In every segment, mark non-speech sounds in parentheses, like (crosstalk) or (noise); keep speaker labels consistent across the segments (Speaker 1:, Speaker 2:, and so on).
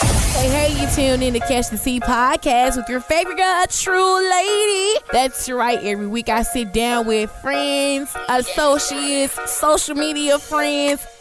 Speaker 1: Hey, you tuned in to Catch the Tea podcast with your favorite girl, a true lady. That's right. Every week I sit down with friends, associates, social media friends,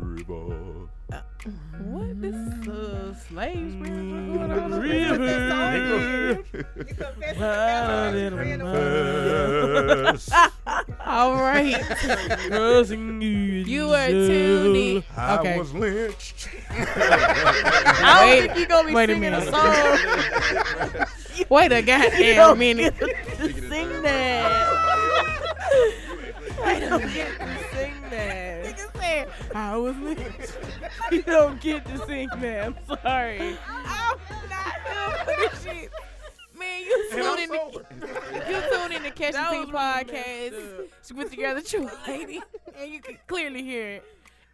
Speaker 2: River.
Speaker 3: What this uh, slaves
Speaker 2: Mm,
Speaker 3: bringing going on up in
Speaker 2: river.
Speaker 3: this song? Blood in a
Speaker 2: Yes.
Speaker 3: All (laughs) right, Crossing
Speaker 1: You are tuned in.
Speaker 2: I
Speaker 3: Okay.
Speaker 2: was lynched.
Speaker 3: I
Speaker 1: don't
Speaker 3: think you're gonna be wait singing a, song. (laughs) wait a goddamn minute.
Speaker 4: Sing that. I don't get to sing that.
Speaker 3: I was listening. (laughs) you don't get to sing that. I'm sorry.
Speaker 1: Man, you tuned in to, you tuned in to Catch
Speaker 3: That
Speaker 1: the Tea
Speaker 3: was really
Speaker 1: podcast with your girl, the true lady.
Speaker 3: And you can clearly hear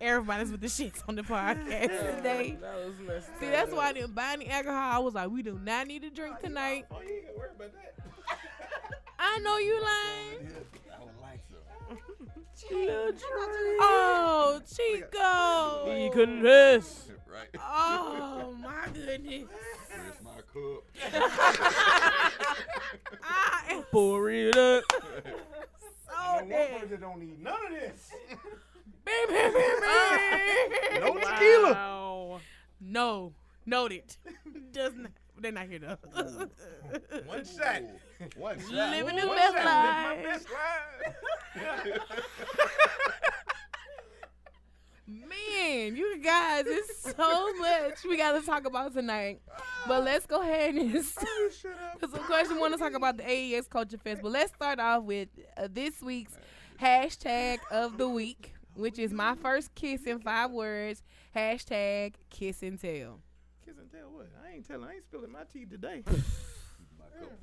Speaker 3: everybody's with the shits on the podcast today.
Speaker 1: See, that's why I didn't buy any alcohol. I was like, we do not need to drink tonight. I know you
Speaker 3: (laughs)
Speaker 1: lying.
Speaker 2: (laughs)
Speaker 1: Oh,
Speaker 3: You
Speaker 1: Chico.
Speaker 3: couldn't rest.
Speaker 1: Oh, my goodness. I am
Speaker 3: Pour it up.
Speaker 1: (laughs) so dead.
Speaker 2: don't need none of this.
Speaker 1: Bam, bam, bam, bam.
Speaker 2: No tequila.
Speaker 3: Wow.
Speaker 1: Uh, No, noted. Does not. They're not here though.
Speaker 2: One shot. One shot.
Speaker 1: Living the
Speaker 2: One
Speaker 1: best
Speaker 2: shot.
Speaker 1: life.
Speaker 2: Living my best
Speaker 1: Man, you guys, it's so much we gotta talk about tonight. But let's go ahead (laughs) and because of course we want to talk about the AES Culture Fest. But let's start off with uh, this week's hashtag of the week, which is my first kiss in five words. Hashtag kiss and tell.
Speaker 4: Kiss and tell what? I ain't telling. I ain't spilling my tea today.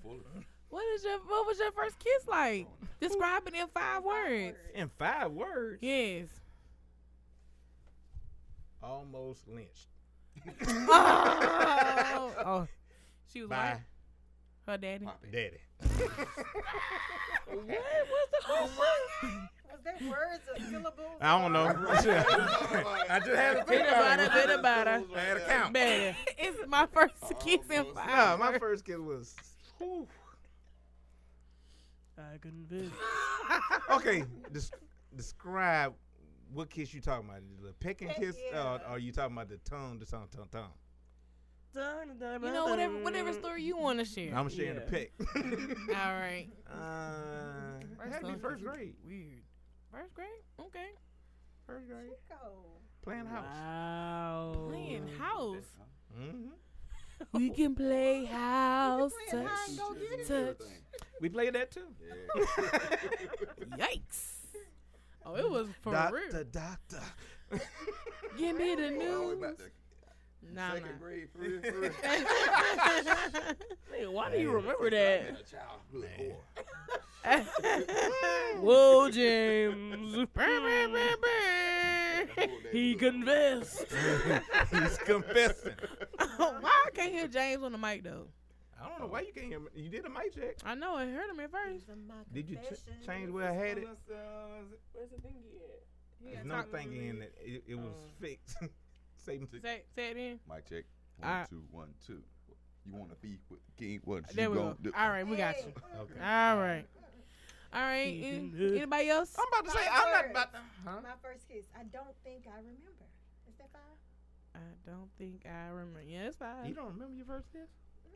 Speaker 1: What is your What was your first kiss like? Describe it in five words.
Speaker 4: In five words,
Speaker 1: Yes.
Speaker 4: almost lynched.
Speaker 1: (laughs) Oh, oh. she was
Speaker 4: Bye,
Speaker 1: white. Her daddy. (laughs)
Speaker 4: daddy.
Speaker 1: Oh
Speaker 5: Was that words or syllables?
Speaker 4: I don't know. (laughs) I just- I just had a
Speaker 3: Bit
Speaker 4: think about
Speaker 3: about it,
Speaker 4: it.
Speaker 3: bit about
Speaker 2: I
Speaker 3: it.
Speaker 4: I had a count.
Speaker 3: Baby.
Speaker 1: it's my first kiss in
Speaker 2: Almost.
Speaker 4: No,
Speaker 1: five.
Speaker 4: my
Speaker 1: words.
Speaker 4: first kiss was. whew.
Speaker 3: I couldn't rest.
Speaker 4: Okay, des- describe what kiss you talking about? The pecking kiss,
Speaker 5: Yeah.
Speaker 4: or are you talking about the tongue, the tongue, tongue, tongue?
Speaker 1: You know, whatever whatever story you want to share.
Speaker 4: I'm sharing
Speaker 1: (laughs)
Speaker 4: the peck.
Speaker 1: All right.
Speaker 4: uh, it had to be first grade.
Speaker 1: Weird. First grade? Okay.
Speaker 4: First grade.
Speaker 5: Go.
Speaker 4: Playing house.
Speaker 3: Wow.
Speaker 1: Playing house.
Speaker 4: hmm
Speaker 1: (laughs) We can play house.
Speaker 5: You can play hide and go get it.
Speaker 1: touch.
Speaker 4: We played that too.
Speaker 1: Yikes. Oh, it was for real.
Speaker 4: doctor, (laughs) doctor.
Speaker 1: Give me the news. Nah,
Speaker 2: Second
Speaker 1: nah. (laughs)
Speaker 2: grade, for real, for real.
Speaker 3: Hey, why do you
Speaker 4: Man.
Speaker 3: remember that?
Speaker 1: (laughs)
Speaker 2: Man, a childhood
Speaker 4: Man.
Speaker 2: whore.
Speaker 3: Whoa,
Speaker 1: (laughs)
Speaker 3: James. he
Speaker 2: He
Speaker 3: confessed.
Speaker 4: He's confessing.
Speaker 1: (laughs) Why I can't hear James on the mic though?
Speaker 4: I don't know why you can't hear me. You did a mic check.
Speaker 1: I know I heard him at first.
Speaker 4: Did you ch- change where I had it? There's no thingy in it. It, it was
Speaker 3: Oh.
Speaker 4: fixed. (laughs) Same thing.
Speaker 1: Say, say it in.
Speaker 2: Mic check.
Speaker 1: I-
Speaker 2: One, two, one, two. You want to be with the king? What you
Speaker 1: There we
Speaker 2: gonna
Speaker 1: go.
Speaker 2: do? (laughs)
Speaker 1: All right, we got you.
Speaker 4: Okay.
Speaker 1: All right. All right.
Speaker 3: You
Speaker 1: Any-
Speaker 3: can look.
Speaker 1: Anybody else?
Speaker 4: I'm about to say I'm not about to. Huh?
Speaker 5: (laughs) My first kiss. I don't think I remember. Is that five?
Speaker 1: I don't think I remember. Yeah, it's fine.
Speaker 4: You
Speaker 1: You
Speaker 4: don't remember your first kiss?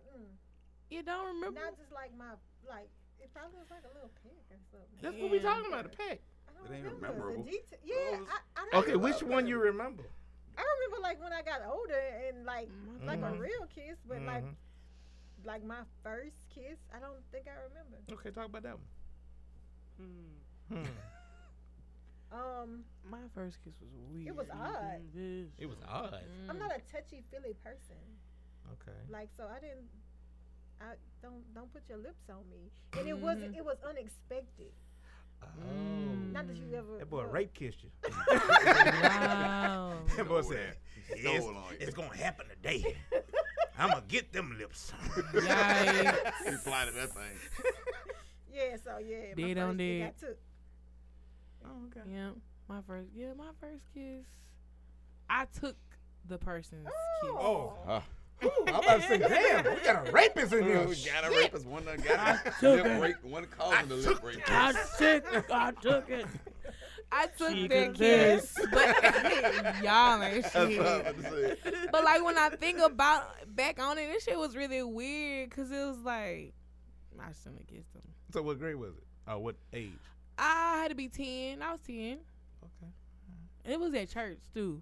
Speaker 5: Mm-mm.
Speaker 1: don't, remember?
Speaker 5: Not just like my like. It probably was like a little pick or something.
Speaker 4: That's what we
Speaker 1: Yeah.
Speaker 4: talking about. The pack.
Speaker 5: I don't
Speaker 2: It ain't
Speaker 5: remember
Speaker 2: memorable.
Speaker 5: The detail. Yeah,
Speaker 2: Those-
Speaker 5: I, I don't
Speaker 4: Okay, which one you remember?
Speaker 1: Mm,
Speaker 5: I remember like when I got older and like like
Speaker 4: Mhm.
Speaker 5: a real kiss, but like
Speaker 4: Mhm.
Speaker 5: like my first kiss, I don't think I remember.
Speaker 4: Okay, talk about that one.
Speaker 3: Mm.
Speaker 4: Hmm.
Speaker 5: Um,
Speaker 3: My first kiss was weird.
Speaker 5: was odd.
Speaker 4: It was odd.
Speaker 3: Mm.
Speaker 5: I'm not a touchy feely person.
Speaker 4: Okay.
Speaker 5: Like so, I didn't. I don't don't put your lips on me, and it wasn't. It was unexpected.
Speaker 4: Oh.
Speaker 5: Not that you ever.
Speaker 4: That boy
Speaker 5: well,
Speaker 4: rape kissed you.
Speaker 3: Wow.
Speaker 4: (laughs) That boy said,
Speaker 2: Stole
Speaker 4: "It's-
Speaker 2: on you."
Speaker 4: it's going to happen (laughs) today. I'm going to get them lips.
Speaker 1: (laughs)
Speaker 4: (laughs)
Speaker 3: Yikes.
Speaker 2: He fly to that thing.
Speaker 5: Yeah. So yeah. my
Speaker 3: Did on
Speaker 5: first dick I
Speaker 3: did.
Speaker 5: took.
Speaker 4: Oh, okay.
Speaker 3: (laughs) Yeah, my first. Yeah, my first kiss. I took the person's kiss.
Speaker 4: Oh.
Speaker 2: Uh,
Speaker 4: I'm about to say, damn, we got a rapist in here.
Speaker 2: got a rapist. One done got a lip rape. One causing the lip rape.
Speaker 3: I took. I took it. I took
Speaker 4: She
Speaker 3: that
Speaker 4: took
Speaker 3: kiss, but (laughs) y'all ain't
Speaker 2: That's what I
Speaker 3: shit.
Speaker 2: was about to say. (laughs)
Speaker 3: But like when I think about back on it, this shit was really weird because it was like I shouldn't have kissed him.
Speaker 4: So what grade was it? Oh, what age?
Speaker 3: I had to be ten. I was ten.
Speaker 4: Okay.
Speaker 3: It was at church too.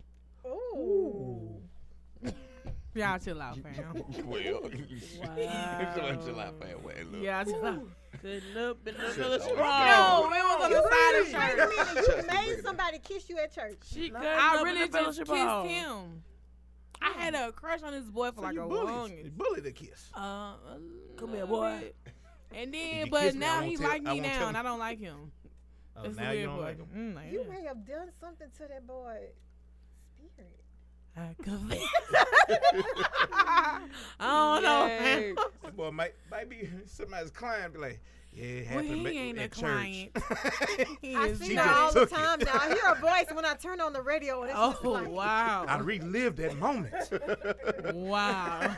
Speaker 5: Ooh.
Speaker 3: Y'all chill out,
Speaker 2: (laughs)
Speaker 3: fam.
Speaker 2: Well,
Speaker 3: Wow.
Speaker 2: chill out, man. Wait, look.
Speaker 3: Y'all chill out. Good up and
Speaker 2: Shut the
Speaker 3: strong.
Speaker 2: fuck
Speaker 3: No, it was on
Speaker 5: You
Speaker 3: the side of church.
Speaker 5: really- wait a minute, you
Speaker 2: Just to bring
Speaker 5: made
Speaker 2: it
Speaker 5: somebody kiss you at church.
Speaker 6: She cut
Speaker 3: I really just kissed him. I had a crush on this boy for
Speaker 4: So
Speaker 3: like
Speaker 4: you
Speaker 3: a
Speaker 4: bullied.
Speaker 3: long.
Speaker 4: You bullied a kiss.
Speaker 3: Uh,
Speaker 6: Come here, boy.
Speaker 3: And
Speaker 4: If
Speaker 3: then,
Speaker 4: you
Speaker 3: but
Speaker 4: kiss me, I
Speaker 3: now
Speaker 4: won't
Speaker 3: he
Speaker 4: tell-
Speaker 3: like
Speaker 4: I
Speaker 3: me
Speaker 4: won't
Speaker 3: now,
Speaker 4: tell
Speaker 3: and
Speaker 4: you.
Speaker 3: I don't like him.
Speaker 4: Oh,
Speaker 3: That's
Speaker 4: now
Speaker 3: a
Speaker 4: you
Speaker 3: weird
Speaker 4: don't
Speaker 3: boy.
Speaker 4: like him.
Speaker 3: Mm, like
Speaker 5: You
Speaker 3: that.
Speaker 5: may have done something to that boy. Spirit.
Speaker 3: I confess. (laughs) I don't know. man.
Speaker 4: That boy might, might be somebody's client. Be like, yeah, it
Speaker 3: Well,
Speaker 4: happened
Speaker 3: he
Speaker 4: ma-
Speaker 3: ain't a
Speaker 4: at church.
Speaker 3: client. He
Speaker 5: I
Speaker 3: is
Speaker 5: see
Speaker 4: just
Speaker 5: that all
Speaker 3: not.
Speaker 5: the
Speaker 4: took it.
Speaker 5: time now. I hear a voice when I turn on the radio. And it's
Speaker 3: (laughs)
Speaker 5: just
Speaker 3: Oh
Speaker 5: (laughs) like,
Speaker 4: (laughs) I
Speaker 3: wow,
Speaker 4: relived that (laughs) moment.
Speaker 3: (laughs)
Speaker 4: (laughs)
Speaker 3: wow,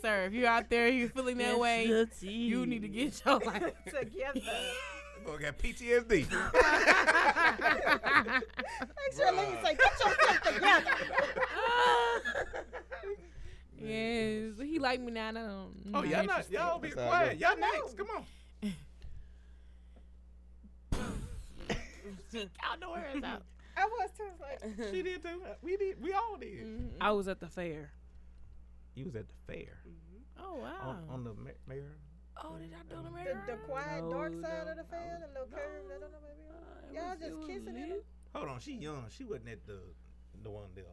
Speaker 3: sir! If you're out there, you feeling (laughs) that way, you need to get your life (laughs)
Speaker 5: (laughs) together.
Speaker 4: That boy got PTSD.
Speaker 5: Make sure Lee say, get yourself together.
Speaker 3: yes, he like me now. and I don't.
Speaker 4: oh,
Speaker 3: not
Speaker 4: y'all not,
Speaker 3: interested.
Speaker 4: y'all be
Speaker 2: That's how I
Speaker 4: quiet.
Speaker 2: go.
Speaker 4: Y'all next. Come on.
Speaker 3: Y'all know where it's at.
Speaker 5: I was too. Like,
Speaker 4: She did too. Uh, We did. We all did.
Speaker 3: Mm-hmm.
Speaker 6: I was at the fair.
Speaker 4: You was at the fair
Speaker 3: Oh wow.
Speaker 4: on, on the ma- mayor.
Speaker 3: oh, did I do the
Speaker 5: the,
Speaker 3: mirror?
Speaker 5: the quiet
Speaker 6: No,
Speaker 5: dark side
Speaker 6: no,
Speaker 5: of the fan, the little curve. I don't know, baby. Y'all just kissing in it.
Speaker 4: Hold on, she young. She wasn't at the the one there.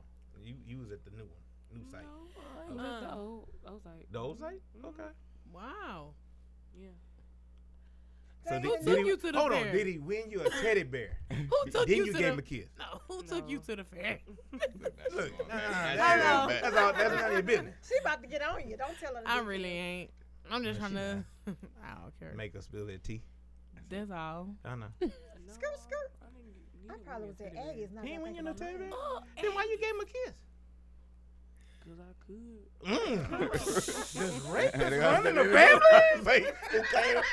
Speaker 4: You you was at the new one, new site.
Speaker 5: oh.
Speaker 6: I was at
Speaker 3: Uh.
Speaker 6: the old. I was like,
Speaker 4: The old site?
Speaker 3: Mm-hmm.
Speaker 4: Okay.
Speaker 3: Wow. (laughs)
Speaker 6: yeah.
Speaker 5: Dang,
Speaker 3: Who
Speaker 5: and
Speaker 3: took
Speaker 4: he-
Speaker 3: you to the
Speaker 4: hold
Speaker 3: fair?
Speaker 4: on, did he win you a teddy bear?
Speaker 3: (laughs) Who took
Speaker 4: then
Speaker 3: you
Speaker 4: you,
Speaker 3: to
Speaker 4: gave
Speaker 3: the-
Speaker 4: him a kiss.
Speaker 3: No, who took you to the fair?
Speaker 4: Look, nah, nah,
Speaker 2: That's
Speaker 4: that's,
Speaker 2: your
Speaker 4: that's all. That's none of your business.
Speaker 5: She about to get on you. Don't tell her.
Speaker 3: I really (laughs) ain't. I'm just
Speaker 4: No,
Speaker 3: trying
Speaker 4: she
Speaker 3: to. I don't care.
Speaker 4: Make us spill that tea.
Speaker 3: That's all.
Speaker 4: I know.
Speaker 6: No,
Speaker 5: Skirt, skirt.
Speaker 6: I, didn't get-
Speaker 5: I
Speaker 6: neither
Speaker 5: probably
Speaker 6: one
Speaker 5: was
Speaker 6: got
Speaker 5: at
Speaker 6: titty bear,
Speaker 5: Aggie's. Now
Speaker 4: He ain't win you no teddy bear.
Speaker 3: Oh,
Speaker 4: Then why you gave him
Speaker 3: (laughs)
Speaker 4: a kiss?
Speaker 6: 'cause I could. (laughs)
Speaker 3: (laughs)
Speaker 4: Mm. Does rape
Speaker 2: They
Speaker 4: is
Speaker 2: got
Speaker 4: running the
Speaker 2: that-
Speaker 4: family?
Speaker 2: Wait, it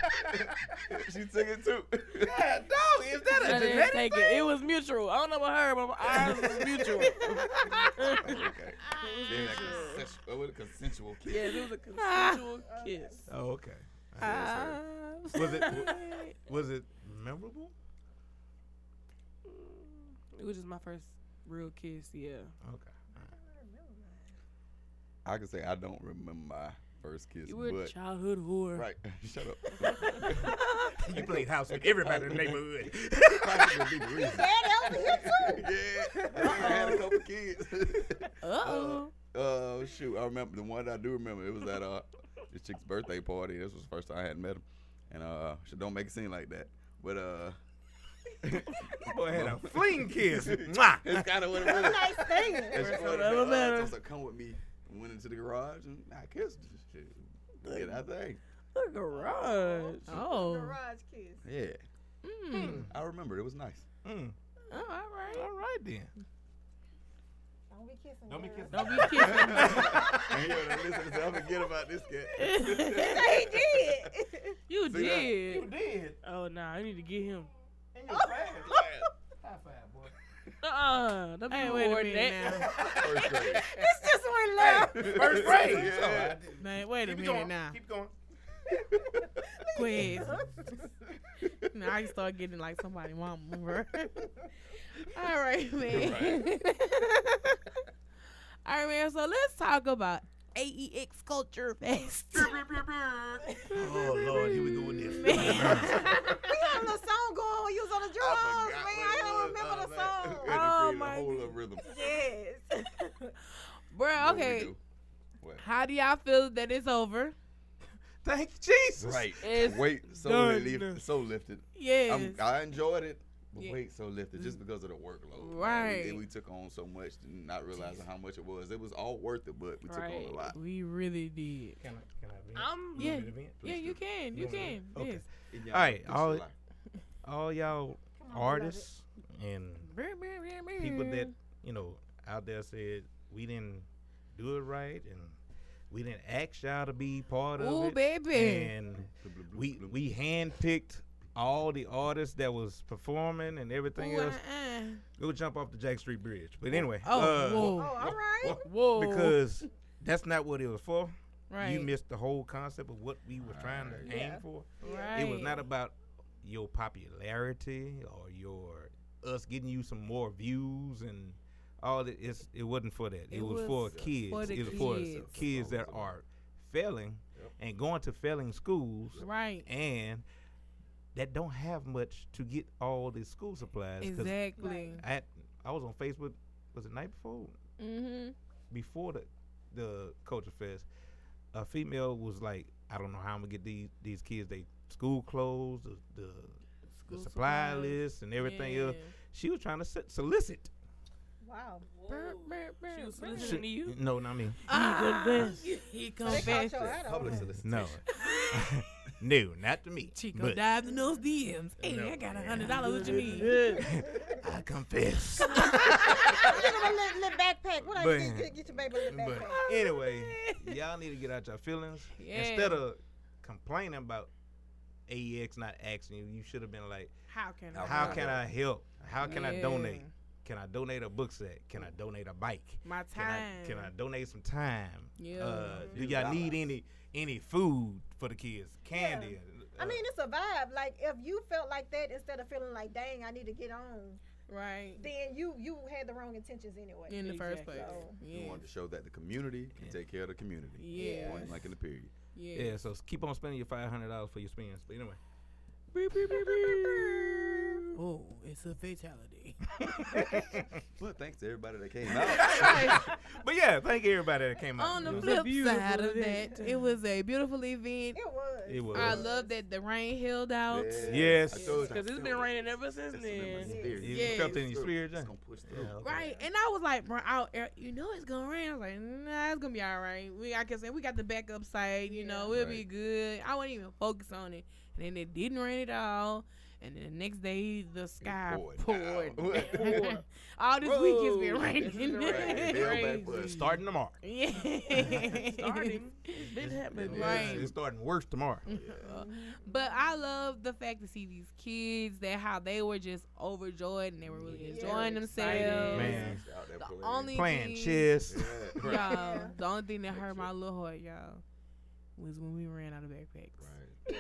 Speaker 2: came. (laughs) She took it too. (laughs)
Speaker 4: God, dog, is that
Speaker 6: I
Speaker 4: a
Speaker 6: didn't
Speaker 4: genetic
Speaker 6: take
Speaker 4: thing?
Speaker 6: it. It was mutual. I don't know about her, but my ours was mutual.
Speaker 4: Oh,
Speaker 2: okay. Yeah, like consensual, what was it, consensual kiss.
Speaker 6: (laughs) yes, it was a (laughs) consensual kiss.
Speaker 4: Oh, okay.
Speaker 6: Uh,
Speaker 2: Yes,
Speaker 4: Was it was it memorable?
Speaker 6: (laughs) It was just my first real kiss. Yeah.
Speaker 4: Okay.
Speaker 2: I can say I don't remember my first kiss,
Speaker 6: You were a
Speaker 2: but
Speaker 6: childhood whore.
Speaker 2: right. (laughs) Shut up.
Speaker 4: You played house with everybody in the neighborhood.
Speaker 2: Probably be the reason. (laughs) yeah, I think I had a couple kids. (laughs)
Speaker 3: Uh-oh.
Speaker 2: Oh shoot! I remember the one I do remember. It was at uh this chick's birthday party. This was the first time I had met him, and uh, she don't make it seem like that, but uh, (laughs)
Speaker 4: Boy had a fling kiss. Mwah.
Speaker 2: it's kind of what it was.
Speaker 5: (laughs) Nice thing.
Speaker 2: And she wanted
Speaker 6: Whatever
Speaker 2: to,
Speaker 6: matters.
Speaker 2: uh, so come with me. Went into the garage and I kissed. her. Shit. Did I think?
Speaker 6: The garage.
Speaker 3: Oh.
Speaker 5: Garage kiss.
Speaker 2: Yeah,
Speaker 3: Mm.
Speaker 2: I remember. It was nice. (laughs)
Speaker 4: Mm.
Speaker 3: Oh, all right.
Speaker 4: All right then.
Speaker 5: Don't be kissing.
Speaker 4: Don't be kissing.
Speaker 3: Don't be kissing.
Speaker 2: And he would listen to. I forget about this cat.
Speaker 5: (laughs) He (laughs) did.
Speaker 3: (laughs)
Speaker 6: You
Speaker 2: See that?
Speaker 4: (laughs)
Speaker 6: did.
Speaker 4: did.
Speaker 6: Oh nah, I need to get him.
Speaker 4: And you fast. High five, boy.
Speaker 6: Uh-uh. Don't be
Speaker 3: hey, wait a
Speaker 6: recording that.
Speaker 3: minute now.
Speaker 2: First grade.
Speaker 5: It's just one love.
Speaker 4: First grade.
Speaker 2: Yeah.
Speaker 4: Yeah.
Speaker 3: Now, wait a
Speaker 4: Keep it
Speaker 3: minute
Speaker 4: going.
Speaker 3: now.
Speaker 4: Keep going.
Speaker 5: (laughs)
Speaker 3: Quiz. now I start getting like somebody mama. bruh. All right, man. All right, man. So let's talk about
Speaker 1: AEX
Speaker 3: (laughs)
Speaker 1: Culture Fest.
Speaker 2: Oh Lord, here we go
Speaker 5: (laughs)
Speaker 2: with (laughs)
Speaker 5: we had a little song going when you was on the drums, man.
Speaker 2: I forgot
Speaker 5: I
Speaker 2: (laughs)
Speaker 5: don't
Speaker 2: what it
Speaker 5: remember
Speaker 2: was.
Speaker 5: the
Speaker 2: Oh, man. We had to create
Speaker 3: Oh,
Speaker 5: song.
Speaker 2: a
Speaker 3: my
Speaker 2: whole little rhythm.
Speaker 5: yes.
Speaker 3: Bruh,
Speaker 2: What we
Speaker 3: okay.
Speaker 2: do. What?
Speaker 3: How do y'all feel that it's over?
Speaker 4: Thank you, Jesus.
Speaker 2: Right.
Speaker 3: It's
Speaker 2: Wait, so
Speaker 3: done.
Speaker 2: relieved, so lifted.
Speaker 3: Yes.
Speaker 2: I'm, I enjoyed it, but
Speaker 3: Yeah.
Speaker 2: wait, so lifted just because of the workload. man.
Speaker 3: Right.
Speaker 2: We, did- we took on so much, and not realizing how much it was. It was all worth it, but we took on a lot.
Speaker 3: We really did.
Speaker 4: Can I, can I vent?
Speaker 6: I'm
Speaker 3: Yeah.
Speaker 4: Can I vent?
Speaker 3: Yeah, you can. You can.
Speaker 4: Mm-hmm. Okay.
Speaker 3: Yes.
Speaker 2: And
Speaker 4: All right,
Speaker 2: it's
Speaker 4: all-
Speaker 2: July.
Speaker 4: All y'all
Speaker 5: Come on, we love
Speaker 4: artists and people that
Speaker 3: that
Speaker 4: you know out there said we didn't do it right and we didn't ask y'all to be part of
Speaker 3: Ooh,
Speaker 4: it.
Speaker 3: baby.
Speaker 4: And we we handpicked all the artists that was performing and everything
Speaker 3: Ooh,
Speaker 4: else.
Speaker 3: uh-uh.
Speaker 4: We'll jump off the Jack Street Bridge. But anyway,
Speaker 3: Oh,
Speaker 4: uh,
Speaker 5: Oh,
Speaker 3: whoa.
Speaker 5: all right.
Speaker 3: Whoa.
Speaker 4: because that's not what it was for.
Speaker 3: right.
Speaker 4: You missed the whole concept of what we were trying to
Speaker 5: Yeah.
Speaker 4: aim for.
Speaker 3: right.
Speaker 4: It was not about your popularity or your us getting you some more views and all that. It's, it wasn't for that. It,
Speaker 3: It
Speaker 4: was,
Speaker 3: was
Speaker 4: for kids.
Speaker 3: for the
Speaker 4: it was for
Speaker 3: kids.
Speaker 4: kids that are failing
Speaker 2: Yep.
Speaker 4: and going to failing schools
Speaker 3: Right.
Speaker 4: and that don't have much to get all the school supplies. 'cause
Speaker 3: Exactly.
Speaker 4: I, I was on Facebook. Was it night before?
Speaker 3: Mm-hmm.
Speaker 4: before the the culture fest, a female was like, I don't know how I'm gonna get these these kids they school clothes, the, the, the
Speaker 3: School
Speaker 4: supply
Speaker 3: supplies.
Speaker 4: list and everything else.
Speaker 3: Yeah.
Speaker 4: She was trying to so- solicit.
Speaker 5: Wow.
Speaker 6: Burr, burr, burr,
Speaker 3: She was
Speaker 6: burr.
Speaker 3: listening
Speaker 6: Shit.
Speaker 3: to you.
Speaker 4: No, not me.
Speaker 3: Ah,
Speaker 6: confessed.
Speaker 3: (laughs) He
Speaker 5: They caught
Speaker 3: confessed.
Speaker 5: your hat
Speaker 2: Public
Speaker 5: on.
Speaker 2: solicitation.
Speaker 4: No, (laughs) no, not to me.
Speaker 3: Chico
Speaker 4: but
Speaker 3: dives in those DMs. Hey, I got a hundred dollars. What you need?
Speaker 4: (laughs) I confess.
Speaker 5: I think I'm a little, little backpack. What I
Speaker 4: But-
Speaker 5: need to get, get your baby a little
Speaker 4: but
Speaker 5: backpack.
Speaker 4: anyway, y'all need to get out your feelings
Speaker 3: Yeah.
Speaker 4: instead of complaining about AEX not asking you. You should have been like,
Speaker 3: How can I?
Speaker 2: How
Speaker 4: How
Speaker 2: can I
Speaker 4: can I help? How can I
Speaker 3: Yeah.
Speaker 4: donate? Can I donate a book set? Can I donate a bike?
Speaker 3: My
Speaker 4: Can
Speaker 3: time.
Speaker 4: I, can I donate some time?
Speaker 3: Yeah.
Speaker 4: Uh, do
Speaker 2: Few
Speaker 4: y'all need
Speaker 2: dollars.
Speaker 4: any any food for the kids? Candy.
Speaker 5: I
Speaker 4: uh,
Speaker 5: mean, it's a vibe. Like if you felt like that instead of feeling like, dang, I need to get on,
Speaker 3: Right.
Speaker 5: then you you had the wrong intentions anyway.
Speaker 3: In the first
Speaker 6: Exactly.
Speaker 3: place.
Speaker 5: So-
Speaker 2: We
Speaker 3: Yeah.
Speaker 2: wanted to show that the community can take care of the community.
Speaker 3: Yeah.
Speaker 2: Point blank in the period.
Speaker 3: Yeah.
Speaker 4: yeah. So s- keep on spending your five hundred dollars for your spins. But
Speaker 3: (laughs)
Speaker 4: anyway, (laughs)
Speaker 3: Beep, beep, beep, beep. Oh, it's a
Speaker 4: (laughs)
Speaker 3: fatality.
Speaker 2: But thanks to everybody that (laughs) came out.
Speaker 4: but yeah, thank everybody that came out.
Speaker 3: On the
Speaker 4: It was-
Speaker 3: flip
Speaker 6: beautiful
Speaker 3: side of
Speaker 6: event.
Speaker 3: that, it was a beautiful event.
Speaker 5: It was.
Speaker 4: It was.
Speaker 3: I love that the rain held out.
Speaker 4: Yes.
Speaker 2: I told you, I
Speaker 6: Because it's
Speaker 2: felt
Speaker 6: been
Speaker 2: it.
Speaker 6: raining ever since
Speaker 2: It's been my
Speaker 6: then.
Speaker 2: spirit.
Speaker 4: You
Speaker 3: Yes.
Speaker 4: felt it in your
Speaker 2: It's
Speaker 4: spirit,
Speaker 2: gonna
Speaker 4: John?
Speaker 2: push through.
Speaker 4: Yeah, okay.
Speaker 3: Right, and I was like, bro, out, er, you know it's gonna rain. I was like, nah, it's gonna be all right. We, I can say we got the backup site, you know,
Speaker 2: Yeah.
Speaker 3: it'll be good. I wasn't even focused on it, and then it didn't rain at all. And then the next day, the sky
Speaker 2: poured
Speaker 3: poured.
Speaker 2: down.
Speaker 3: It poured. (laughs) all this week it's been
Speaker 6: Whoa.
Speaker 3: raining. (laughs)
Speaker 2: Right, Bell back for us.
Speaker 4: Starting tomorrow.
Speaker 3: yeah,
Speaker 6: Starting. It's been happening.
Speaker 3: Right.
Speaker 4: It's- It's starting worse tomorrow.
Speaker 5: Mm-hmm.
Speaker 3: Uh, But I love the fact to see these kids that how they were just overjoyed and they were really
Speaker 5: Yeah.
Speaker 3: enjoying
Speaker 5: They were
Speaker 3: themselves.
Speaker 6: excited.
Speaker 4: Man.
Speaker 2: Out there
Speaker 3: The
Speaker 2: playing.
Speaker 3: only
Speaker 4: Playing
Speaker 3: thing-
Speaker 4: chess.
Speaker 2: Yeah,
Speaker 3: y'all,
Speaker 2: right.
Speaker 5: Yeah.
Speaker 3: (laughs) the only thing that
Speaker 2: That's
Speaker 3: hurt my
Speaker 2: it.
Speaker 3: little heart, y'all, was when we ran out of backpacks.
Speaker 2: Right.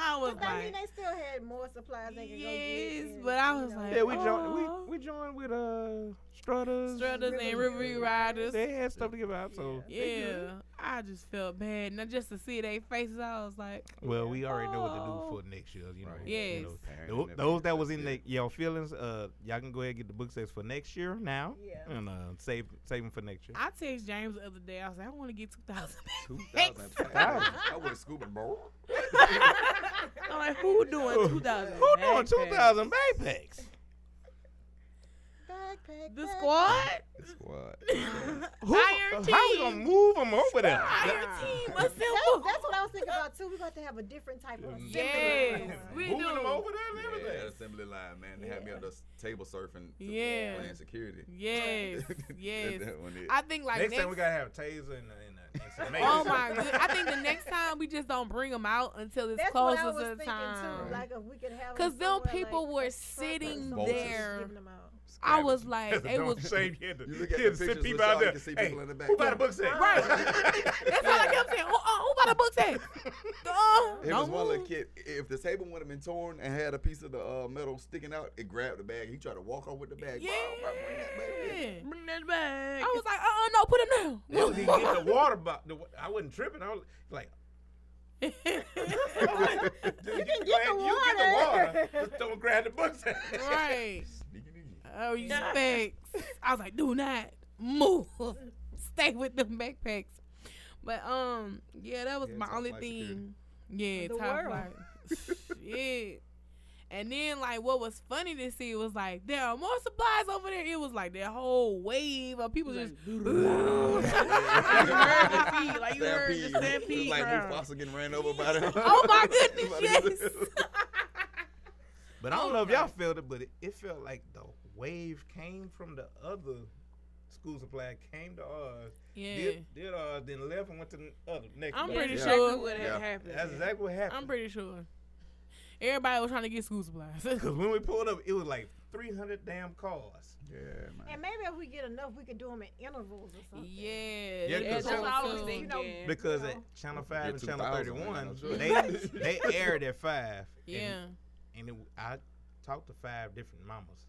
Speaker 3: I was
Speaker 5: But I mean,
Speaker 3: like,
Speaker 5: they still had more supplies they could go
Speaker 3: Yes,
Speaker 5: get. and,
Speaker 3: but I
Speaker 5: you
Speaker 3: was
Speaker 5: know.
Speaker 3: like,
Speaker 4: Yeah, we joined.
Speaker 3: Aw.
Speaker 4: We we joined with uh Strutters.
Speaker 3: strutters and rivery riders.
Speaker 4: They had stuff to give out, so
Speaker 3: Yeah, I just felt bad. Now just to see their faces, I was like,
Speaker 4: Well, we already know what to
Speaker 3: Oh.
Speaker 4: do for next year. You know,
Speaker 2: Right.
Speaker 4: you know.
Speaker 3: Yes.
Speaker 2: Parent
Speaker 4: Tho-
Speaker 2: and
Speaker 4: Those that
Speaker 2: everything.
Speaker 4: was in
Speaker 2: Yeah.
Speaker 4: the, y'all feelings, uh, y'all can go ahead and get the book sets for next year now,
Speaker 5: Yeah.
Speaker 4: and uh, save save them for next year.
Speaker 3: I text James the other day. I was like, I want to get two thousand.
Speaker 2: (laughs)
Speaker 3: (laughs)
Speaker 2: 2000 pounds. I would have scooped bro.
Speaker 6: I'm like, who doing 2,000?
Speaker 4: Who doing two thousand backpacks?
Speaker 5: (laughs) Backpack,
Speaker 3: The
Speaker 5: backpack.
Speaker 3: squad,
Speaker 2: Squad. (laughs)
Speaker 4: Who, uh,
Speaker 3: Fire
Speaker 4: how we
Speaker 3: team.
Speaker 4: gonna move them over there?
Speaker 3: fire team,
Speaker 5: That's,
Speaker 3: assemble.
Speaker 5: that's what I was thinking about too. We about to have a different type of assembly
Speaker 3: Yes.
Speaker 5: line.
Speaker 3: we
Speaker 4: Moving
Speaker 3: do.
Speaker 4: them over there and
Speaker 2: Yeah,
Speaker 4: everything.
Speaker 2: assembly line, man. They had me on the s- table surfing. To
Speaker 3: Yeah.
Speaker 2: Playing security.
Speaker 3: Yes,
Speaker 2: (laughs) That-
Speaker 3: yes.
Speaker 2: that one is-
Speaker 3: I think like
Speaker 4: next,
Speaker 3: next,
Speaker 4: time we gotta have a taser and, a- and, a, and some mace.
Speaker 3: Oh my god! I think the next time we just don't bring them out until it's
Speaker 5: That's what
Speaker 3: closer
Speaker 5: I was
Speaker 3: to the
Speaker 5: thinking
Speaker 3: time.
Speaker 5: too. Like if we could have.
Speaker 3: Cause
Speaker 5: them
Speaker 3: them
Speaker 5: somewhere,
Speaker 3: people
Speaker 5: like,
Speaker 3: were
Speaker 5: a truck or
Speaker 3: sitting
Speaker 5: something, just
Speaker 3: there.
Speaker 5: giving them out.
Speaker 3: I was
Speaker 2: Scavenging.
Speaker 3: like, it
Speaker 4: Don't
Speaker 3: was. (laughs)
Speaker 4: shame you had to,
Speaker 2: You look at
Speaker 4: you had
Speaker 2: the
Speaker 4: to sit
Speaker 2: pictures
Speaker 4: people
Speaker 2: with y'all,
Speaker 4: out
Speaker 2: you
Speaker 4: there.
Speaker 2: can see
Speaker 4: Hey,
Speaker 2: people in the
Speaker 4: who bought a
Speaker 2: background.
Speaker 4: (laughs) book set?
Speaker 3: Right. That's all I kept saying. Oh, oh, who about
Speaker 1: the book said. Go.
Speaker 2: It was
Speaker 3: Don't
Speaker 2: one little
Speaker 3: move.
Speaker 2: kid. If the table would have been torn and had a piece of the uh, metal sticking out, it grabbed the bag. He tried to walk off with the bag.
Speaker 3: Yeah.
Speaker 2: Bow, bow, bring that back in.
Speaker 6: Bring that back.
Speaker 1: I was like, uh, uh
Speaker 3: uh-uh,
Speaker 1: no, put him down.
Speaker 4: That was he getting the water bottle. The, wa- I wasn't tripping. I was like, (laughs) dude, you, can go ahead, you get the water. Just don't grab the books.
Speaker 3: (laughs)
Speaker 4: (laughs)
Speaker 3: right.
Speaker 2: Sneaking in.
Speaker 3: Oh, you
Speaker 6: Yeah.
Speaker 3: specs. I was like, do not move. (laughs) Stay with them backpacks. But um, yeah, that was
Speaker 4: Yeah,
Speaker 3: my
Speaker 4: top
Speaker 3: only
Speaker 4: flight
Speaker 3: thing. Yeah,
Speaker 5: The
Speaker 3: top
Speaker 5: world.
Speaker 6: (laughs)
Speaker 3: flight. Shit. And then like what was funny to see was like there are more supplies over there. It was like that whole wave of people just (laughs)
Speaker 6: you heard the pee, like you heard the
Speaker 2: It was
Speaker 6: stampede.
Speaker 2: like
Speaker 6: crowd.
Speaker 2: Mufasa getting ran over by them.
Speaker 3: Oh my
Speaker 2: (laughs)
Speaker 3: goodness,
Speaker 2: By the-
Speaker 3: yes.
Speaker 4: But I
Speaker 3: Oh
Speaker 4: don't know if y'all felt it, but it, it felt like the wave came from the other school supply, came to ours,
Speaker 3: Yeah.
Speaker 4: did, did ours, then left and went to the other next.
Speaker 3: I'm
Speaker 4: one.
Speaker 3: pretty
Speaker 6: That's
Speaker 2: sure.
Speaker 6: exactly what had
Speaker 2: Yeah.
Speaker 6: happened.
Speaker 4: That's exactly what happened.
Speaker 3: I'm
Speaker 4: (laughs)
Speaker 3: pretty sure. Everybody was trying to get school supplies. (laughs)
Speaker 4: Because when we pulled up, it was like 300 damn cars.
Speaker 2: Yeah, man.
Speaker 5: And maybe if we get enough, we could do them in intervals or something.
Speaker 3: yeah.
Speaker 4: Yeah,
Speaker 3: they
Speaker 6: That's
Speaker 3: were
Speaker 6: what I was
Speaker 3: so-
Speaker 5: You know,
Speaker 6: thinking.
Speaker 4: Because
Speaker 5: Yeah.
Speaker 4: at Channel 5 and
Speaker 2: 2000,
Speaker 4: Channel
Speaker 2: man,
Speaker 4: 31,
Speaker 2: I'm sure.
Speaker 4: they, they aired at 5.
Speaker 3: Yeah.
Speaker 4: And, and it, I talked to five different mamas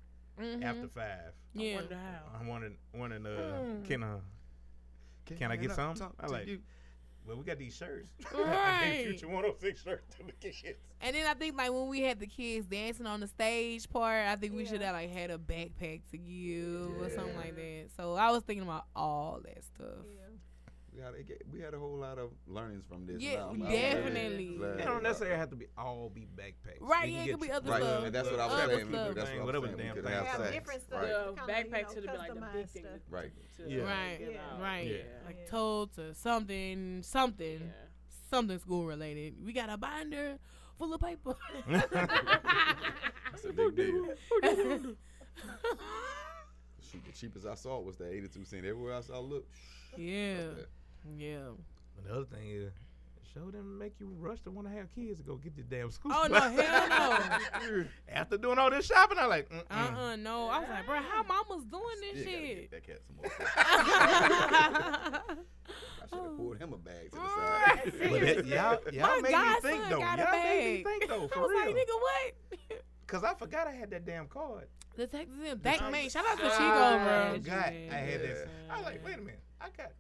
Speaker 3: Mhm.
Speaker 4: after 5.
Speaker 6: I
Speaker 3: Yeah.
Speaker 6: wonder how.
Speaker 4: I'm wondering, wondering uh,
Speaker 3: Hmm.
Speaker 5: Mm.
Speaker 4: can, uh, Can I get some?
Speaker 2: talk
Speaker 4: I
Speaker 2: to
Speaker 4: like-
Speaker 2: you?
Speaker 4: well, we got these shirts. (laughs)
Speaker 3: Right.
Speaker 4: Future 106 shirts to the kids.
Speaker 3: And then I think like when we had the kids dancing on the stage part, I think we
Speaker 5: Yeah.
Speaker 3: should have like had a backpack to give or something like
Speaker 5: Yeah.
Speaker 3: that. So I was thinking about all that stuff.
Speaker 2: We had, we had a whole lot of learnings from this.
Speaker 3: Yeah,
Speaker 2: and I'm- I'm
Speaker 3: definitely.
Speaker 2: glad-
Speaker 4: They don't necessarily have to be all be backpacks.
Speaker 3: Right,
Speaker 4: They
Speaker 3: yeah, it
Speaker 4: get
Speaker 3: could be
Speaker 4: you-
Speaker 3: other
Speaker 2: Right,
Speaker 3: stuff.
Speaker 2: and that's what I was
Speaker 3: Other
Speaker 2: saying. We
Speaker 3: stuff.
Speaker 2: could- That's what I was
Speaker 4: Whatever
Speaker 2: saying. We
Speaker 4: damn
Speaker 2: could
Speaker 4: thing.
Speaker 2: have
Speaker 4: Yeah,
Speaker 2: sex.
Speaker 5: different stuff.
Speaker 2: Right.
Speaker 6: The
Speaker 5: Kinda, you
Speaker 6: backpack
Speaker 5: know,
Speaker 6: should be like the big
Speaker 5: customized
Speaker 6: thing.
Speaker 5: stuff.
Speaker 6: to-
Speaker 2: Right.
Speaker 6: to,
Speaker 4: Yeah.
Speaker 3: Right,
Speaker 6: get out.
Speaker 3: right.
Speaker 4: Yeah.
Speaker 3: Like
Speaker 5: Yeah.
Speaker 3: told to something,
Speaker 6: Yeah.
Speaker 3: something, something school related. We got a binder full of paper. (laughs)
Speaker 4: (laughs)
Speaker 2: It's a big deal.
Speaker 3: yeah.
Speaker 2: Shoot, the cheapest I saw was the 82 cent. Everywhere else I looked,
Speaker 3: Yeah.
Speaker 4: But the other thing is, show them make you rush to want to have kids to go get the damn school.
Speaker 3: Oh no,
Speaker 4: supplies.
Speaker 3: hell no.
Speaker 4: (laughs) After doing all this shopping, I'm like, mm
Speaker 3: Uh uh no. I was like, bro, how mama's doing this
Speaker 2: still gotta get
Speaker 3: shit?
Speaker 2: that cat some
Speaker 3: (laughs)
Speaker 2: more. stuff. I should have poured him a bag to the (laughs) side.
Speaker 3: Right.
Speaker 4: But that, y'all,
Speaker 3: My
Speaker 4: y'all made me think
Speaker 3: godson
Speaker 4: though.
Speaker 3: got a
Speaker 4: Y'all made me
Speaker 3: bag.
Speaker 4: think though,
Speaker 3: I
Speaker 4: for
Speaker 3: was like,
Speaker 4: real.
Speaker 3: nigga, what?
Speaker 4: Cause I forgot I had that damn card.
Speaker 3: The Texas and Bank Man. Shout out to
Speaker 4: I
Speaker 3: Chico, bro.
Speaker 4: forgot I had this.
Speaker 3: Yeah.
Speaker 4: I was like, wait a minute, I got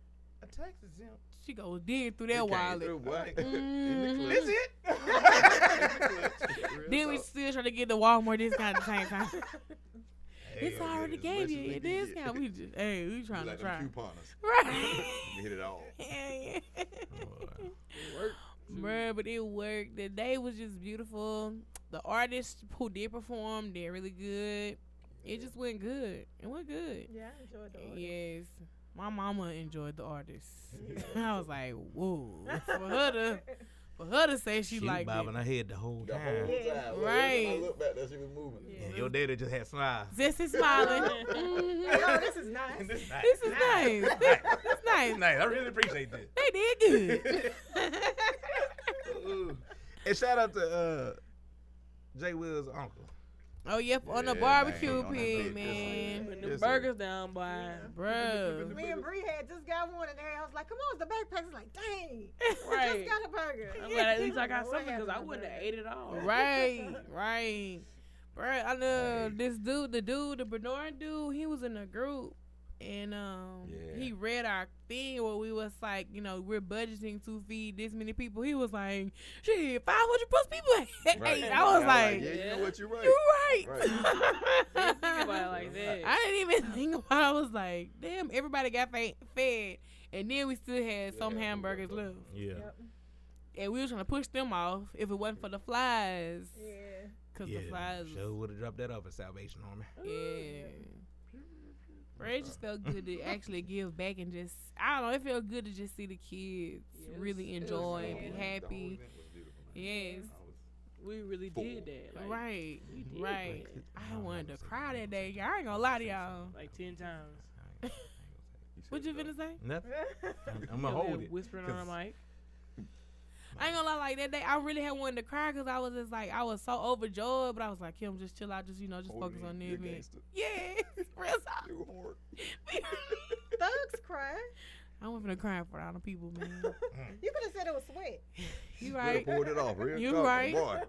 Speaker 4: a tax exempt.
Speaker 3: Chico dig through
Speaker 2: He
Speaker 3: that
Speaker 2: came
Speaker 3: wallet.
Speaker 2: through, what?
Speaker 3: Mm.
Speaker 4: Is
Speaker 2: (laughs) In
Speaker 4: (laughs) it?
Speaker 2: the clutch.
Speaker 3: Then we still trying to get the Walmart discount at the same time. (laughs) it's
Speaker 4: Hell yeah.
Speaker 3: already
Speaker 2: as
Speaker 3: gave
Speaker 2: much
Speaker 3: you
Speaker 2: as we
Speaker 3: a
Speaker 2: can get.
Speaker 3: discount. We just, hey, we trying
Speaker 2: like
Speaker 3: to
Speaker 2: them
Speaker 3: try.
Speaker 2: couponers. You (laughs)
Speaker 3: Right. (laughs)
Speaker 2: hit it all.
Speaker 3: Yeah, yeah.
Speaker 4: Boy.
Speaker 2: It worked.
Speaker 3: Bruh, but it worked. The day was just beautiful. The artists who did perform, they're really good. It just went good. It went good.
Speaker 5: Yeah, I enjoyed the
Speaker 3: (laughs)
Speaker 5: order.
Speaker 3: Yes. My mama enjoyed the artist. (laughs) I was like, whoa. For her to
Speaker 5: (laughs)
Speaker 3: for her to say she,
Speaker 4: She was
Speaker 3: liked
Speaker 4: bobbing
Speaker 3: it.
Speaker 4: her head the whole
Speaker 2: The
Speaker 4: time.
Speaker 2: whole time.
Speaker 5: Yeah.
Speaker 2: Every time I
Speaker 3: Right.
Speaker 2: looked back, that shit was moving.
Speaker 5: Yeah.
Speaker 4: And your daddy just had smiles.
Speaker 3: Zesty
Speaker 6: (laughs)
Speaker 3: smiling. Mhm.
Speaker 5: No, this is nice.
Speaker 4: (laughs) this is nice.
Speaker 3: This is nice. This, this is
Speaker 4: This is
Speaker 3: nice.
Speaker 4: nice. I really appreciate this.
Speaker 3: They did good.
Speaker 4: (laughs) Ooh. and shout out to uh, Jay Will's uncle.
Speaker 3: Oh, yep, on the
Speaker 2: Yeah, man,
Speaker 3: barbecue
Speaker 2: on that
Speaker 3: pit,
Speaker 2: big- this
Speaker 3: man.
Speaker 6: Putting them
Speaker 2: Yes, sir.
Speaker 6: burgers down, boy.
Speaker 3: Bruh.
Speaker 5: Me and Bree had just got one, and there I was like, "Come on, it's the backpack." It's like, dang,
Speaker 6: Right.
Speaker 5: just got a burger.
Speaker 6: I'm
Speaker 3: (laughs)
Speaker 5: (laughs)
Speaker 6: glad at least I
Speaker 5: don't
Speaker 6: got
Speaker 5: know what
Speaker 6: something because I
Speaker 5: happened to
Speaker 6: wouldn't have
Speaker 5: the
Speaker 6: ate it all.
Speaker 3: Right, right. Bruh, I know this dude, the dude, the Bernard dude, he was in a group and um
Speaker 2: Yeah.
Speaker 3: he read our thing where we was like, you know, we're budgeting to feed this many people. He was like, shit, five hundred plus people.
Speaker 2: Right.
Speaker 3: I was
Speaker 2: I'm
Speaker 3: like,
Speaker 2: yeah, you know what? You're right. Oh,
Speaker 3: You right.
Speaker 6: Didn't think about it like that.
Speaker 3: (laughs) I didn't even (laughs) think about it. I was like, damn, everybody got fa- fed. And then we still had some
Speaker 2: Yeah.
Speaker 3: hamburgers left.
Speaker 4: Yeah.
Speaker 5: burger.
Speaker 3: And we was trying to push them off if it wasn't for the flies.
Speaker 5: Yep.
Speaker 3: Because
Speaker 4: yeah.
Speaker 3: the flies.
Speaker 4: Sure would have dropped that off at Salvation Army.
Speaker 3: Yeah. Bro, it just felt good to actually give back and just, I don't know, it felt good to just see the kids
Speaker 6: Yeah, it
Speaker 3: really
Speaker 6: was- it was
Speaker 3: enjoy
Speaker 6: fun.
Speaker 3: and
Speaker 6: The
Speaker 3: be
Speaker 6: whole
Speaker 3: happy. Yes.
Speaker 6: We really
Speaker 2: Fool.
Speaker 6: did that. Like,
Speaker 3: right.
Speaker 6: we did
Speaker 3: Right.
Speaker 6: that.
Speaker 3: I wanted to cry that day. y'all. I ain't gonna lie to y'all.
Speaker 6: Like 10 times.
Speaker 3: What you finna say? (laughs)
Speaker 4: Nothing.
Speaker 5: Yeah. (laughs)
Speaker 4: I'm gonna
Speaker 6: You know,
Speaker 4: hold
Speaker 6: they're
Speaker 4: it.
Speaker 6: Whispering on the mic.
Speaker 3: I ain't gonna lie, like that day, I really had wanted to cry because I was just like, I was so overjoyed, but I was like, Kim, just chill out, just, you know, just
Speaker 6: Oh,
Speaker 3: focus on the (laughs) event. Yeah, real talk.
Speaker 2: You hard.
Speaker 5: Thugs cry.
Speaker 3: I went from the crying for all the people, man.
Speaker 5: You could have said it was sweat.
Speaker 3: You
Speaker 2: Shoulda
Speaker 3: right?
Speaker 2: pulled it off. Real
Speaker 3: You
Speaker 2: talk,
Speaker 3: right.
Speaker 2: Boy.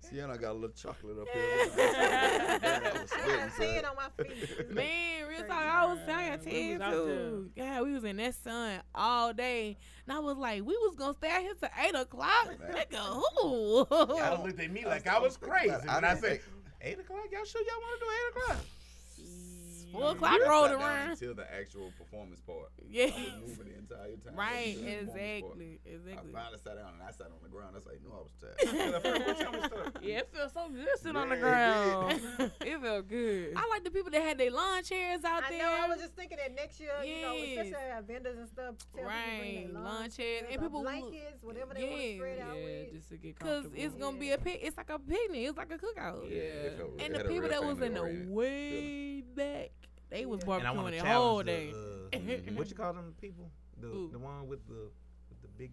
Speaker 2: Sienna got a little chocolate up here.
Speaker 3: (laughs)
Speaker 5: (laughs)
Speaker 2: Man, I was
Speaker 5: I
Speaker 2: sweating,
Speaker 5: got
Speaker 2: son.
Speaker 5: sand on
Speaker 2: (laughs)
Speaker 5: my feet.
Speaker 3: Man, real talk, I was I got
Speaker 6: Man, we was
Speaker 3: ten
Speaker 6: out
Speaker 3: too. God, we was in that sun all day, and I was like, we was gonna stay out here till eight o'clock. Nigga, who?
Speaker 2: Yeah.
Speaker 4: Y'all looked at me like I was crazy
Speaker 2: I
Speaker 4: when I
Speaker 2: didn't
Speaker 4: said
Speaker 2: think-
Speaker 4: eight o'clock. Y'all sure y'all want to do eight o'clock?
Speaker 3: (laughs) Four
Speaker 2: I
Speaker 3: o'clock
Speaker 2: mean, we
Speaker 3: rolled
Speaker 2: sat down
Speaker 3: around.
Speaker 2: Until the actual performance part.
Speaker 3: Yeah,
Speaker 2: I was moving the entire time.
Speaker 3: (laughs) right,
Speaker 2: Until the performance part.
Speaker 3: exactly, exactly.
Speaker 2: I finally sat down and I sat on the ground. That's how you knew I was tired.
Speaker 4: (laughs)
Speaker 3: (laughs)
Speaker 4: And the first one time we started-
Speaker 6: Yeah, it feels so good sitting on the
Speaker 2: Yeah,
Speaker 6: ground.
Speaker 3: (laughs)
Speaker 6: it felt (laughs) good.
Speaker 3: I like the people that had their lawn chairs out
Speaker 5: I
Speaker 3: there.
Speaker 5: know. I was just thinking that next year, you know, especially
Speaker 3: Yes.
Speaker 5: our vendors and stuff, tell people to
Speaker 3: right,
Speaker 5: bring their
Speaker 3: lawn chairs and
Speaker 5: or
Speaker 3: people who-
Speaker 5: blankets, whatever they want to spread
Speaker 3: Yeah.
Speaker 5: out
Speaker 6: yeah,
Speaker 5: with.
Speaker 6: just to get
Speaker 3: Cause
Speaker 6: comfortable.
Speaker 3: it's gonna be a pic. It's like a picnic. It's like a cookout.
Speaker 2: Yeah, it felt real-
Speaker 3: And
Speaker 2: it
Speaker 3: the
Speaker 2: had a
Speaker 3: people
Speaker 2: real
Speaker 3: that was
Speaker 2: family
Speaker 3: in the
Speaker 2: oriented
Speaker 3: way back, they was
Speaker 5: Yeah.
Speaker 4: And I want
Speaker 3: barbecuing
Speaker 4: to
Speaker 3: the whole (laughs)
Speaker 4: challenge
Speaker 3: day.
Speaker 4: the, uh, what you call them people? The
Speaker 3: Who?
Speaker 4: the one with the with the big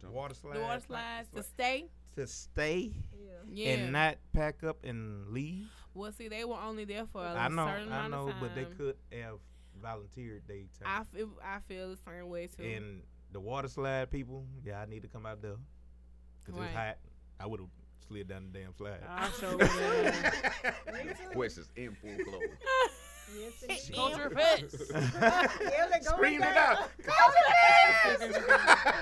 Speaker 2: Jump.
Speaker 4: water slide.
Speaker 3: The water
Speaker 4: like,
Speaker 3: slides to
Speaker 4: like,
Speaker 3: stay.
Speaker 4: to stay
Speaker 5: Yeah.
Speaker 3: Yeah.
Speaker 4: and not pack up and leave.
Speaker 3: well, see, they were only there for a
Speaker 4: I know,
Speaker 3: certain
Speaker 4: I
Speaker 3: amount
Speaker 4: know,
Speaker 3: of time.
Speaker 4: but they could have volunteered day
Speaker 3: I
Speaker 4: time.
Speaker 3: feel, I feel the same way too. (laughs)
Speaker 4: and the water slide people, yeah, I need to come out there because it was
Speaker 3: Right. Oh,
Speaker 4: hot. I would have slid down the damn slide.
Speaker 6: I
Speaker 4: (laughs)
Speaker 6: show them.
Speaker 5: Me too.
Speaker 2: Questions in full clothes.
Speaker 5: Yes, and
Speaker 3: Shit.
Speaker 5: yes. (laughs)
Speaker 6: Culture
Speaker 4: (laughs)
Speaker 6: fits.
Speaker 5: Yeah, they're going
Speaker 4: Screamed it
Speaker 5: down.
Speaker 4: out.
Speaker 6: (laughs)
Speaker 4: (laughs)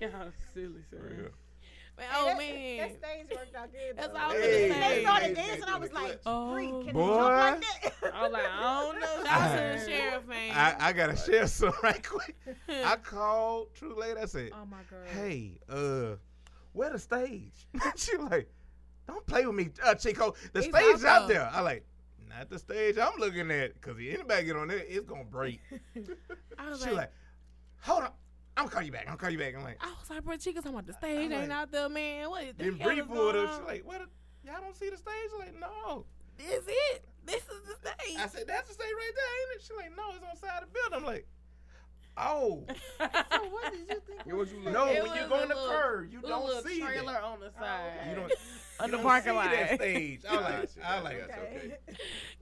Speaker 6: Y'all silly, sir.
Speaker 5: (laughs)
Speaker 3: Man, (laughs)
Speaker 5: Hey,
Speaker 3: oh
Speaker 5: that-
Speaker 3: man,
Speaker 5: That stage worked out good.
Speaker 3: That's
Speaker 5: though.
Speaker 3: all Oh. I was
Speaker 2: Hey,
Speaker 3: gonna
Speaker 5: They
Speaker 3: say.
Speaker 2: hey,
Speaker 5: started
Speaker 2: hey,
Speaker 5: dancing. I was
Speaker 2: doing
Speaker 5: like,
Speaker 2: the
Speaker 3: clutch.
Speaker 5: freak, can they
Speaker 4: Boy.
Speaker 5: jump like that?
Speaker 6: I was like, I
Speaker 2: (laughs)
Speaker 6: don't
Speaker 3: Shout (laughs)
Speaker 6: know. Y'all
Speaker 3: out
Speaker 6: said
Speaker 3: to the
Speaker 6: shit.
Speaker 3: sheriff, man.
Speaker 4: I, I gotta share some (laughs) right quick. I (laughs) called True Lady. I said,
Speaker 6: Oh my god.
Speaker 4: "Hey, uh, where the stage?" (laughs) she like, "Don't play with me, uh, Chico. The
Speaker 3: It's
Speaker 4: stage's
Speaker 3: out
Speaker 4: out,
Speaker 3: there."
Speaker 4: there." I like, "Not the stage I'm looking at, cause if anybody get on there, it's gonna break."
Speaker 3: I was
Speaker 4: she
Speaker 3: like,
Speaker 4: like, "Hold on, I'm gonna call you back. I'm gonna call you back." I'm like,
Speaker 3: I was like, bro, chickens talking about the stage
Speaker 4: I'm
Speaker 3: ain't
Speaker 4: like-
Speaker 3: out there, man. What is the
Speaker 4: then
Speaker 3: hell
Speaker 4: Bree
Speaker 3: is
Speaker 4: pulled
Speaker 3: going
Speaker 4: up.
Speaker 3: on?
Speaker 4: She like, "What? The, y'all don't see the stage?" I'm like, "No."
Speaker 3: This it? This is the stage.
Speaker 4: I said, "That's the stage right there, ain't it?" She like, "No, it's on the side of the building." I'm like,
Speaker 6: (laughs)
Speaker 4: "Oh."
Speaker 5: So what did you think?
Speaker 2: Yeah, what you
Speaker 4: No,
Speaker 6: It
Speaker 4: when you
Speaker 6: was
Speaker 4: go
Speaker 6: a
Speaker 4: in the
Speaker 6: little-
Speaker 4: curve, you
Speaker 6: With a
Speaker 4: don't
Speaker 6: little
Speaker 4: see
Speaker 6: trailer
Speaker 4: that.
Speaker 6: on the side.
Speaker 4: You don't,
Speaker 6: On
Speaker 4: you
Speaker 6: the
Speaker 4: don't
Speaker 6: parking
Speaker 4: see that
Speaker 6: lot.
Speaker 4: stage. I
Speaker 6: (laughs)
Speaker 4: was like,
Speaker 2: Gotcha,
Speaker 4: I was like,
Speaker 2: gotcha.
Speaker 5: Okay.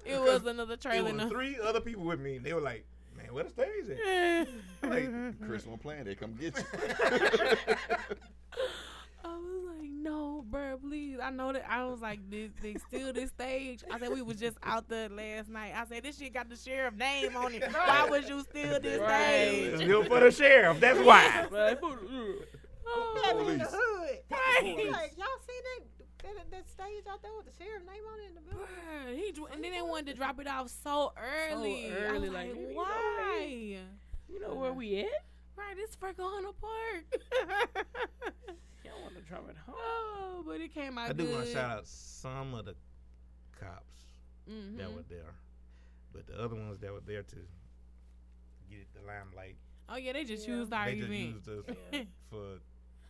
Speaker 3: it was another trailer.
Speaker 4: it was
Speaker 3: no-
Speaker 4: three other people with me, and they were like, man, where the stage at?
Speaker 6: (laughs)
Speaker 4: I'm like, (laughs)
Speaker 2: Chris won't plan. They come get
Speaker 3: (laughs)
Speaker 2: you.
Speaker 3: I was like, no, bro, please. I know that. I was like, this, they steal this stage. I said, we was just out there last night. I said, this shit got the sheriff name on it. Why would you steal this
Speaker 6: Right.
Speaker 3: stage?
Speaker 4: it's built for the sheriff. That's why.
Speaker 6: (laughs) (laughs) But who-
Speaker 5: Yeah, but in the
Speaker 2: Police.
Speaker 5: hood.
Speaker 3: Right.
Speaker 5: Like, y'all see that, that that stage out there with the sheriff name on it in the
Speaker 3: Bruh,
Speaker 5: middle?
Speaker 3: he dro- and then they wanted to drop it off so early. I
Speaker 6: early,
Speaker 3: was
Speaker 6: like,
Speaker 3: like,
Speaker 6: you know,
Speaker 3: why?
Speaker 6: You know where we at?
Speaker 3: Right, it's Fergana Park. (laughs)
Speaker 6: Y'all want to drive it home?
Speaker 3: oh, but it came out
Speaker 4: I do
Speaker 3: good.
Speaker 4: want to shout out some of the cops
Speaker 3: Mhm.
Speaker 4: that were there, but the other ones that were there to get the limelight,
Speaker 3: Oh yeah, they just
Speaker 5: Yeah.
Speaker 3: used our
Speaker 4: they just
Speaker 3: event.
Speaker 4: used us
Speaker 6: Yeah.
Speaker 4: for.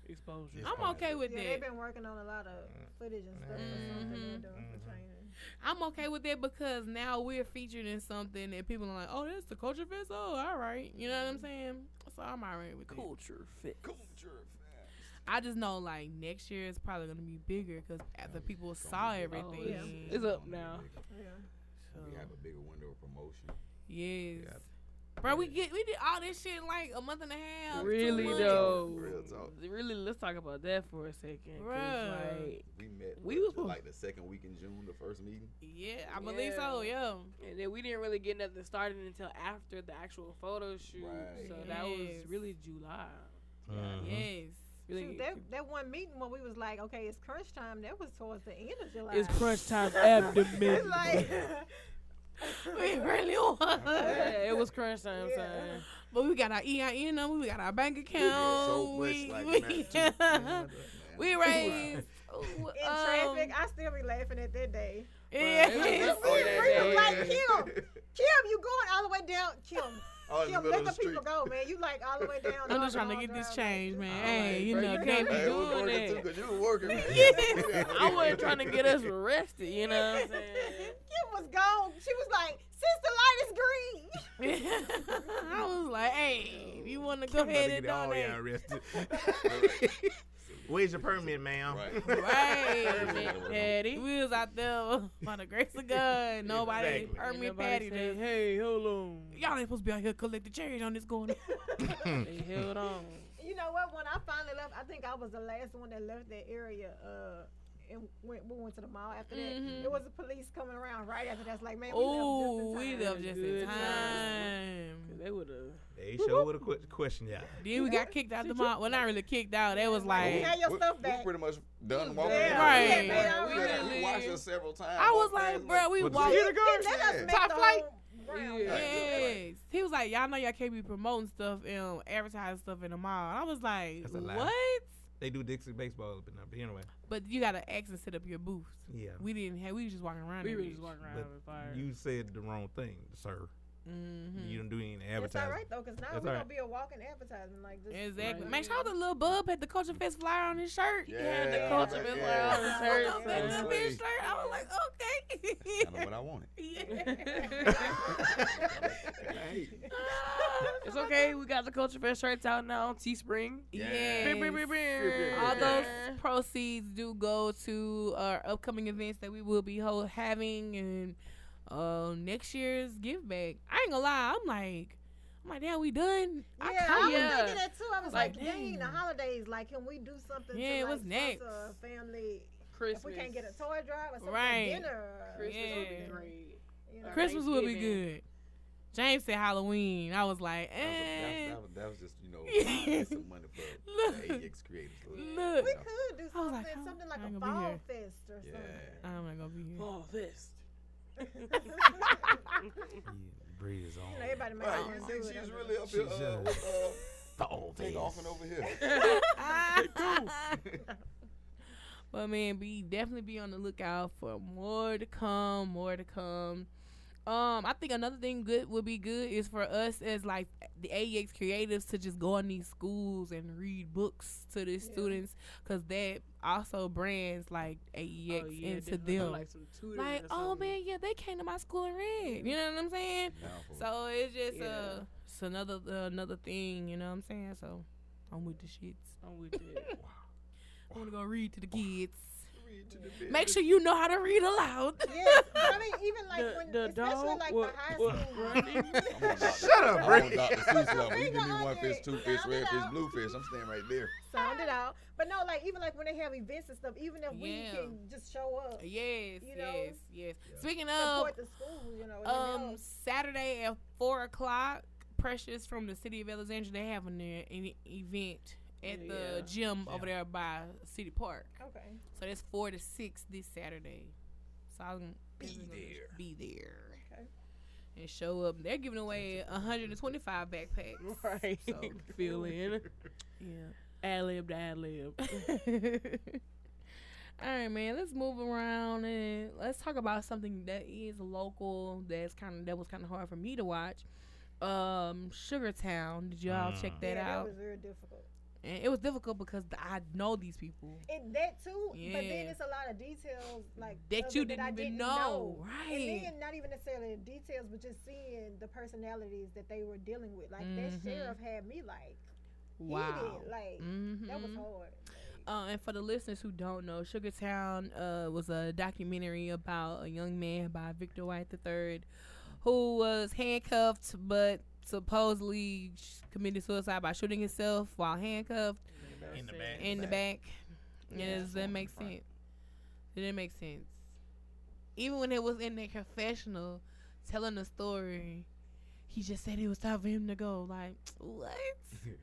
Speaker 6: Exposure.
Speaker 4: Yes.
Speaker 3: I'm okay with
Speaker 5: (laughs) Yeah,
Speaker 3: that.
Speaker 5: they've been working on a lot of
Speaker 3: Mm.
Speaker 5: footage and stuff
Speaker 3: Mm-hmm.
Speaker 5: for something they're doing
Speaker 4: Mhm.
Speaker 5: for training.
Speaker 3: I'm okay with that because now we're featured in something that people are like, oh, that's the culture fest. Oh, all right. You know
Speaker 2: Mm-hmm.
Speaker 3: what I'm saying? So I'm all right with it.
Speaker 6: Culture fit.
Speaker 2: Culture fast.
Speaker 3: I just know like next year is probably going to be bigger because after people
Speaker 2: gonna
Speaker 3: saw
Speaker 2: be big.
Speaker 3: everything.
Speaker 6: Oh, yeah.
Speaker 3: yeah.
Speaker 6: It's up now.
Speaker 5: Yeah.
Speaker 2: We have a bigger window of promotion.
Speaker 3: Yes.
Speaker 2: Yeah.
Speaker 3: Bro, we get we did all this shit in like a month and a half. two
Speaker 6: Really
Speaker 3: months.
Speaker 6: though.
Speaker 2: Real talk.
Speaker 6: Really, let's talk about that for a second. 'cause,
Speaker 3: Bruh.
Speaker 6: like,
Speaker 2: We met
Speaker 6: We
Speaker 2: what, the-
Speaker 6: was supposed-
Speaker 2: like the second week in June, the first meeting.
Speaker 3: Yeah, I believe
Speaker 6: Yeah.
Speaker 3: so. Yeah.
Speaker 6: and then we didn't really get nothing started until after the actual photo shoot.
Speaker 2: Right.
Speaker 6: So that was
Speaker 3: Yes.
Speaker 6: really July.
Speaker 4: Mhm.
Speaker 3: Yes. (laughs)
Speaker 6: Really,
Speaker 5: Shoot, that, that one meeting when we was like, okay, it's crunch time, that was towards the end of July.
Speaker 6: it's
Speaker 5: (laughs)
Speaker 6: crunch time abdomen.
Speaker 5: It's (laughs) like,
Speaker 3: we
Speaker 2: (laughs)
Speaker 3: really was.
Speaker 6: yeah, it was crunch time,
Speaker 5: Yeah.
Speaker 6: son.
Speaker 3: But we got our EIN number, we got our bank
Speaker 2: We did
Speaker 3: account. (laughs) we,
Speaker 2: like that,
Speaker 3: we,
Speaker 2: too. Man,
Speaker 3: we raised. ooh,
Speaker 5: in
Speaker 3: um,
Speaker 5: traffic, I still be laughing at that day.
Speaker 6: It
Speaker 2: Oh,
Speaker 3: Yes.
Speaker 6: was before that
Speaker 5: Real
Speaker 6: day.
Speaker 5: like Kim. Kim, you going all the way down. Kim,
Speaker 3: (laughs)
Speaker 2: Oh, in the
Speaker 5: Kim,
Speaker 2: middle
Speaker 5: let
Speaker 2: of
Speaker 5: the
Speaker 2: the street.
Speaker 5: people go, man. You like all the way down.
Speaker 3: I'm just trying to
Speaker 5: Armstrong
Speaker 3: get this
Speaker 5: Drive.
Speaker 3: change, man.
Speaker 6: I'm
Speaker 3: Hey,
Speaker 6: like,
Speaker 3: you
Speaker 6: bro,
Speaker 3: know,
Speaker 6: you
Speaker 3: can't be
Speaker 6: can't
Speaker 2: Hey, we
Speaker 3: doing
Speaker 2: was
Speaker 6: doing
Speaker 2: working
Speaker 6: that.
Speaker 2: too, 'cause you was working.
Speaker 3: (laughs)
Speaker 2: man.
Speaker 3: Yes.
Speaker 6: (laughs)
Speaker 2: (laughs)
Speaker 6: I wasn't trying to get us arrested, you know what I'm saying?
Speaker 5: (laughs) Kim was gone. She was like, since the light is green. (laughs)
Speaker 3: (laughs) I was like, hey, if you want to go
Speaker 4: I'm about to
Speaker 3: ahead and
Speaker 4: get all y'all
Speaker 3: donate.
Speaker 4: arrested. (laughs)
Speaker 2: All right. So
Speaker 4: Where's your permit, ma'am?
Speaker 2: Right.
Speaker 4: (laughs)
Speaker 3: Right.
Speaker 2: Permit.
Speaker 6: Daddy.
Speaker 3: we was out there (laughs) by the grace of God. Nobody
Speaker 4: (laughs) Exactly.
Speaker 3: permit
Speaker 6: Nobody
Speaker 3: patty
Speaker 6: said,
Speaker 3: this.
Speaker 6: hey, hold on.
Speaker 3: (laughs) Y'all ain't supposed to be out here collecting cherries on this corner.
Speaker 6: They held on.
Speaker 5: (laughs) You know what? When I finally left, I think I was the last one that left that area. Uh, and went, we went to the mall after that.
Speaker 3: Mm-hmm.
Speaker 5: It was the police coming around right after that. It's like, man, (laughs) we
Speaker 3: Oh, we
Speaker 5: left
Speaker 3: left
Speaker 5: just in time.
Speaker 3: just in
Speaker 6: Good
Speaker 3: time.
Speaker 6: (laughs) They would have.
Speaker 4: They sure would have questioned y'all.
Speaker 3: Then we got kicked out the mall. Well, not really kicked out. They was
Speaker 5: You
Speaker 3: like,
Speaker 5: had your
Speaker 2: We-
Speaker 5: stuff
Speaker 2: we
Speaker 5: back.
Speaker 2: pretty much done walking.
Speaker 5: Yeah,
Speaker 3: Right.
Speaker 5: we had made our
Speaker 2: We,
Speaker 6: We
Speaker 5: rounds.
Speaker 6: really-
Speaker 2: watched us several times.
Speaker 3: I was
Speaker 2: walk
Speaker 3: like,
Speaker 2: things,
Speaker 3: bro, we
Speaker 4: What the-
Speaker 3: walked.
Speaker 4: Yeah.
Speaker 5: They let us
Speaker 2: Yeah.
Speaker 5: make
Speaker 3: Top
Speaker 5: the
Speaker 3: flight.
Speaker 5: whole round.
Speaker 6: Yeah.
Speaker 3: Yes. He was like, y'all know y'all can't be promoting stuff and advertising stuff in the mall. And I was like,
Speaker 4: That's a lie.
Speaker 3: what?
Speaker 4: They do Dixie baseball up in there, but anyway.
Speaker 3: But you got to access it up your booth.
Speaker 4: Yeah.
Speaker 3: We didn't have, we was just walking around.
Speaker 6: We were just walking around
Speaker 4: But
Speaker 6: with fire.
Speaker 4: You said the wrong thing, sir.
Speaker 3: Mm-hmm.
Speaker 4: You didn't do any
Speaker 5: It's all
Speaker 4: advertising.
Speaker 5: right though, cause now
Speaker 4: That's
Speaker 5: we
Speaker 4: all
Speaker 5: gonna
Speaker 4: right.
Speaker 5: be a walking advertisement like this. (laughs)
Speaker 3: (laughs) Exactly.
Speaker 6: Right.
Speaker 3: Man, shout out to Lil Bub had the Culture Fest flyer on his shirt.
Speaker 2: Yeah,
Speaker 6: had the
Speaker 2: yeah,
Speaker 6: culture
Speaker 2: yeah.
Speaker 6: been like, oh,
Speaker 3: I
Speaker 6: Shirt,
Speaker 3: looked at
Speaker 2: son.
Speaker 3: the bitch shirt. I was like,
Speaker 2: I
Speaker 3: okay.
Speaker 2: know what I wanted.
Speaker 6: it's okay. We got the Culture Fest shirts out now on Teespring. Bing, bing, bing,
Speaker 3: (laughs) Yes.
Speaker 6: bing.
Speaker 3: (laughs) All those proceeds do go to our upcoming events that we will be ho- having and uh, next year's give back. I ain't gonna lie. I'm like, I'm like, damn, we done.
Speaker 5: (laughs) Yeah,
Speaker 3: I
Speaker 5: I was
Speaker 3: kinda-
Speaker 6: Yeah.
Speaker 5: thinking that too. I was
Speaker 6: Like,
Speaker 5: like, dang, the holidays. Like, can we do something?
Speaker 3: Yeah,
Speaker 5: to, like,
Speaker 3: what's next?
Speaker 5: sponsor a family. If
Speaker 6: Christmas.
Speaker 5: we can't get a toy drive or something,
Speaker 3: Right.
Speaker 5: dinner. or
Speaker 6: Christmas would
Speaker 3: Yeah.
Speaker 6: be
Speaker 5: something,
Speaker 6: great.
Speaker 5: you know.
Speaker 3: Christmas will be
Speaker 6: Thanksgiving.
Speaker 3: good. James said Halloween. I was like,
Speaker 2: That was,
Speaker 3: eh.
Speaker 2: that,
Speaker 3: (laughs)
Speaker 2: was, that was just, you know, get some money for
Speaker 3: Look.
Speaker 2: the AX creators.
Speaker 3: Look.
Speaker 5: We could do
Speaker 3: I was
Speaker 5: something,
Speaker 3: like, huh,
Speaker 5: something like
Speaker 3: I ain't
Speaker 5: a
Speaker 3: gonna be
Speaker 5: fall
Speaker 3: here.
Speaker 5: fest or
Speaker 2: Yeah. (laughs)
Speaker 5: something. (laughs)
Speaker 3: I'm not gonna be
Speaker 6: (laughs)
Speaker 3: here.
Speaker 6: Oh,
Speaker 3: (laughs)
Speaker 6: this.
Speaker 4: Yeah, Bree is on.
Speaker 5: You know, everybody might
Speaker 2: Right,
Speaker 5: not
Speaker 2: you
Speaker 5: wanna
Speaker 2: think
Speaker 5: do it
Speaker 2: she's
Speaker 5: under-
Speaker 2: really up here,
Speaker 4: She's,
Speaker 2: uh,
Speaker 4: uh,
Speaker 2: with, uh,
Speaker 4: The old
Speaker 2: take
Speaker 4: days.
Speaker 2: off and over here.
Speaker 6: Oh,
Speaker 3: (laughs) but man, be definitely be on the lookout for more to come, more to come. Um, I think another thing good would be good is for us as like the AEX creatives to just go in these schools and read books to the students because that also brands like AEX
Speaker 6: Oh, yeah,
Speaker 3: into
Speaker 6: definitely
Speaker 3: them. Like,
Speaker 6: Like, some tutoring or
Speaker 3: oh
Speaker 6: something.
Speaker 3: man, yeah, they came to my school and read. You know what I'm saying?
Speaker 2: Now for-
Speaker 3: So it's just
Speaker 6: Yeah.
Speaker 3: uh, it's another uh, another thing. You know what I'm saying? So I'm with the shits.
Speaker 6: I'm
Speaker 3: (laughs)
Speaker 6: with that.
Speaker 3: I want to go read to the kids.
Speaker 2: Read to the
Speaker 3: Make sure you know how to read aloud.
Speaker 5: Yes,
Speaker 2: (laughs)
Speaker 5: but I mean, even like
Speaker 6: The-
Speaker 5: when,
Speaker 6: the
Speaker 5: especially
Speaker 6: dog
Speaker 5: like
Speaker 6: wa-
Speaker 5: the high
Speaker 6: wa-
Speaker 5: school.
Speaker 6: running.
Speaker 2: I'm on (laughs)
Speaker 5: (laughs)
Speaker 2: Dr.
Speaker 4: Shut up,
Speaker 2: I'm
Speaker 4: Bree.
Speaker 2: on Dr. Seuss level. You
Speaker 5: Bring
Speaker 2: give me
Speaker 5: my
Speaker 2: one
Speaker 5: onion.
Speaker 2: fish, two fish,
Speaker 5: Sound it
Speaker 2: red fish,
Speaker 5: out.
Speaker 2: blue fish. I'm standing right
Speaker 5: (laughs)
Speaker 2: there. (laughs)
Speaker 5: sound it out. But no, like even like when they have events and stuff, even if we
Speaker 3: Yeah.
Speaker 5: can just show up,
Speaker 3: (laughs) Yes,
Speaker 5: You know?
Speaker 3: yes, yes.
Speaker 2: Yeah.
Speaker 3: Speaking of,
Speaker 5: support the school, you know.
Speaker 3: um, Saturday at four o'clock, Precious from the city of Alexandria they have an, e- an event at the
Speaker 6: Yeah.
Speaker 3: gym
Speaker 4: Gym.
Speaker 3: over there by City Park.
Speaker 5: okay.
Speaker 3: So that's four to six this Saturday. So I'm
Speaker 2: Be
Speaker 3: definitely gonna
Speaker 2: there.
Speaker 3: Be there.
Speaker 5: Okay.
Speaker 3: And show up. They're giving away 125 backpacks.
Speaker 5: (laughs)
Speaker 6: right.
Speaker 3: So
Speaker 6: Feel in.
Speaker 3: yeah. (laughs)
Speaker 6: Ad lib to ad lib.
Speaker 3: All right, man. Let's move around and let's talk about something that is local. That's kind of that was kind of hard for me to watch. Um, Sugartown. Did y'all
Speaker 4: Mm.
Speaker 3: check
Speaker 5: Yeah,
Speaker 3: that out?
Speaker 5: that was very difficult.
Speaker 3: and it was difficult because I know these people
Speaker 5: It that too, but then
Speaker 3: Yeah.
Speaker 5: it's a lot of details like
Speaker 3: that
Speaker 5: of
Speaker 3: you
Speaker 5: it
Speaker 3: didn't
Speaker 5: I
Speaker 3: even
Speaker 5: didn't
Speaker 3: know,
Speaker 5: And
Speaker 3: right?
Speaker 5: then not even necessarily the details, but just seeing the personalities that they were dealing with. Like
Speaker 3: Mhm.
Speaker 5: that sheriff had me like
Speaker 3: Wow.
Speaker 5: heated. Like
Speaker 3: Mm-hmm.
Speaker 5: that was hard.
Speaker 3: Uh, and for the listeners who don't know, Sugartown uh, was a documentary about a young man by Victor White III who was handcuffed but supposedly sh- committed suicide by shooting himself while handcuffed
Speaker 4: In the back.
Speaker 3: in the back. Yeah, does that
Speaker 2: someone
Speaker 3: make
Speaker 2: in front.
Speaker 3: sense? Did it make sense? Even when it was in the confessional telling the story, he just said it was time for him to go. Like, what?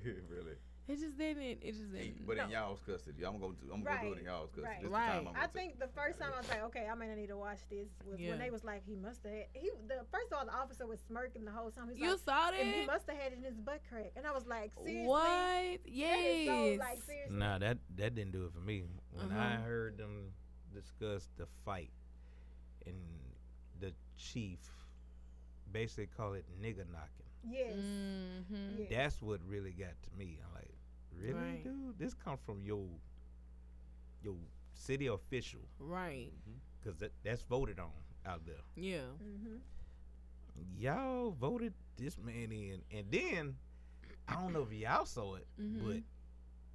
Speaker 2: really.
Speaker 3: It just didn't. It just
Speaker 2: Hey,
Speaker 3: didn't.
Speaker 2: But in
Speaker 5: No.
Speaker 2: y'all's custody. I'm going to I'm gonna do it in
Speaker 5: Right,
Speaker 2: y'all's custody.
Speaker 5: right.
Speaker 2: This the
Speaker 3: Right.
Speaker 2: time I'm
Speaker 5: I
Speaker 2: gonna take-
Speaker 5: think the first time I was like, okay, I may not need to watch this was
Speaker 3: Yeah.
Speaker 5: when they was like, he must have had he the first of all the officer was smirking the whole time. He's
Speaker 3: You
Speaker 5: like,
Speaker 3: saw that?
Speaker 5: and he must have had it in his butt crack. And I was like, seriously,
Speaker 3: What?
Speaker 5: That is
Speaker 3: Yes.
Speaker 5: so, like seriously.
Speaker 4: Nah, that that didn't do it for me. When I
Speaker 3: Uh-huh.
Speaker 4: heard them discuss the fight and the chief basically call it nigga knocking.
Speaker 5: Yes.
Speaker 3: Mhm.
Speaker 5: Yeah.
Speaker 4: That's what really got to me. I'm like, really,
Speaker 3: Right.
Speaker 4: dude? This come from your your city official
Speaker 3: Right.
Speaker 4: because that, that's voted on out there.
Speaker 3: Yeah.
Speaker 5: Mm-hmm.
Speaker 4: Y'all voted this man in, and then I don't know if y'all saw it,
Speaker 3: Mhm.
Speaker 4: but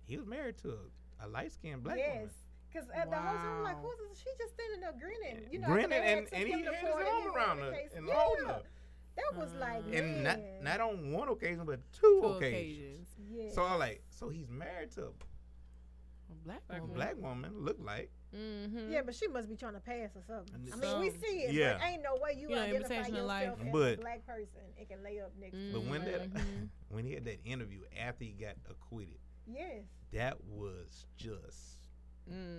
Speaker 4: he was married to a a light skinned black
Speaker 5: yes.
Speaker 4: woman.
Speaker 5: Because at the whole time, I'm like,
Speaker 3: Wow.
Speaker 5: who's this? She just standing there grinning. You know,
Speaker 4: Grinning
Speaker 5: after they had
Speaker 4: and-
Speaker 5: took
Speaker 4: and he
Speaker 5: him to
Speaker 4: had his
Speaker 5: court
Speaker 4: arm
Speaker 5: he was
Speaker 4: around
Speaker 5: on the
Speaker 4: her
Speaker 5: case.
Speaker 4: and
Speaker 5: yeah.
Speaker 4: holding her.
Speaker 5: That was like,
Speaker 4: And not
Speaker 5: man.
Speaker 4: not on one occasion, but two,
Speaker 3: Two
Speaker 4: occasions.
Speaker 3: occasions.
Speaker 5: yeah.
Speaker 4: So I'm like, so he's married to
Speaker 3: A black
Speaker 4: a
Speaker 3: woman.
Speaker 4: black woman. Look like
Speaker 3: Mm-hmm.
Speaker 5: Yeah, but she must be trying to pass or something.
Speaker 4: And
Speaker 5: I mean, we
Speaker 3: some-
Speaker 5: see it.
Speaker 4: Yeah.
Speaker 5: But ain't no way you,
Speaker 3: You know,
Speaker 5: identify
Speaker 3: imitation
Speaker 5: yourself
Speaker 3: of life.
Speaker 5: as
Speaker 4: But-
Speaker 5: a black person and can lay up next. to
Speaker 4: But when that
Speaker 3: Mhm.
Speaker 4: (laughs) when he had that interview after he got acquitted,
Speaker 5: Yes,
Speaker 4: that was just
Speaker 3: Mm.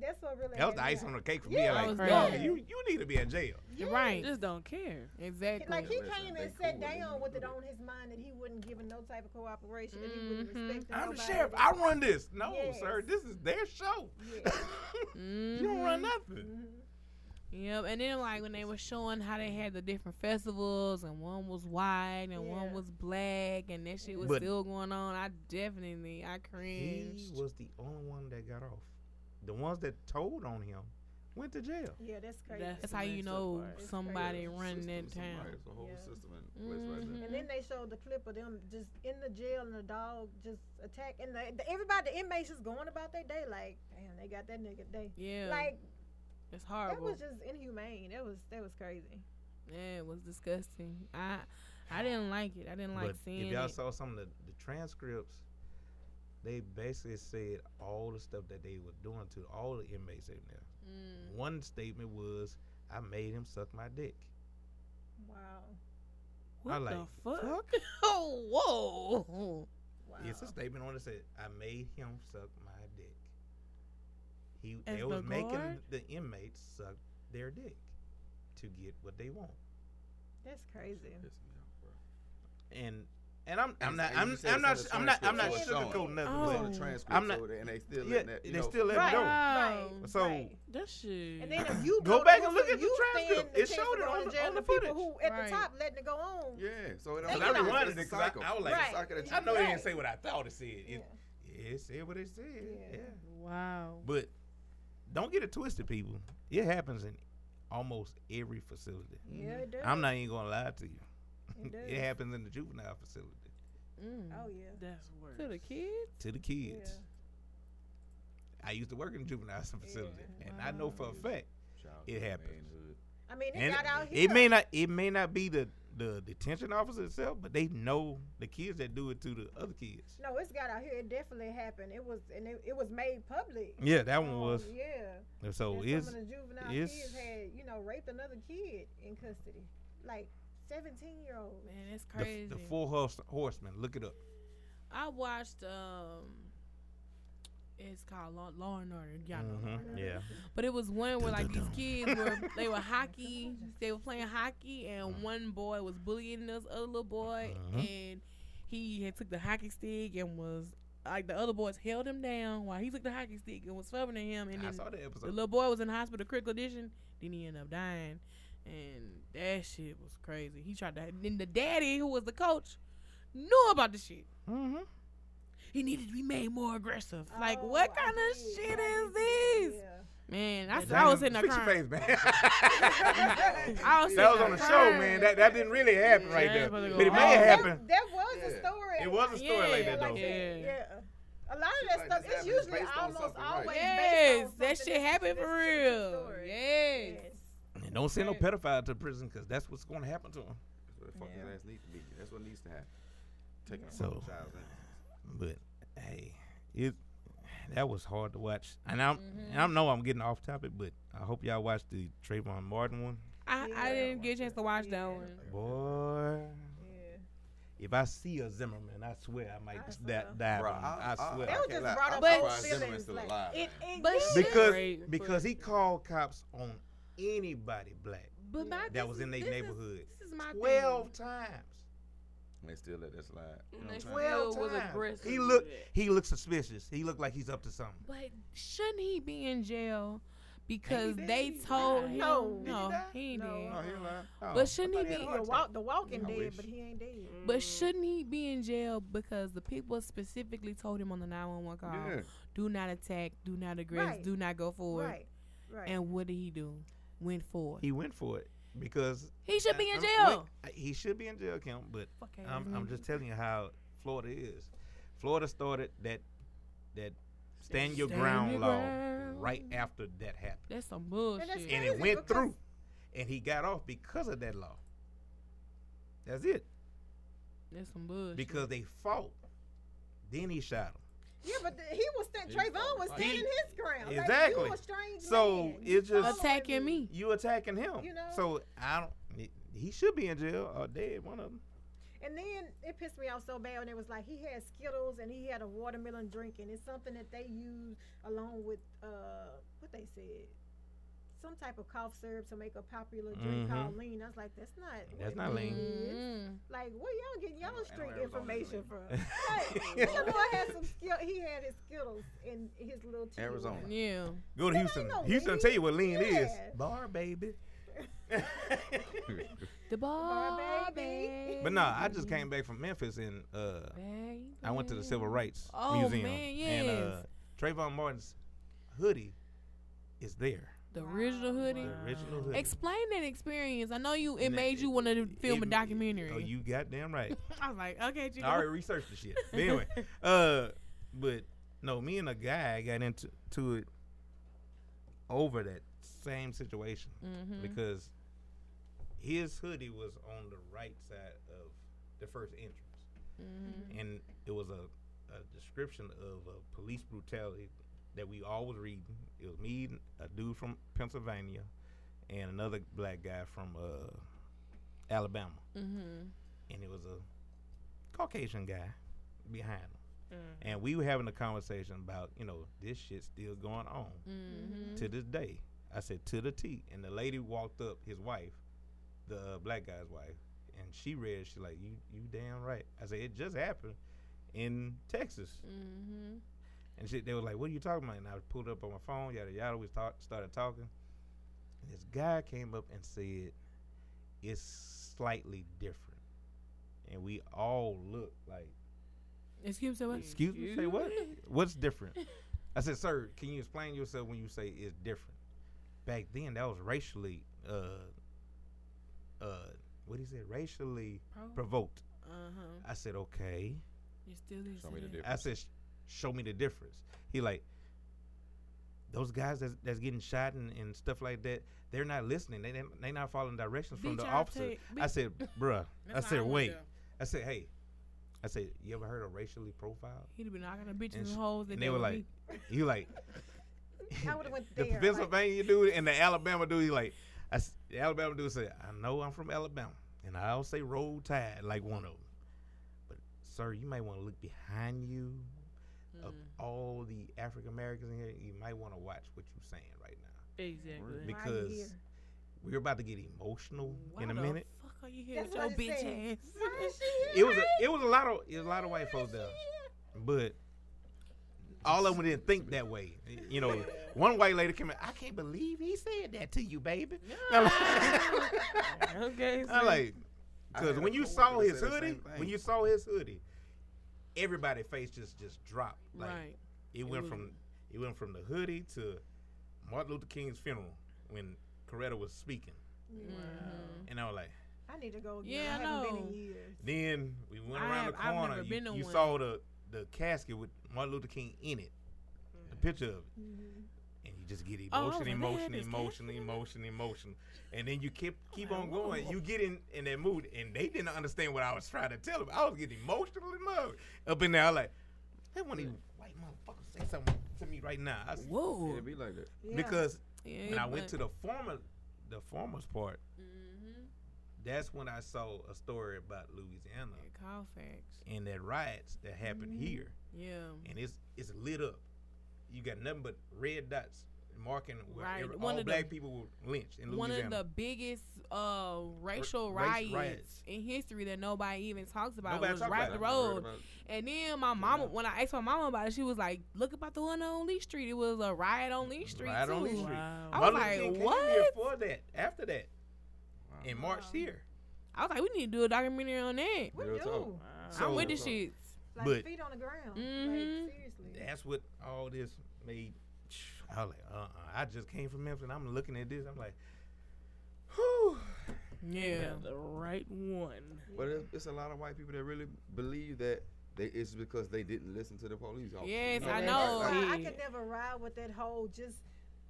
Speaker 5: that's what really.
Speaker 4: that was
Speaker 5: had
Speaker 4: the
Speaker 5: me
Speaker 4: icing on the cake for
Speaker 5: Yeah,
Speaker 4: me.
Speaker 3: I
Speaker 4: Like,
Speaker 3: was
Speaker 4: bro,
Speaker 5: done.
Speaker 4: you you need to be in jail.
Speaker 5: Yeah.
Speaker 3: Right.
Speaker 6: Just don't care.
Speaker 3: Exactly.
Speaker 5: Like he
Speaker 2: Listen,
Speaker 5: came
Speaker 2: they
Speaker 5: and sat
Speaker 2: cool, they
Speaker 5: down
Speaker 2: can
Speaker 5: with
Speaker 2: do
Speaker 5: it
Speaker 2: that.
Speaker 5: on his mind that he wouldn't give him no type of cooperation, that he wouldn't
Speaker 3: Mhm.
Speaker 5: respect.
Speaker 4: I'm the
Speaker 5: nobody.
Speaker 4: sheriff. I run this. No,
Speaker 5: Yes.
Speaker 4: sir, this is their show. (laughs)
Speaker 5: Yeah.
Speaker 4: you don't run nothing.
Speaker 5: Mhm.
Speaker 3: Mm-hmm. Yep, and then like when they were showing how they had the different festivals, and one was white and one
Speaker 5: Yeah.
Speaker 3: was black, and that shit was
Speaker 4: But-
Speaker 3: still going on. I definitely, I
Speaker 4: He
Speaker 3: cringed.
Speaker 4: was the only one that got off. The ones that told on him went to jail.
Speaker 5: Yeah, that's crazy.
Speaker 6: That's-
Speaker 3: That's how you
Speaker 6: messed up
Speaker 3: know
Speaker 6: part.
Speaker 5: It's
Speaker 3: somebody
Speaker 5: crazy.
Speaker 3: running that
Speaker 2: System, somebody-
Speaker 3: town. Mm-hmm.
Speaker 2: It's a whole
Speaker 5: Yeah.
Speaker 2: system in place right there.
Speaker 5: and then they showed the clip of them just in the jail and the dog just attack and the, the, everybody the inmates just going about their day like damn they got that nigga day
Speaker 3: Yeah,
Speaker 5: like
Speaker 3: it's
Speaker 5: that
Speaker 3: horrible.
Speaker 5: was just inhumane that was that was crazy
Speaker 3: yeah, it was disgusting. I, I didn't like it. I didn't like
Speaker 4: But
Speaker 3: seeing
Speaker 4: if y'all
Speaker 3: it.
Speaker 4: saw some of the, the transcripts, they basically said all the stuff that they were doing to all the inmates in there.
Speaker 3: Mm.
Speaker 4: One statement was, "I made him suck my dick."
Speaker 5: wow
Speaker 6: What
Speaker 4: I
Speaker 6: the
Speaker 4: like,
Speaker 6: fuck?
Speaker 3: oh, (laughs) whoa.
Speaker 5: wow
Speaker 4: It's a statement on it said, "I made him suck my dick." He
Speaker 6: As
Speaker 4: they was
Speaker 6: the
Speaker 4: making
Speaker 6: guard?
Speaker 4: the inmates suck their dick to get what they want,
Speaker 5: that's crazy
Speaker 2: Piss me off, bro.
Speaker 4: and and I'm I'm
Speaker 2: It's- and
Speaker 4: not
Speaker 2: you
Speaker 4: I'm,
Speaker 2: said
Speaker 4: I'm
Speaker 2: it's
Speaker 4: not
Speaker 2: on the
Speaker 4: I'm not I'm not
Speaker 5: transcript, so it's
Speaker 4: sugarcoating
Speaker 5: on.
Speaker 2: It's
Speaker 4: nothing. but
Speaker 2: on
Speaker 6: Oh.
Speaker 2: the transcript,
Speaker 4: I'm not-
Speaker 2: so they- and they still
Speaker 4: yeah,
Speaker 2: letting that. you
Speaker 4: they
Speaker 2: know,
Speaker 4: still let
Speaker 5: Right. Uh,
Speaker 4: it go.
Speaker 3: Oh.
Speaker 5: right
Speaker 3: Wow.
Speaker 4: So-
Speaker 5: right.
Speaker 6: That shit.
Speaker 5: and then
Speaker 4: (laughs)
Speaker 5: if you
Speaker 4: Go
Speaker 5: blow
Speaker 4: back
Speaker 5: the
Speaker 4: and look
Speaker 5: whistle,
Speaker 4: at the
Speaker 5: you
Speaker 4: transcript.
Speaker 5: stand the
Speaker 4: It
Speaker 5: chance
Speaker 4: showed
Speaker 5: to
Speaker 4: it
Speaker 5: go
Speaker 4: on
Speaker 5: to
Speaker 4: the-
Speaker 5: jail
Speaker 4: on the
Speaker 5: and people
Speaker 4: footage.
Speaker 5: who at
Speaker 3: Right.
Speaker 5: the top letting it go on
Speaker 2: Yeah, so it don't.
Speaker 4: Cause
Speaker 5: They
Speaker 4: I
Speaker 5: know.
Speaker 4: rewinded
Speaker 2: It's
Speaker 4: it
Speaker 2: a
Speaker 4: 'cause I-
Speaker 2: cycle.
Speaker 4: I, was like,
Speaker 2: It's a
Speaker 5: Right.
Speaker 2: cycle that you-
Speaker 4: I know they
Speaker 5: Right.
Speaker 4: didn't say what I thought it said. It,
Speaker 5: Yeah.
Speaker 4: it said what it said.
Speaker 5: Yeah.
Speaker 4: yeah.
Speaker 3: Wow.
Speaker 4: But don't get it twisted, people. It happens in almost every facility.
Speaker 5: yeah it does.
Speaker 4: mm-hmm. I'm not even gonna lie to you.
Speaker 5: It does.
Speaker 4: It happens in the juvenile facility
Speaker 3: Mm.
Speaker 5: oh yeah
Speaker 6: That's worse.
Speaker 3: To the kids.
Speaker 4: to the kids. I used to work in the juvenile (laughs) facility, and I know for a fact
Speaker 2: Childhood,
Speaker 4: it happens.
Speaker 2: manhood.
Speaker 5: I mean it
Speaker 4: And
Speaker 5: got out here
Speaker 4: it may not it may not be the the detention officer itself, but they know the kids that do it to the other kids.
Speaker 5: no it's got out here it definitely happened it was and it, it was made public
Speaker 4: Yeah, that one
Speaker 5: Um,
Speaker 4: was.
Speaker 3: Oh,
Speaker 5: Oh, yeah
Speaker 4: So
Speaker 5: And
Speaker 4: it's
Speaker 5: some of the juvenile
Speaker 4: it's-
Speaker 5: kids had, you know, raped another kid in custody, like seventeen year old.
Speaker 3: Man, it's
Speaker 4: the,
Speaker 3: crazy.
Speaker 4: the four horse, horsemen. Look it up.
Speaker 3: I watched um it's called Law, Law and Order, y'all know. Law and Order.
Speaker 4: Yeah.
Speaker 3: But it was one where like these
Speaker 4: Mm-hmm. Dun-dun-dun.
Speaker 3: kids were
Speaker 4: (laughs)
Speaker 3: they were hockey, they were playing hockey
Speaker 4: Mm.
Speaker 3: and one boy was bullying this other little boy
Speaker 4: Mhm.
Speaker 3: and he had took the hockey stick and was like the other boys held him down while he took the hockey stick and was fubbing at him and
Speaker 4: I
Speaker 3: then
Speaker 4: saw the
Speaker 3: the
Speaker 4: episode.
Speaker 3: little boy was in the hospital critical condition, then he ended up dying. And that shit was crazy. He tried to then the daddy who was the coach knew about the shit.
Speaker 4: Mm-hmm.
Speaker 3: He needed to be made more aggressive. like,
Speaker 5: Oh,
Speaker 3: what
Speaker 5: I
Speaker 3: kind of
Speaker 5: did.
Speaker 3: shit
Speaker 5: I
Speaker 3: is
Speaker 5: did,
Speaker 3: this?
Speaker 5: yeah.
Speaker 3: Man, I, I was in the
Speaker 4: Fix your
Speaker 3: car.
Speaker 4: face,
Speaker 3: (laughs)
Speaker 4: man.
Speaker 5: (laughs)
Speaker 3: I was
Speaker 4: that was
Speaker 3: sitting
Speaker 4: on the
Speaker 3: there
Speaker 4: show,
Speaker 3: crying.
Speaker 4: man. That that didn't really happen right
Speaker 3: Yeah,
Speaker 4: there.
Speaker 3: but it
Speaker 4: But it
Speaker 3: was-
Speaker 4: may have
Speaker 5: that,
Speaker 4: happened.
Speaker 5: That was
Speaker 2: Yeah.
Speaker 5: a story.
Speaker 4: It was a story like
Speaker 3: Yeah,
Speaker 4: that,
Speaker 5: like that.
Speaker 4: though.
Speaker 3: Yeah.
Speaker 5: Yeah. A lot of that
Speaker 2: Like
Speaker 5: stuff,
Speaker 2: this
Speaker 5: it's
Speaker 2: happened
Speaker 5: usually
Speaker 2: based on
Speaker 5: always
Speaker 2: something, right?
Speaker 5: always
Speaker 3: Yes,
Speaker 5: based on
Speaker 3: that
Speaker 5: something
Speaker 3: shit
Speaker 5: that's-
Speaker 3: happened for
Speaker 5: that's a true
Speaker 3: real.
Speaker 5: story.
Speaker 3: Yes.
Speaker 4: And don't send no pedophile to prison because that's what's going to happen to him.
Speaker 2: That's what the fuck
Speaker 5: Yeah.
Speaker 2: his ass need to be. That's what needs to happen. Taking a
Speaker 4: So-
Speaker 2: so, child's innocence.
Speaker 4: But hey, it that was hard to watch. And I'm
Speaker 3: Mm-hmm.
Speaker 4: and I know I'm getting off topic, but I hope y'all watched the Trayvon Martin one.
Speaker 3: I, I
Speaker 5: Yeah.
Speaker 3: didn't get a chance to watch
Speaker 5: Yeah.
Speaker 3: that one.
Speaker 4: Boy,
Speaker 5: Yeah.
Speaker 4: if I see a Zimmerman, I swear I might
Speaker 5: I
Speaker 4: just
Speaker 5: swear.
Speaker 4: da- dive
Speaker 2: Bruh,
Speaker 4: on him. I, swear.
Speaker 5: That was
Speaker 2: can't
Speaker 5: just
Speaker 2: lie.
Speaker 5: brought
Speaker 2: I'm
Speaker 5: up
Speaker 3: But-
Speaker 5: old
Speaker 2: surprised Zimmerman's
Speaker 5: feelings.
Speaker 2: still
Speaker 5: like,
Speaker 2: alive,
Speaker 5: it,
Speaker 2: man.
Speaker 5: it
Speaker 3: But
Speaker 5: is.
Speaker 3: shit-
Speaker 4: because
Speaker 3: Great
Speaker 4: because
Speaker 3: for-
Speaker 4: he called cops on anybody black
Speaker 3: But my,
Speaker 4: that
Speaker 3: this
Speaker 4: was
Speaker 3: is-
Speaker 4: in their
Speaker 3: this is-
Speaker 4: neighborhood
Speaker 3: This is my
Speaker 4: twelve
Speaker 3: thing.
Speaker 4: times.
Speaker 2: And they still let that slide. You know what I'm
Speaker 6: Next
Speaker 2: saying?
Speaker 6: Well,
Speaker 4: Twelve
Speaker 6: was
Speaker 4: times.
Speaker 6: aggressive
Speaker 4: He
Speaker 6: with
Speaker 4: look
Speaker 6: it.
Speaker 4: he looks suspicious. He looked like he's up to something.
Speaker 3: But shouldn't he be in jail? Because
Speaker 4: dead.
Speaker 3: they
Speaker 4: He
Speaker 3: told
Speaker 6: died.
Speaker 3: him
Speaker 5: No.
Speaker 4: Did he
Speaker 3: no,
Speaker 4: die?
Speaker 3: he ain't
Speaker 5: No.
Speaker 3: dead.
Speaker 2: No, he alive.
Speaker 4: Oh,
Speaker 3: But shouldn't
Speaker 4: I
Speaker 3: he
Speaker 4: thought
Speaker 3: be-
Speaker 4: had a heart
Speaker 5: The,
Speaker 4: attack.
Speaker 5: walk, the walking
Speaker 4: I
Speaker 5: dead,
Speaker 4: wish.
Speaker 5: but he ain't dead.
Speaker 3: But shouldn't he be in jail because the people specifically told him on the 911 call,
Speaker 2: Yeah.
Speaker 3: do not attack, do not aggress,
Speaker 5: Right.
Speaker 3: do not go forward.
Speaker 5: Right, right.
Speaker 3: And what did he do? Went forward.
Speaker 4: He went for it because
Speaker 3: He should be in
Speaker 4: I'm-
Speaker 3: jail. Mm-hmm.
Speaker 4: wait, he should be in jail, Kim. But
Speaker 3: Fuck ass
Speaker 4: I'm, I'm
Speaker 3: nigga.
Speaker 4: just telling you how Florida is. Florida started that that Stand your
Speaker 3: Stand
Speaker 4: ground
Speaker 3: your
Speaker 4: law
Speaker 3: ground.
Speaker 4: right after that happened.
Speaker 3: That's some
Speaker 5: And that's
Speaker 3: bullshit.
Speaker 5: crazy
Speaker 4: And it went
Speaker 5: because-
Speaker 4: through. And he got off because of that law. That's it.
Speaker 3: That's some bullshit.
Speaker 4: Because they fought. Then he shot him.
Speaker 5: Yeah, but the, he was stand,
Speaker 2: He
Speaker 5: Trayvon was
Speaker 2: was
Speaker 5: standing
Speaker 4: fighting.
Speaker 5: his ground. Like,
Speaker 4: Exactly.
Speaker 5: you a strange
Speaker 4: So,
Speaker 5: man.
Speaker 4: it
Speaker 5: You
Speaker 4: just-
Speaker 3: attacking me.
Speaker 4: You attacking him.
Speaker 5: You know?
Speaker 4: So I don't he should be in jail or dead, one of them.
Speaker 5: And then it pissed me off so bad when it was like he had Skittles and he had a watermelon drink, and it's something that they use along with uh, what they said, some type of cough syrup to make a popular drink
Speaker 4: Mhm.
Speaker 5: called lean. I was like, that's not.
Speaker 4: That's
Speaker 5: what
Speaker 4: not lean.
Speaker 5: is.
Speaker 3: Mm.
Speaker 5: Like, where y'all getting y'all
Speaker 2: I know
Speaker 5: drink
Speaker 2: Arizona
Speaker 5: information
Speaker 2: lean.
Speaker 4: (laughs)
Speaker 5: from? Like, that boy had some skill. He had his Skittles in his little. tea or
Speaker 2: Arizona.
Speaker 5: whatever.
Speaker 3: Yeah.
Speaker 4: Go to
Speaker 5: There
Speaker 4: Houston.
Speaker 5: ain't no
Speaker 4: Houston
Speaker 5: lean.
Speaker 4: tell you what lean is.
Speaker 5: Yeah.
Speaker 4: Bar baby.
Speaker 3: The bar,
Speaker 5: bar,
Speaker 3: baby.
Speaker 5: baby.
Speaker 4: But no, I just came back from Memphis and uh I went to the Civil Rights
Speaker 3: Oh,
Speaker 4: Museum.
Speaker 3: man,
Speaker 4: And uh
Speaker 3: yes.
Speaker 4: Trayvon Martin's hoodie is there.
Speaker 3: The original hoodie.
Speaker 4: The original (laughs) hoodie.
Speaker 3: Explain that experience. I know you. It
Speaker 4: And
Speaker 3: made
Speaker 4: it-
Speaker 3: you want to film
Speaker 4: it-
Speaker 3: a documentary.
Speaker 4: Oh, you goddamn right.
Speaker 3: I was like, okay,
Speaker 4: I already researched the shit.
Speaker 3: (laughs)
Speaker 4: But anyway, uh, but no, me and a guy got into to it over that same situation
Speaker 3: Mm-hmm.
Speaker 4: because his hoodie was on the right side of the first entrance,
Speaker 3: mm-hmm.
Speaker 4: and it was a, a description of a police brutality that we all was reading. It was me, a dude from Pennsylvania, and another black guy from uh, Alabama
Speaker 3: Mm-hmm.
Speaker 4: and it was a Caucasian guy behind him. And we were having a conversation about, you know, this shit's still going on
Speaker 3: Mm-hmm.
Speaker 4: to this day. I said, to the T. And the lady walked up, his wife, the uh, black guy's wife, and she read, she like, you, you damn right. I said, it just happened in Texas.
Speaker 3: Mm-hmm.
Speaker 4: And shit, they was like, "What are you talking about?" And I pulled up on my phone, yada yada. We start, started talking, and this guy came up and said, "It's slightly different," and we all looked like,
Speaker 3: Excuse me. What?
Speaker 4: "Excuse me, say what? What's different?" I said, "Sir, can you explain yourself when you say it's different?" Back then, that was racially, uh, uh, what he said, racially provoked.
Speaker 3: Uh huh.
Speaker 4: I said, "Okay."
Speaker 3: You still didn't
Speaker 2: Show
Speaker 3: say
Speaker 2: me the
Speaker 3: that.
Speaker 2: difference.
Speaker 4: I said, "Sh- "Show me the difference." He like, those guys that's, that's getting shot and, and stuff like that, they're not listening. They didn't- they not following directions from
Speaker 3: Bitch,
Speaker 4: the
Speaker 3: I'll
Speaker 4: officer.
Speaker 3: take-
Speaker 4: I
Speaker 3: bitch.
Speaker 4: said, "Bruh," I
Speaker 3: That's how
Speaker 4: said,
Speaker 3: I went
Speaker 4: "Wait,"
Speaker 3: there.
Speaker 4: I said, "Hey," I said, "You ever heard of racially profiled?"
Speaker 3: He'd have been knocking the
Speaker 4: And
Speaker 3: bitches
Speaker 4: sh-
Speaker 3: and holes.
Speaker 4: And they were like,
Speaker 5: (laughs)
Speaker 4: "You like."
Speaker 5: I would've went
Speaker 4: (laughs) the
Speaker 5: there, like-
Speaker 4: Pennsylvania dude and the Alabama dude. He like, I s the Alabama dude said, "I know I'm from Alabama, and I'll say roll tide like one of them." But sir, you might want to look behind you of
Speaker 5: Mm.
Speaker 4: all the African Americans in here, you might want to watch what you're saying right now
Speaker 6: Exactly.
Speaker 5: Right
Speaker 4: because
Speaker 5: here.
Speaker 4: we're about to get emotional
Speaker 3: Why
Speaker 4: in a
Speaker 3: the
Speaker 4: minute.
Speaker 3: fuck are you here
Speaker 5: That's
Speaker 3: with your
Speaker 5: what I
Speaker 3: bitch
Speaker 5: said.
Speaker 3: ass?
Speaker 5: Why is she
Speaker 4: It
Speaker 5: here?
Speaker 4: was a, it was a lot of it was a lot of white folks there, but all of them didn't think that way. You know, one white lady came in. I can't believe he said that to you, baby. (laughs) I'm
Speaker 3: (laughs)
Speaker 4: like-
Speaker 6: okay.
Speaker 4: I'm like,
Speaker 2: I
Speaker 4: because
Speaker 2: had
Speaker 4: when
Speaker 2: a
Speaker 4: you
Speaker 2: coworker
Speaker 4: saw
Speaker 2: that
Speaker 4: his
Speaker 2: said the same
Speaker 4: hoodie,
Speaker 2: thing.
Speaker 4: when you saw his hoodie, everybody's face just just dropped. Like,
Speaker 3: Right.
Speaker 4: It went
Speaker 3: was-
Speaker 4: from it went from the hoodie to Martin Luther King's funeral when Coretta was speaking,
Speaker 3: Mm-hmm.
Speaker 4: and I was like.
Speaker 5: I need to go. Again.
Speaker 3: Yeah,
Speaker 5: I
Speaker 3: I
Speaker 5: haven't
Speaker 3: know.
Speaker 5: been in years.
Speaker 4: Then we went
Speaker 3: I
Speaker 4: around
Speaker 3: have-
Speaker 4: the
Speaker 3: I've
Speaker 4: corner.
Speaker 3: never
Speaker 4: you
Speaker 3: been to
Speaker 4: you
Speaker 3: one.
Speaker 4: saw the the casket with Martin Luther King in it, the picture of it, and you just get
Speaker 3: Mm. Oh, I was
Speaker 4: emotion,
Speaker 3: like, they had
Speaker 4: emotion,
Speaker 3: this
Speaker 4: emotion, emotion, emotion, and then you keep keep on
Speaker 3: Oh.
Speaker 4: going. You get in in that mood, and they didn't understand what I was trying to tell them. I was getting emotional and mug up in there. I like that one of these white motherfuckers say something to me right now. I s-
Speaker 3: Whoa.
Speaker 2: It'd be like that.
Speaker 5: Yeah.
Speaker 4: because
Speaker 3: Yeah,
Speaker 4: when I went to the former the former's part,
Speaker 3: Mm-hmm.
Speaker 4: that's when I saw a story about Louisiana.
Speaker 3: Carfax.
Speaker 4: and that riots that happen
Speaker 3: Mm-hmm.
Speaker 4: here,
Speaker 3: Yeah.
Speaker 4: and it's it's lit up. You got nothing but red dots marking where
Speaker 3: Right.
Speaker 4: every,
Speaker 3: One
Speaker 4: all
Speaker 3: of the-
Speaker 4: black people were lynched in
Speaker 3: One
Speaker 4: Louisiana.
Speaker 3: of the biggest uh, racial
Speaker 4: race
Speaker 3: riots,
Speaker 4: riots.
Speaker 3: in history that nobody even talks about
Speaker 4: Nobody
Speaker 3: was
Speaker 4: talk
Speaker 3: right the
Speaker 4: about it.
Speaker 3: road. And then my mama, when I asked my mama about it, she was like, "Look about the one on Lee Street. It was a riot on Lee Street
Speaker 4: Riot
Speaker 3: too."
Speaker 4: on Lee Street.
Speaker 6: Wow.
Speaker 3: I was
Speaker 4: Martin Luther
Speaker 3: like,
Speaker 4: King came
Speaker 3: "What?"
Speaker 4: here for that, after that, and marched here.
Speaker 3: I was like, "We need to do a documentary on that."
Speaker 5: we
Speaker 2: Real
Speaker 5: do.
Speaker 2: talk.
Speaker 4: So-
Speaker 3: I'm with the
Speaker 2: So-
Speaker 3: shits.
Speaker 5: Like
Speaker 4: But-
Speaker 5: feet on the ground.
Speaker 3: Mhm.
Speaker 5: Like seriously.
Speaker 4: That's what all this made. (sniffs) I was like, uh, uh I just came from Memphis. and I'm looking at this. I'm like, whew.
Speaker 3: Yeah.
Speaker 6: the right one.
Speaker 2: But it's, it's a lot of white people that really believe that They, it's because they didn't listen to the police. officers.
Speaker 3: Yes,
Speaker 2: You
Speaker 3: I
Speaker 5: That's
Speaker 3: know.
Speaker 5: why I
Speaker 6: Yeah.
Speaker 5: could never ride with that whole just.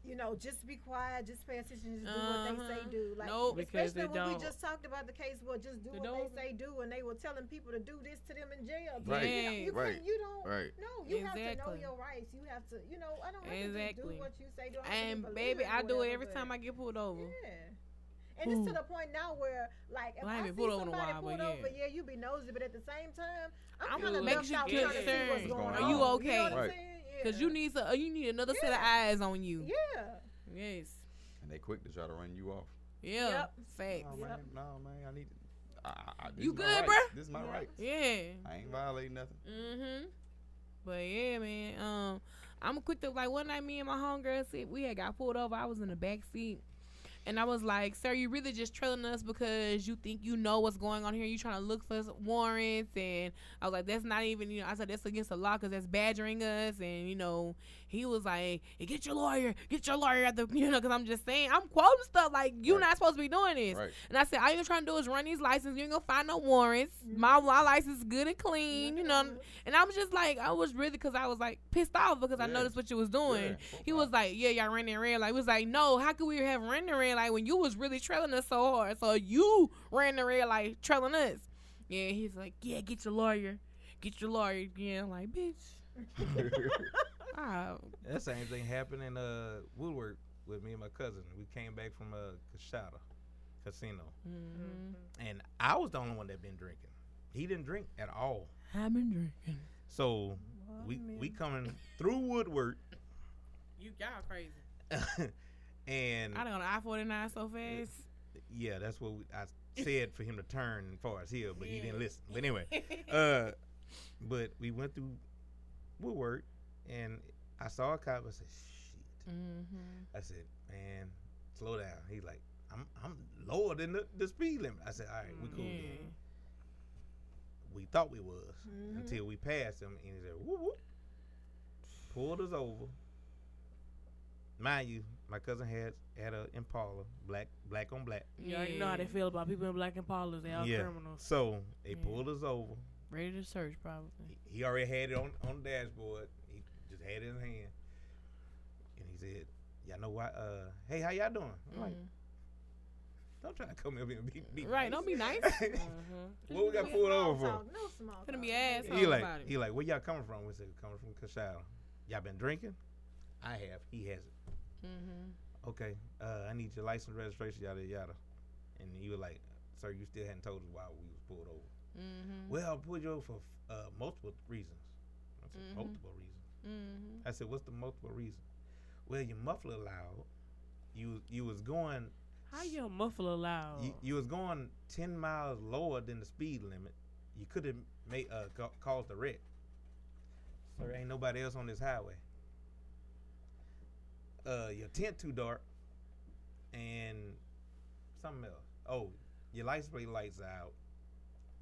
Speaker 5: You know, just be quiet, just pay attention, just do what they say
Speaker 3: Uh-huh.
Speaker 5: do. Like,
Speaker 3: Nope.
Speaker 6: Because
Speaker 5: especially
Speaker 6: they
Speaker 5: when
Speaker 6: don't.
Speaker 5: we just talked about the case, well, just do
Speaker 6: They
Speaker 5: what
Speaker 6: don't.
Speaker 5: they say do, and they were telling people to do this to them in jail.
Speaker 2: Right.
Speaker 5: You, know, you,
Speaker 2: Right.
Speaker 5: couldn't- you don't.
Speaker 2: Right.
Speaker 5: No, you have to know
Speaker 3: Exactly.
Speaker 5: your rights. You have to, you know, I don't have to just
Speaker 3: Exactly.
Speaker 5: do what you say. Do. I have to
Speaker 3: And
Speaker 5: be
Speaker 3: baby,
Speaker 5: believed
Speaker 3: I
Speaker 5: or
Speaker 3: do it
Speaker 5: whatever,
Speaker 3: every
Speaker 5: but-
Speaker 3: time I get pulled over.
Speaker 5: Yeah. And it's to the point now where, like, if
Speaker 3: Well, I
Speaker 5: I,
Speaker 3: ain't
Speaker 5: see
Speaker 3: been pulled over in a
Speaker 5: somebody
Speaker 3: while, but
Speaker 5: pulled
Speaker 3: yeah.
Speaker 5: over, yeah, you be nosy, but at the same time,
Speaker 3: I'm
Speaker 5: I'm kind
Speaker 3: gonna
Speaker 5: of
Speaker 3: make
Speaker 5: left
Speaker 3: you
Speaker 5: out trying to see what's
Speaker 3: concerned.
Speaker 5: going
Speaker 2: Are
Speaker 5: on.
Speaker 2: you
Speaker 3: okay?
Speaker 5: You know what I'm
Speaker 2: Right.
Speaker 5: saying?
Speaker 3: Cause
Speaker 5: Yeah.
Speaker 3: you need a, you need another set of eyes on you.
Speaker 5: Yeah.
Speaker 3: Yes.
Speaker 2: And they quick to try to run you off.
Speaker 3: Yeah.
Speaker 5: Yep.
Speaker 3: Facts.
Speaker 4: Oh
Speaker 2: No,
Speaker 5: Yep.
Speaker 2: man, no, man, I need. I, I, I, this
Speaker 3: You
Speaker 2: is my
Speaker 3: good,
Speaker 2: rights.
Speaker 3: bruh?
Speaker 2: This is my
Speaker 5: Yeah.
Speaker 2: rights.
Speaker 3: Yeah.
Speaker 2: I ain't violating nothing.
Speaker 3: Mhm. But yeah, man. Um, I'm quick to like one night. Me and my homegirl said we had got pulled over. I was in the back seat, and I was like, "Sir, you really just trailing us because you think you know what's going on here. You trying to look for s- warrants." And I was like, "That's not even you know." I said, "That's against the law because that's badgering us." And you know, he was like, "Hey, "Get your lawyer. Get your lawyer at the (laughs) you know." Because I'm just saying, I'm quoting stuff like, "You're
Speaker 2: Right.
Speaker 3: not supposed to be doing this."
Speaker 2: Right.
Speaker 3: And I said, all you're trying to do is run these licenses. You ain't gonna find no warrants. My law license is good and clean, you know. And I'm just like, I was really because I was like pissed off because I
Speaker 2: Yeah.
Speaker 3: noticed what you was doing.
Speaker 2: Yeah. (laughs)
Speaker 3: He was like, yeah, y'all ran and ran. Like, he was like, no, how could we have ran the red light when you was really trailing us so hard? So you ran the red light trailing us. Yeah, he's like, yeah, get your lawyer, get your lawyer. Yeah, I'm like, bitch, I,
Speaker 4: That same thing happened in uh, Woodward with me and my cousin. We came back from uh, Cachada Casino,
Speaker 3: mm,
Speaker 4: and I was the only one that been drinking. He didn't drink at all.
Speaker 3: I've been drinking.
Speaker 4: So we we coming through Woodward,
Speaker 3: You y'all crazy.
Speaker 4: (laughs) and
Speaker 3: I done got I forty nine so fast.
Speaker 4: yeah, that's what we, I said for him to turn far as Hill, but he didn't
Speaker 3: Yeah.
Speaker 4: listen.
Speaker 3: (laughs)
Speaker 4: But anyway, uh, but we went through Woodward, and I saw a cop. I said, "Shit."
Speaker 3: Mm-hmm.
Speaker 4: I said, man, slow down. He's like, I'm I'm lower than the, the speed limit. I said, all right, we cool.
Speaker 3: Yeah.
Speaker 4: Then. We thought we was
Speaker 5: Mm-hmm.
Speaker 4: until we passed him, and he said, whoop whoop, pulled us over. Mind you, my cousin had had a Impala, black black on black.
Speaker 6: You already know how they feel about people in black Impalas. They all criminals.
Speaker 4: So they
Speaker 3: Yeah.
Speaker 4: pulled us over.
Speaker 3: Ready to search, probably.
Speaker 4: He, he already had it on on the dashboard. He just had it in his hand, and he said, y'all know why? Uh, hey, how y'all doing? I'm like. Don't try to come up here and be, be
Speaker 3: Mm. Right, don't be nice.
Speaker 4: (laughs)
Speaker 3: Mm-hmm.
Speaker 4: what we got pulled over for?
Speaker 5: No small
Speaker 3: Gonna
Speaker 5: talk.
Speaker 3: be ass.
Speaker 4: He
Speaker 3: Talk
Speaker 4: like,
Speaker 3: about it.
Speaker 4: he like, where y'all coming from? We said, coming from Casal. Y'all been drinking? I have. He hasn't.
Speaker 3: Mm-hmm.
Speaker 4: Okay. Uh, I need your license, registration, yada yada. And he was like, sir, you still hadn't told us why we was pulled over.
Speaker 3: Mm-hmm.
Speaker 4: Well, I pulled you over for uh, multiple reasons. I said,
Speaker 3: Mhm.
Speaker 4: multiple reasons.
Speaker 3: Mm-hmm.
Speaker 4: I said, what's the multiple reason? Well, your muffler loud. You you was going
Speaker 6: How your muffler loud?
Speaker 3: Oh.
Speaker 4: you, you was going 10 miles lower than the speed limit. You could have made uh, ca- caused a wreck. There ain't nobody else on this highway. Uh, your tent too dark, and something else. Oh, your license plate lights out,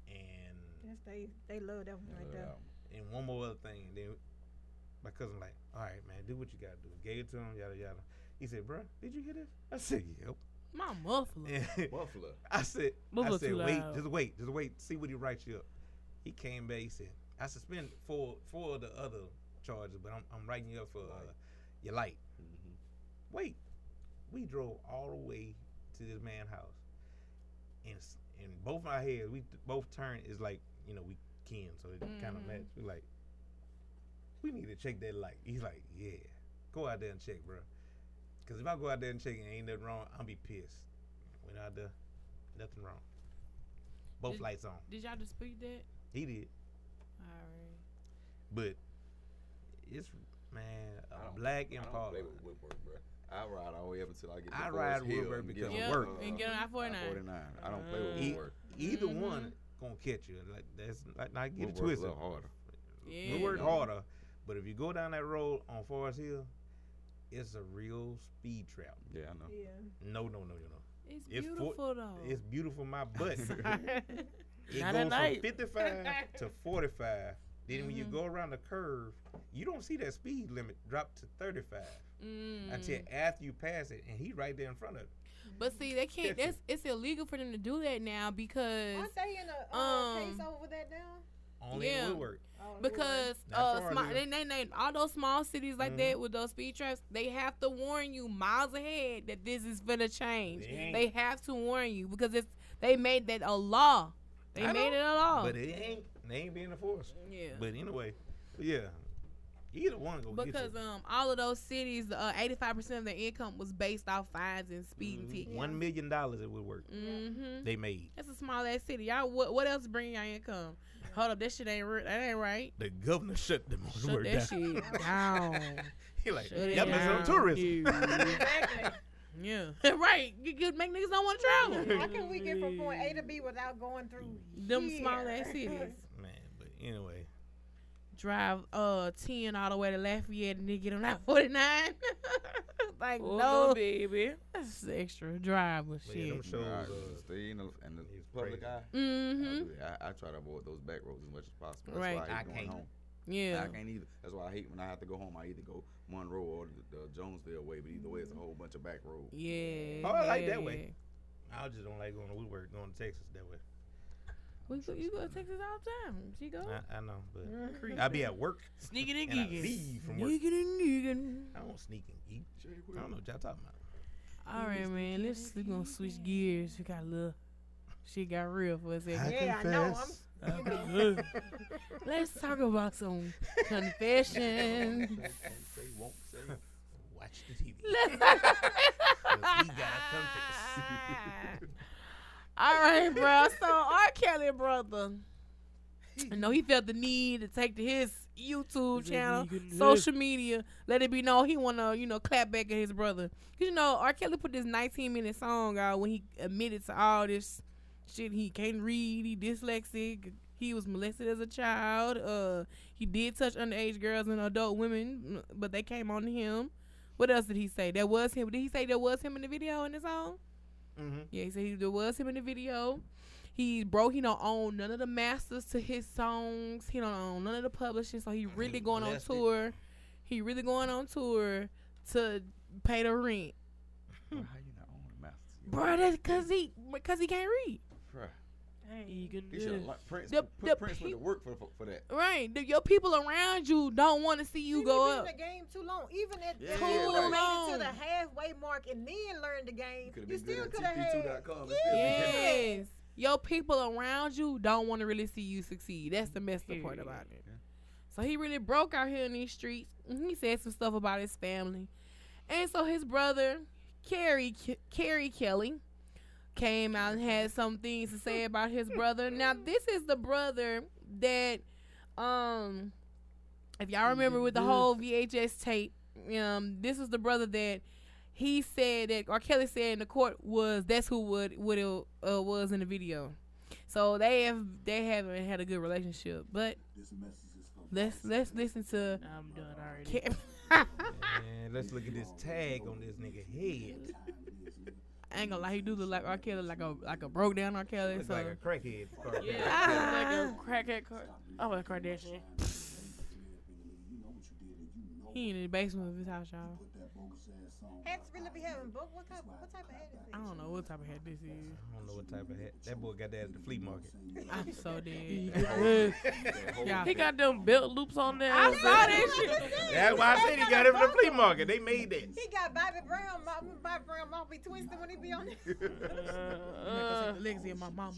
Speaker 4: and
Speaker 5: Yes, they, they love that one right there.
Speaker 4: and one more other thing. Then my cousin like, all right, man, do what you gotta do. Gave it to him, yada yada. He said, bruh, did you hear this? I said, (laughs)
Speaker 3: My muffler.
Speaker 4: yep.
Speaker 2: Buffalo.
Speaker 4: I said,
Speaker 6: Move
Speaker 4: I
Speaker 6: up
Speaker 4: said,
Speaker 6: too
Speaker 4: wait,
Speaker 6: loud.
Speaker 4: just wait, just wait, see what he writes you up. He came back, he said, I suspended four four of the other charges, but I'm, I'm writing you up for uh, your light.
Speaker 2: Mm-hmm.
Speaker 4: Wait, we drove all the way to this man's house, and s- in both our heads, we t- both turned is like you know we kin, so it kind of
Speaker 3: Mhm.
Speaker 4: matched. We like, we need to check that light. He's like, yeah, go out there and check, bro. Cause if I go out there and check and ain't nothing wrong, I'll be pissed. Went out there, nothing wrong. Both
Speaker 3: Did-
Speaker 4: lights on.
Speaker 3: Did y'all dispute that?
Speaker 4: He did,
Speaker 3: All
Speaker 4: but it's man,
Speaker 2: I
Speaker 4: a
Speaker 2: don't-
Speaker 4: black
Speaker 2: I
Speaker 4: and
Speaker 2: don't
Speaker 4: Paul.
Speaker 2: play with Woodward, bro. I ride all the way up until I get.
Speaker 4: I
Speaker 2: to
Speaker 4: ride
Speaker 2: Forest Hill
Speaker 4: Woodward
Speaker 2: and get
Speaker 4: because
Speaker 2: on,
Speaker 3: of work.
Speaker 2: uh,
Speaker 3: And get on I-49.
Speaker 2: I-49. I don't play
Speaker 3: Uh,
Speaker 2: with
Speaker 4: E-
Speaker 2: Woodward.
Speaker 4: Either one gonna catch you. Like that's like not get it
Speaker 2: Woodward's a
Speaker 4: twisted.
Speaker 2: little harder.
Speaker 3: right.
Speaker 4: We
Speaker 3: Yeah.
Speaker 4: work
Speaker 2: Yeah.
Speaker 4: harder, but if you go down that road on Forest Hill, it's a real speed trap.
Speaker 2: Yeah, I know.
Speaker 5: Yeah.
Speaker 4: No, no, no, no, no.
Speaker 3: It's
Speaker 4: It's for-
Speaker 3: beautiful though.
Speaker 4: It's beautiful,
Speaker 2: (laughs)
Speaker 4: my
Speaker 3: (laughs)
Speaker 4: butt. it goes
Speaker 6: at
Speaker 4: from
Speaker 6: night.
Speaker 4: 55 to 45. Then when you
Speaker 3: Mm-hmm.
Speaker 4: go around the curve, you don't see that speed limit drop to 35
Speaker 3: mm.
Speaker 4: until after you pass it, and he right there in front of you.
Speaker 3: But see, they can't.
Speaker 4: Catch it. (laughs)
Speaker 3: That's it's illegal for them to do that now because
Speaker 5: Aren't they in a uh, case
Speaker 3: Um,
Speaker 5: over that now?
Speaker 4: only
Speaker 3: Yeah.
Speaker 4: in Woodward.
Speaker 5: Oh,
Speaker 3: because
Speaker 4: That's
Speaker 3: uh,
Speaker 4: hard,
Speaker 3: small,
Speaker 4: yeah.
Speaker 3: they, they, they, all those small cities like
Speaker 4: Mhm.
Speaker 3: that with those speed traps, they have to warn you miles ahead that this is gonna change.
Speaker 4: It ain't.
Speaker 3: They have to warn you because it's they made that a law. They
Speaker 4: I
Speaker 3: made it a law.
Speaker 4: But it ain't they ain't being enforced.
Speaker 3: Oh. yeah.
Speaker 4: But anyway, yeah. Either one gonna
Speaker 3: because
Speaker 4: get you.
Speaker 3: um, all of those cities, uh, eighty-five percent of their income was based off fines and speeding tickets.
Speaker 4: One million dollars it would work.
Speaker 3: Mm-hmm.
Speaker 4: They made
Speaker 3: That's a small ass city. Y'all, what, what else bring y'all income? Hold up, that shit ain't real. That ain't right.
Speaker 4: the governor shut them on
Speaker 3: Shut
Speaker 4: work
Speaker 3: that
Speaker 4: down. (laughs)
Speaker 3: shit down.
Speaker 4: he like
Speaker 3: Shut it
Speaker 4: that messing
Speaker 3: down,
Speaker 4: up (laughs) tourism.
Speaker 5: Exactly.
Speaker 4: (laughs)
Speaker 3: Yeah, (laughs) right. You could make niggas don't want to travel.
Speaker 5: How can we get from point A to B without going through
Speaker 3: Them small
Speaker 5: here?
Speaker 3: ass
Speaker 5: (laughs)
Speaker 3: cities.
Speaker 4: Man, but anyway,
Speaker 3: Drive uh ten all the way to Lafayette and then get on that forty nine. (laughs) like
Speaker 6: Oh,
Speaker 3: no, (laughs)
Speaker 6: baby.
Speaker 3: that's extra drive with
Speaker 4: but yeah, them
Speaker 3: shit.
Speaker 4: shows.
Speaker 2: Nah,
Speaker 4: Uh,
Speaker 2: the Steen and the- and the
Speaker 4: it's
Speaker 2: public
Speaker 4: crazy.
Speaker 2: eye. I,
Speaker 3: Mm-hmm.
Speaker 2: do that. I, I try to avoid those back roads as much as possible. That's
Speaker 3: Right.
Speaker 2: why I, hate
Speaker 4: I
Speaker 2: going
Speaker 4: can't.
Speaker 2: home.
Speaker 3: Yeah.
Speaker 2: I can't either. That's why I hate when I have to go home. I either go Monroe or the, the Jonesville way, but either way, it's a whole bunch of back roads.
Speaker 3: Yeah.
Speaker 4: Oh, I like that
Speaker 3: yeah,
Speaker 4: way.
Speaker 3: yeah.
Speaker 4: I just don't like going to Woodward, going to Texas that way.
Speaker 3: We go, you go to Texas all the time. She go.
Speaker 4: I, I know, but I be at work
Speaker 6: Sneaking and
Speaker 4: and I
Speaker 6: geeking.
Speaker 4: leave from work.
Speaker 3: Niggin' and niggin'.
Speaker 4: I don't sneak and eat. I don't know what y'all talking about.
Speaker 3: All right, man. Let's we gonna switch gears. We got a little. She got real for a second.
Speaker 5: Yeah, I know. I'm,
Speaker 3: Let's talk about
Speaker 4: (laughs)
Speaker 3: some confessions.
Speaker 4: Can't say, Uh-huh. won't say. Watch the TV.
Speaker 3: Let's-
Speaker 4: we
Speaker 3: (laughs)
Speaker 4: gotta confess.
Speaker 3: All right, bro. So R. Kelly brother. I know he felt the need to take to his YouTube channel, social media, let it be known he wanna, you know, clap back at his brother. 'Cause, you know, R. Kelly put this 19 minute song out when he admitted to all this shit. He can't read, he dyslexic, he was molested as a child. Uh, he did touch underage girls and adult women, but they came on to him. What else did he say? That was him. Did he say there was him in the video in the song?
Speaker 4: Mm-hmm.
Speaker 3: Yeah, he said he, there was him in the video. He broke. He don't own none of the masters to his songs. He don't own none of the publishing. So he really going on
Speaker 4: molested.
Speaker 3: tour. He really going on tour to pay the rent,
Speaker 2: Bro, how you not on the master's? You-
Speaker 3: bro. That's cause he cause he can't read.
Speaker 2: Bruh,
Speaker 5: dang.
Speaker 6: Egan
Speaker 2: He should have let Prince
Speaker 3: The-
Speaker 2: put
Speaker 3: the
Speaker 2: Prince with
Speaker 3: peop-
Speaker 2: the work for, for, for that.
Speaker 3: Right, The- your people around you don't want to see you
Speaker 5: See,
Speaker 3: go
Speaker 5: we been
Speaker 3: up.
Speaker 5: in the game too long. Even at
Speaker 2: Yeah,
Speaker 5: if
Speaker 2: yeah,
Speaker 5: you
Speaker 2: right.
Speaker 5: made it to
Speaker 3: Too
Speaker 5: the
Speaker 3: long.
Speaker 5: halfway mark and then learned the game,
Speaker 2: You could have
Speaker 5: you
Speaker 2: been good
Speaker 5: still
Speaker 2: at
Speaker 5: could have had.
Speaker 2: tp2.com. and still been good.
Speaker 3: Yes, your people around you don't want to really see you succeed. That's the messed up part
Speaker 6: Period.
Speaker 3: about it. So he really broke out here in these streets. and He said some stuff about his family, and so his brother, Carrie Ke- Carrie Kelly, came out and had some things to say about his brother. Now this is the brother that, um, if y'all remember with the whole VHS tape, um, this is the brother that he said that or Kelly said in the court was that's who would what it uh, was in the video. So they have they haven't had a good relationship, but let's let's listen to
Speaker 6: I'm done
Speaker 3: (laughs)
Speaker 6: already.
Speaker 3: Ke-
Speaker 4: Man, let's look at this tag on this nigga head.
Speaker 3: I ain't gonna lie, he do look like R. Kelly, like a like a broke down R. Kelly.
Speaker 4: Looks
Speaker 3: So
Speaker 4: like a crackhead. scar.
Speaker 3: Ah.
Speaker 6: Yeah, like a crackhead car. Oh, a Kardashian.
Speaker 3: he in the basement of his house, y'all.
Speaker 5: Hats really be having book. What type? What type of hat is it?
Speaker 3: I don't know what type of hat this is.
Speaker 4: I don't know what type of hat. That boy got that at the flea market.
Speaker 3: I'm so dead.
Speaker 2: That
Speaker 3: (laughs)
Speaker 2: whole
Speaker 3: Yeah.
Speaker 6: He got them belt loops on there.
Speaker 3: I saw that shit.
Speaker 4: That's why I said he got it from the flea market. They made that.
Speaker 5: He got Bobby Brown. mouth- Bobby Brown mouth be twisted when he be on there.
Speaker 3: I'm gonna go
Speaker 6: Uh,
Speaker 3: take the legs in my mama.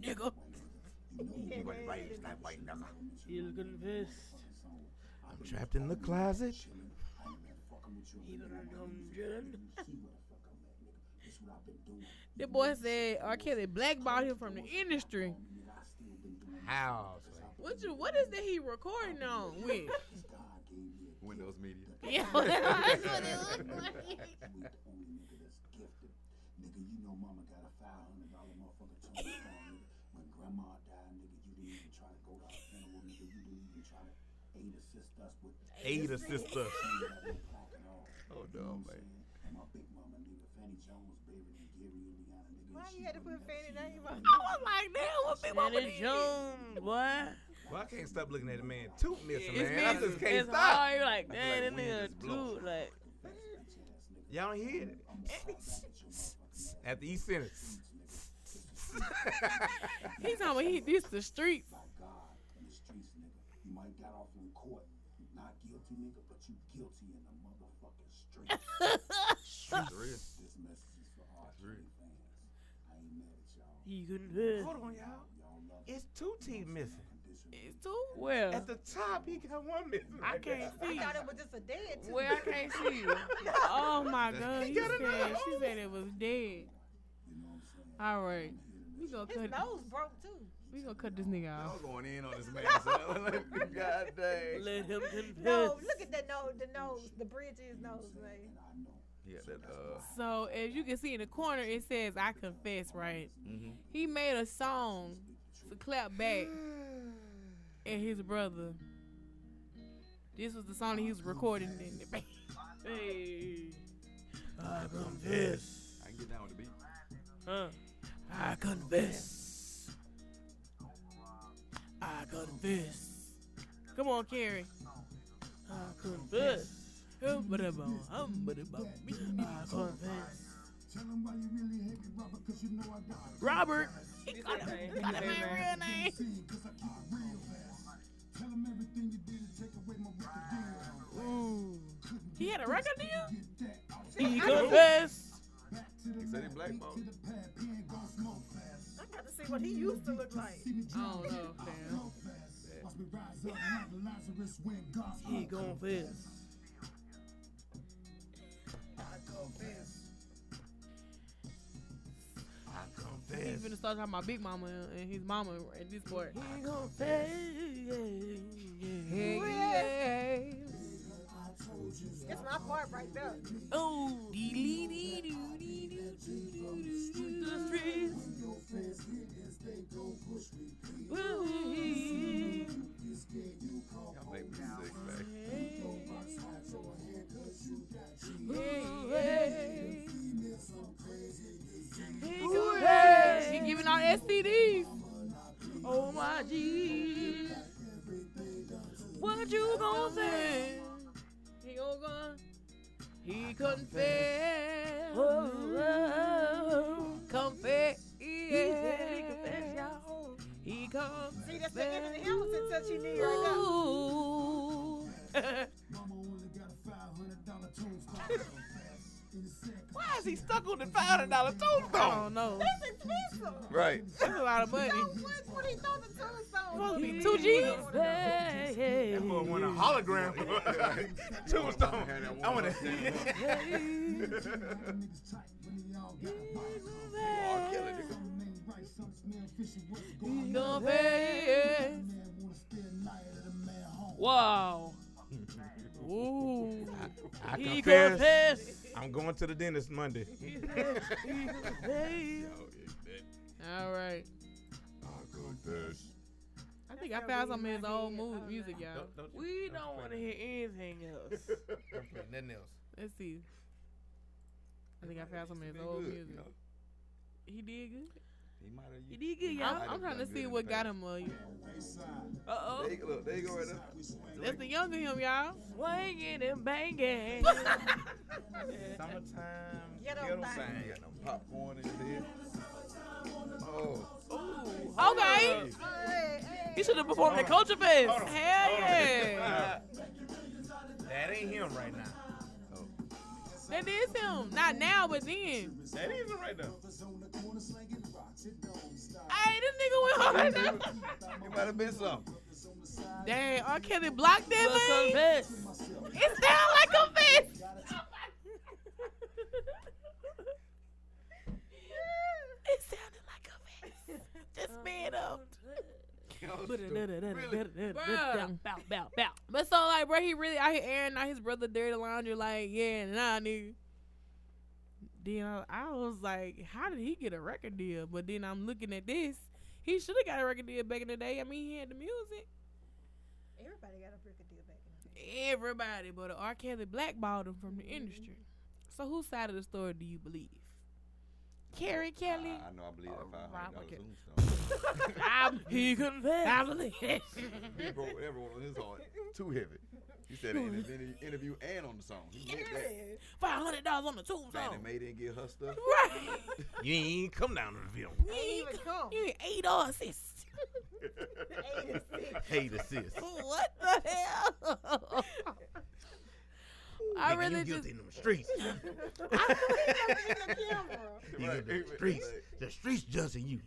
Speaker 3: Nigga.
Speaker 6: you confessed.
Speaker 4: I'm trapped in the closet.
Speaker 6: He gonna come Jordan.
Speaker 3: The boy said R. Kelly blackballed him from the industry.
Speaker 4: House. like,
Speaker 3: What you? What is that he recording on with?
Speaker 2: (laughs) Windows Media.
Speaker 3: yeah, (laughs) that's what it looked like.
Speaker 4: Aid a sister.
Speaker 2: Oh, no, man.
Speaker 5: Why you had to put Fanny name
Speaker 3: (laughs)
Speaker 5: on?
Speaker 3: I was like, damn, what big mama
Speaker 6: Janet
Speaker 3: did?
Speaker 6: Jones, boy.
Speaker 4: Well, I can't stop looking at the man tooth missing,
Speaker 6: It's
Speaker 4: man. I
Speaker 6: been-
Speaker 4: just can't
Speaker 6: it's
Speaker 4: stop.
Speaker 6: hard. You're like, dang,
Speaker 2: like,
Speaker 6: that
Speaker 2: when did
Speaker 6: nigga
Speaker 2: this blow?
Speaker 6: dude, like.
Speaker 4: Y'all don't hear it. after each sentence.
Speaker 3: He's talking about he this the streets.
Speaker 7: by God and the streets, nigga. You might got off in court, not guilty, nigga, but you guilty in the motherfucking streets.
Speaker 2: That's real.
Speaker 7: this message is for all
Speaker 2: real.
Speaker 7: Kelly fans. I ain't mad at y'all.
Speaker 6: You couldn't.
Speaker 4: Hold on, y'all.
Speaker 7: Y'all love
Speaker 4: It's two teeth missing.
Speaker 3: It's too
Speaker 6: Well,
Speaker 4: At the top, he got one missing.
Speaker 6: I
Speaker 4: right there.
Speaker 6: can't
Speaker 5: I
Speaker 6: see.
Speaker 5: thought it was just a dead too.
Speaker 6: Well, I can't see you.
Speaker 3: Oh my god,
Speaker 4: He
Speaker 3: he
Speaker 4: got another
Speaker 3: said she
Speaker 4: hole.
Speaker 3: said it was dead. All right, we gonna
Speaker 5: His
Speaker 3: cut
Speaker 5: nose broke too.
Speaker 3: we gonna cut this nigga
Speaker 2: I was
Speaker 3: off.
Speaker 2: going in on this man. Son. (laughs) Like, God dang.
Speaker 6: Let him confess.
Speaker 5: No, look at that nose, the nose, the bridge of his nose. Like.
Speaker 2: Yeah, that uh.
Speaker 3: So as you can see in the corner, it says "I confess." Right? He made a song to clap back
Speaker 2: mm-hmm.
Speaker 3: at his brother. This was the song that he was recording in the back. (laughs)
Speaker 6: Hey.
Speaker 2: I can get down with the beat.
Speaker 6: Huh.
Speaker 3: I confess. I confess. Come on, Carrie. I confess.
Speaker 7: Tell them why you really hate me, Robert, cause you know I died.
Speaker 6: Robert.
Speaker 7: See, cause I keep it real fast. Tell them everything you did to take away my record deal.
Speaker 3: He had a record deal?
Speaker 7: Get that out
Speaker 6: He confessed.
Speaker 7: back to the
Speaker 2: He said he
Speaker 7: left,
Speaker 2: blackballed.
Speaker 7: feet to the pad, pen gon' smoke fast.
Speaker 5: I got to see what he used to look like.
Speaker 7: See me
Speaker 3: I
Speaker 7: jump,
Speaker 3: don't know, fam.
Speaker 7: go fast. Watch me rise up like Lazarus when God's
Speaker 6: He confessed.
Speaker 3: He's finna start talking about Big Mama and his mama at this part.
Speaker 6: He confessed.
Speaker 5: That's my part right there.
Speaker 3: Oh,
Speaker 6: The streets.
Speaker 2: Y'all make me sick, man.
Speaker 3: She giving out STDs.
Speaker 6: Oh my G. What you gonna say?
Speaker 3: He gonna go. He confess.
Speaker 6: Oh, oh,
Speaker 3: Confess.
Speaker 6: He said he confessed, y'all.
Speaker 3: He confess.
Speaker 5: See, that's the end of the Hamilton touch he need (laughs) right
Speaker 7: Mama only got a five hundred dollar tombstone. In the sack,
Speaker 4: Why is he stuck on the $500
Speaker 3: I
Speaker 4: tombstone?
Speaker 3: don't know.
Speaker 5: there. That's expensive.
Speaker 4: (laughs)
Speaker 2: Right.
Speaker 3: That's a lot of money.
Speaker 5: So what? What he thought the two
Speaker 3: Supposed
Speaker 5: songs?
Speaker 3: to be two G's.
Speaker 6: Hey, hey,
Speaker 4: That boy want a hologram. (laughs) tombstone. I want to.
Speaker 7: niggas tight when they all got a bite.
Speaker 2: R. Kelly, nigga.
Speaker 7: Some ain't right, some smell fishy. What's
Speaker 3: He
Speaker 7: going on?
Speaker 3: confess.
Speaker 7: Man wanna stay a night at a man home.
Speaker 6: Wow.
Speaker 3: Ooh.
Speaker 4: I
Speaker 6: He
Speaker 4: confess.
Speaker 6: confessed.
Speaker 4: (laughs) I'm going to the dentist Monday.
Speaker 3: (laughs) All right. I think I found some of his old movie music, y'all.
Speaker 6: We don't want to hear anything else.
Speaker 4: nothing else.
Speaker 3: (laughs) Let's see. I think I found some of his old music. He did good.
Speaker 2: He might have.
Speaker 6: You
Speaker 2: used-
Speaker 6: did good, y'all.
Speaker 3: I'm, I'm trying to see what got him. Uh,
Speaker 6: Uh oh.
Speaker 2: There you go, look, there you go right there.
Speaker 3: that's the younger him, y'all.
Speaker 6: Swinging
Speaker 3: (laughs)
Speaker 6: and banging.
Speaker 4: Summertime.
Speaker 5: Ghetto
Speaker 2: You
Speaker 5: thing.
Speaker 4: ghetto thing.
Speaker 2: got no popcorn in here. Oh,
Speaker 6: okay.
Speaker 5: Hey, hey.
Speaker 6: You should have performed at Culture Fest.
Speaker 4: Hold on.
Speaker 3: Hell
Speaker 4: Hold on.
Speaker 3: yeah.
Speaker 4: that ain't him right now.
Speaker 3: That is him. Not now, but then.
Speaker 4: That ain't him right now.
Speaker 3: Hey, this nigga went
Speaker 6: (laughs)
Speaker 3: hard.
Speaker 2: it might have been something.
Speaker 3: Dang, R. Kelly blocked
Speaker 6: But
Speaker 3: that man.
Speaker 6: confess.
Speaker 3: It sound like a fist. It sounded like a fist. Just made up.
Speaker 6: Bow, bow, bow, bow.
Speaker 3: But so like, bro, he really out here airing out his brother Dirty Laundry. Like, yeah, nah, nigga. Then I, I was like, how did he get a record deal? But then I'm looking at this. He should have got a record deal back in the day. I mean, he had the music.
Speaker 5: Everybody got a brick of deal back in
Speaker 3: Everybody, but R. Kelly blackballed him from the industry. So whose side of the story do you believe? Carrie Kelly.
Speaker 2: I, I know I believe that five hundred
Speaker 3: Robert
Speaker 2: dollars
Speaker 3: Kelly.
Speaker 2: tombstone.
Speaker 3: (laughs)
Speaker 6: He confessed.
Speaker 3: Uh, believe it.
Speaker 2: He broke everyone on his heart. Too heavy. He said it in the interview and on the song. He meant that.
Speaker 3: Five hundred dollars on the
Speaker 2: Saying that
Speaker 3: tombstone.
Speaker 2: May didn't get her stuff. (laughs)
Speaker 3: Right.
Speaker 4: You ain't even come down to the film.
Speaker 3: You
Speaker 5: Ain't
Speaker 3: ain't
Speaker 5: even come.
Speaker 3: you ain't eight or six.
Speaker 5: Eight and six.
Speaker 4: Hey, the sis.
Speaker 3: What the hell? I
Speaker 4: Nigga,
Speaker 3: really
Speaker 4: you
Speaker 3: just
Speaker 4: guilty in them streets.
Speaker 5: Look at the camera.
Speaker 4: You know, the
Speaker 2: (laughs)
Speaker 4: streets, the streets judging you.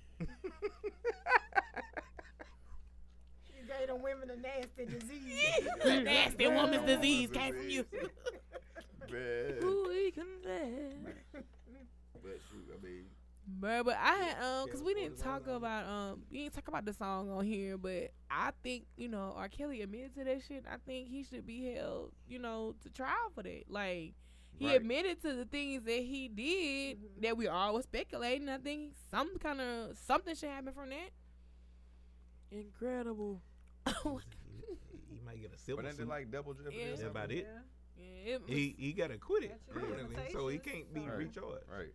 Speaker 5: You gave them women a nasty disease.
Speaker 3: (laughs) nasty woman's disease came from you.
Speaker 2: (laughs) Man.
Speaker 6: We confess.
Speaker 2: But shoot, I mean,
Speaker 3: Bro, but I had um, cause we
Speaker 2: Yeah, what
Speaker 3: didn't
Speaker 2: was
Speaker 3: talk
Speaker 2: that?
Speaker 3: about um, we didn't talk about the song on here, but I think you know R. Kelly admitted to that shit. I think he should be held, you know, to trial for that. Like he
Speaker 2: Right.
Speaker 3: admitted to the things that he did
Speaker 4: Mm-hmm.
Speaker 5: Mhm.
Speaker 3: that we all was speculating. I think some kind of something should happen from that.
Speaker 6: Incredible.
Speaker 4: He- He might get a
Speaker 2: but
Speaker 4: civil
Speaker 2: then they
Speaker 4: suit.
Speaker 2: like double jeopardy.
Speaker 3: Yeah.
Speaker 2: or
Speaker 4: That's
Speaker 2: something?
Speaker 4: about it.
Speaker 3: Yeah, it,
Speaker 4: He he got acquitted
Speaker 5: That's your
Speaker 4: criminally, so he can't be
Speaker 5: Right.
Speaker 4: recharged.
Speaker 2: (laughs) Right.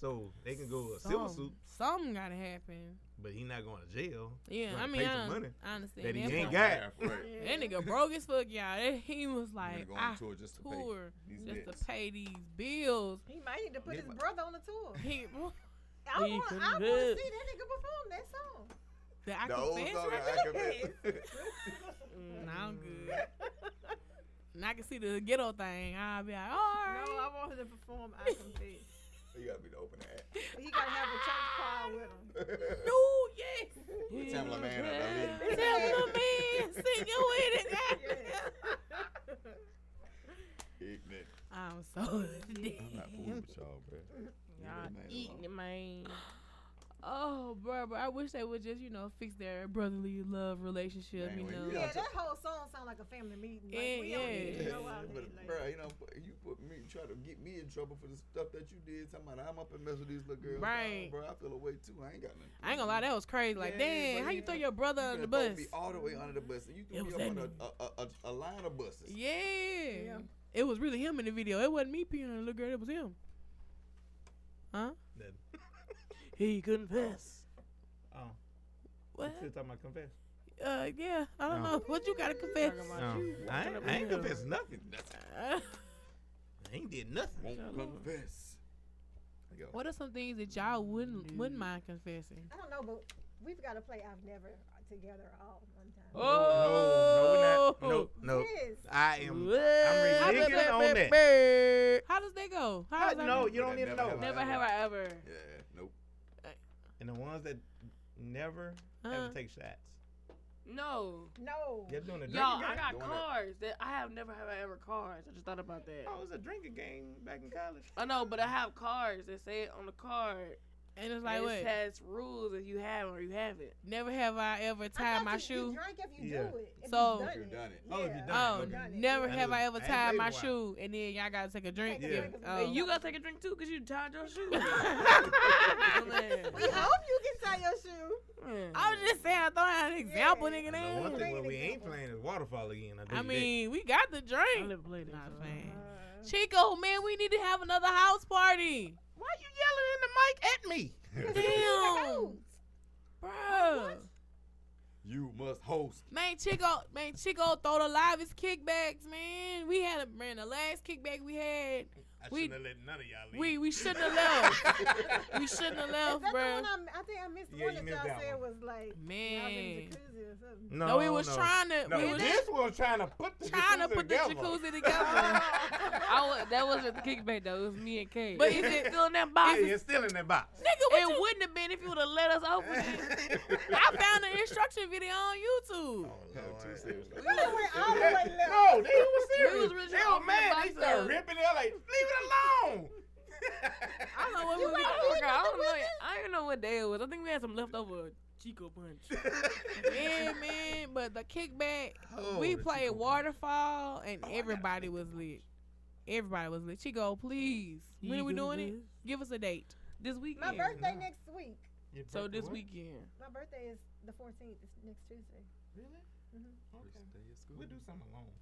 Speaker 4: So they can go a civil
Speaker 3: some-
Speaker 4: suit,
Speaker 3: Something gotta happen.
Speaker 4: but he not going to jail.
Speaker 3: Yeah,
Speaker 4: Gotta
Speaker 3: I mean,
Speaker 4: pay
Speaker 3: I,
Speaker 4: some money
Speaker 3: I understand
Speaker 4: that he
Speaker 3: that
Speaker 4: ain't
Speaker 3: part.
Speaker 4: got.
Speaker 3: (laughs)
Speaker 2: Right.
Speaker 5: Yeah.
Speaker 3: That nigga broke as fuck, y'all. That- He was like,
Speaker 2: going
Speaker 3: I
Speaker 2: on tour just to pay
Speaker 3: tour
Speaker 2: these
Speaker 3: just
Speaker 2: debts.
Speaker 3: to pay these bills.
Speaker 5: He might need to put
Speaker 2: He
Speaker 5: his
Speaker 2: might-
Speaker 5: brother on the tour.
Speaker 3: He, well,
Speaker 5: I
Speaker 3: He
Speaker 5: want, I
Speaker 3: couldn't
Speaker 5: want
Speaker 3: do
Speaker 5: to see
Speaker 3: it.
Speaker 5: that nigga perform that song.
Speaker 3: the I
Speaker 2: The old
Speaker 3: confess
Speaker 2: song,
Speaker 3: right
Speaker 2: I (laughs) confess.
Speaker 3: Mm, nah, I'm good. and I can see the ghetto thing. I'll be like, all right.
Speaker 5: No, I want him to perform I Confess.
Speaker 2: You gotta be the open act.
Speaker 5: He got to have a church choir with him.
Speaker 2: (laughs)
Speaker 3: no, yes.
Speaker 2: Tamla Man, I
Speaker 3: Tell
Speaker 2: believe.
Speaker 3: the man, sing it with it.
Speaker 2: Ignorant.
Speaker 3: I'm so
Speaker 2: I'm not fooling with y'all, bro.
Speaker 6: Y'all eating it, man.
Speaker 3: Oh, bro, bro, I wish they would just, you know, fix their brotherly love relationship,
Speaker 2: Man,
Speaker 3: you
Speaker 2: when
Speaker 3: know.
Speaker 2: you
Speaker 5: Yeah,
Speaker 2: Yeah.
Speaker 5: that whole song sound like a family meeting. Like, we
Speaker 3: Yeah,
Speaker 5: don't need to
Speaker 3: yeah.
Speaker 5: go out there,
Speaker 2: But,
Speaker 5: like-
Speaker 2: bro, you know, you put me, you try to get me in trouble for the stuff that you did. Talking about I'm up and mess with these little girls. Nah,
Speaker 3: Right.
Speaker 2: bro, I feel away too. I ain't got nothing.
Speaker 3: I ain't gonna lie, that was crazy. Like,
Speaker 2: Yeah,
Speaker 3: damn,
Speaker 2: bro,
Speaker 3: how you
Speaker 2: yeah.
Speaker 3: throw your brother
Speaker 2: You
Speaker 3: under the
Speaker 2: done thrown
Speaker 3: bus?
Speaker 2: Me all the way under the bus, and you
Speaker 3: It
Speaker 2: threw me
Speaker 3: was
Speaker 2: up
Speaker 3: that
Speaker 2: on a, a, a, a line of buses.
Speaker 3: Yeah.
Speaker 5: Yeah.
Speaker 3: It was really him in the video. It wasn't me peeing on the little girl. It was him.
Speaker 4: Nothing.
Speaker 6: He confess.
Speaker 4: Oh,
Speaker 3: What?
Speaker 4: talking about confess.
Speaker 3: (laughs) Uh, yeah. I don't
Speaker 4: No.
Speaker 3: know. What you gotta confess?
Speaker 6: Talking about
Speaker 4: No,
Speaker 6: you
Speaker 4: Oh. I
Speaker 6: walking up
Speaker 4: ain't,
Speaker 6: a
Speaker 4: I ain't
Speaker 6: hill.
Speaker 4: confessed nothing.
Speaker 3: Uh,
Speaker 4: I ain't did nothing.
Speaker 2: Won't confess. I go.
Speaker 3: (laughs) what are some things that y'all wouldn't wouldn't mind confessing?
Speaker 5: I don't know, but we've got to play I've Never together all one time.
Speaker 3: Oh.
Speaker 4: Oh. No, no, we're not. No, no.
Speaker 5: Yes.
Speaker 4: I am.
Speaker 6: Well,
Speaker 4: I'm reneging on that.
Speaker 3: How does that go? How
Speaker 4: I-
Speaker 3: does that
Speaker 4: no,
Speaker 3: go?
Speaker 4: you don't
Speaker 2: That
Speaker 4: need to
Speaker 2: never
Speaker 4: know.
Speaker 2: happened.
Speaker 6: Never have I ever.
Speaker 2: Yeah, nope.
Speaker 4: And the ones that never
Speaker 3: Uh-huh.
Speaker 4: have to take shots.
Speaker 6: No.
Speaker 5: No.
Speaker 4: They're doing a drinking
Speaker 6: Y'all,
Speaker 4: game.
Speaker 6: I got
Speaker 2: Doing it.
Speaker 6: cars that I have never have I ever cars. I just thought about that.
Speaker 4: Oh, it was a drinking game back in college.
Speaker 6: I know, but I have cars that say it on the card.
Speaker 3: And it's
Speaker 6: Like
Speaker 3: like
Speaker 6: it
Speaker 3: what?
Speaker 6: has rules if you have or you haven't.
Speaker 3: Never have I ever
Speaker 5: I thought
Speaker 3: tied my
Speaker 5: you,
Speaker 3: shoe.
Speaker 5: You drink if you
Speaker 4: Yeah.
Speaker 5: do it. If
Speaker 3: So-
Speaker 5: you've
Speaker 2: If you've done it.
Speaker 4: Oh, if you've
Speaker 5: Yeah.
Speaker 4: done
Speaker 3: Oh,
Speaker 4: it, okay.
Speaker 3: never
Speaker 4: I
Speaker 3: have
Speaker 4: know-
Speaker 3: I ever
Speaker 4: I ain't
Speaker 3: tied
Speaker 4: played
Speaker 3: my
Speaker 4: in a while.
Speaker 3: shoe, and then y'all gotta take a drink.
Speaker 5: Take a
Speaker 4: Yeah.
Speaker 5: drink of
Speaker 3: Oh.
Speaker 6: And
Speaker 5: it.
Speaker 6: you gotta take a drink too, cause you tied your (laughs) shoe.
Speaker 5: We hope you can tie your
Speaker 4: (laughs)
Speaker 5: shoe.
Speaker 3: I'm just saying, I thought I had an example,
Speaker 5: Yeah.
Speaker 3: nigga.
Speaker 4: And the one
Speaker 3: Name.
Speaker 4: thing where we ain't playing is waterfall again. I,
Speaker 3: I
Speaker 4: tell you that.
Speaker 3: mean, we got the
Speaker 6: I
Speaker 3: drink.
Speaker 6: never played that.
Speaker 3: Not
Speaker 6: so.
Speaker 3: playing.
Speaker 5: Uh,
Speaker 3: Chico, man, we need to have another house party.
Speaker 4: why you yelling in the mic at me? (laughs)
Speaker 3: Damn, bro.
Speaker 2: you must host.
Speaker 3: Man, Chico, man, Chico, throw the livest kickbacks, man. We had a man, the last kickback we had.
Speaker 4: I
Speaker 3: We-
Speaker 4: shouldn't have let none of y'all leave.
Speaker 3: We we shouldn't
Speaker 4: (laughs)
Speaker 3: have left. we shouldn't have
Speaker 5: is
Speaker 3: left,
Speaker 5: that the
Speaker 3: bro.
Speaker 5: one I, I think I missed
Speaker 4: Yeah,
Speaker 5: one
Speaker 4: you
Speaker 5: that
Speaker 4: missed
Speaker 5: y'all
Speaker 4: that
Speaker 5: said
Speaker 4: one. Mm.
Speaker 5: was like y'all in
Speaker 3: Man,
Speaker 5: the jacuzzi or something.
Speaker 3: no, we was trying to,
Speaker 4: No,
Speaker 3: we was
Speaker 4: this was trying to put the
Speaker 3: trying to
Speaker 4: jacuzzi
Speaker 3: put the
Speaker 4: together.
Speaker 3: jacuzzi
Speaker 4: (laughs)
Speaker 3: together.
Speaker 6: I was, that wasn't the kickback though. It was me and Kay.
Speaker 3: but is
Speaker 6: (laughs)
Speaker 3: it still in that box?
Speaker 4: Yeah, it's still in that box.
Speaker 3: (laughs) Nigga, what
Speaker 6: it
Speaker 3: you-
Speaker 6: wouldn't have been if you would have let us open it.
Speaker 3: I found an instruction video on YouTube.
Speaker 2: Too serious. Like,
Speaker 5: You done went all the way left.
Speaker 4: No, they was serious.
Speaker 6: We was really
Speaker 4: they
Speaker 6: trying to
Speaker 4: were
Speaker 6: open
Speaker 4: mad. They
Speaker 6: the box
Speaker 4: started
Speaker 6: up.
Speaker 4: ripping it. Like, leave it alone.
Speaker 3: I don't know what movie.
Speaker 6: I forgot. I don't know. I don't know what day it was. I think we had some leftover Chico punch.
Speaker 4: (laughs)
Speaker 3: Yeah, man. But the kickback, we played waterfall,
Speaker 4: Oh,
Speaker 3: and everybody was lit. Everybody was lit. Chico, please. When are we doing it? Give us a date.
Speaker 6: This
Speaker 5: My
Speaker 6: weekend.
Speaker 5: birthday next week.
Speaker 6: So this weekend.
Speaker 5: My birthday is the 14th. It's next Tuesday.
Speaker 4: Really?
Speaker 5: Mhm.
Speaker 4: Okay. We'll do something alone.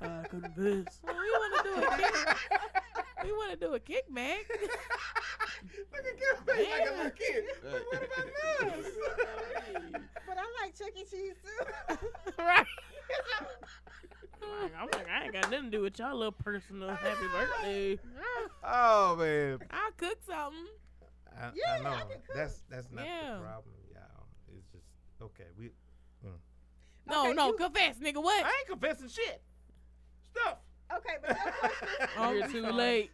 Speaker 6: I confess.
Speaker 3: Well, we want to do a kick. we want to do a kickback.
Speaker 4: Look at Kim's face like a little kid.
Speaker 2: Right.
Speaker 4: What about us?
Speaker 5: (laughs) But I like Chuck E. Cheese too.
Speaker 3: right.
Speaker 5: I
Speaker 6: nothing to do with y'all little personal happy birthday.
Speaker 4: (laughs) Oh man,
Speaker 3: I cook something.
Speaker 4: I,
Speaker 5: Yeah,
Speaker 4: I know.
Speaker 5: I can cook.
Speaker 4: That's that's not
Speaker 3: Yeah.
Speaker 4: the problem, y'all. It's just okay. We
Speaker 3: No,
Speaker 5: Okay,
Speaker 3: no,
Speaker 5: you-
Speaker 3: confess, nigga. What?
Speaker 4: I ain't confessing shit. Stuff.
Speaker 5: Okay, but
Speaker 3: (laughs)
Speaker 5: your question.
Speaker 3: Oh,
Speaker 6: You're
Speaker 3: we
Speaker 6: too
Speaker 3: sorry.
Speaker 6: late.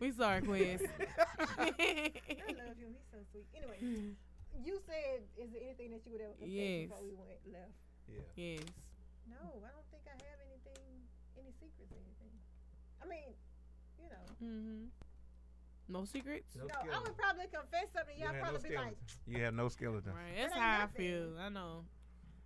Speaker 3: We sorry, Quincy.
Speaker 6: (laughs)
Speaker 5: I love him. He's so sweet. Anyway, you said, is there anything that you would ever confess
Speaker 3: Yes.
Speaker 5: before we went left?
Speaker 4: yeah.
Speaker 3: yes.
Speaker 5: No, I don't think I have anything, any secrets, or anything. I mean, you know.
Speaker 3: Mm-hmm. No secrets.
Speaker 4: No
Speaker 5: No, I
Speaker 4: skeleton.
Speaker 5: would probably confess something.
Speaker 4: You
Speaker 5: Y'all
Speaker 4: have no
Speaker 5: probably be like,
Speaker 4: skeleton. You have no skeleton.
Speaker 3: Right. That's
Speaker 5: ain't
Speaker 3: how I
Speaker 5: nothing.
Speaker 3: feel. I know.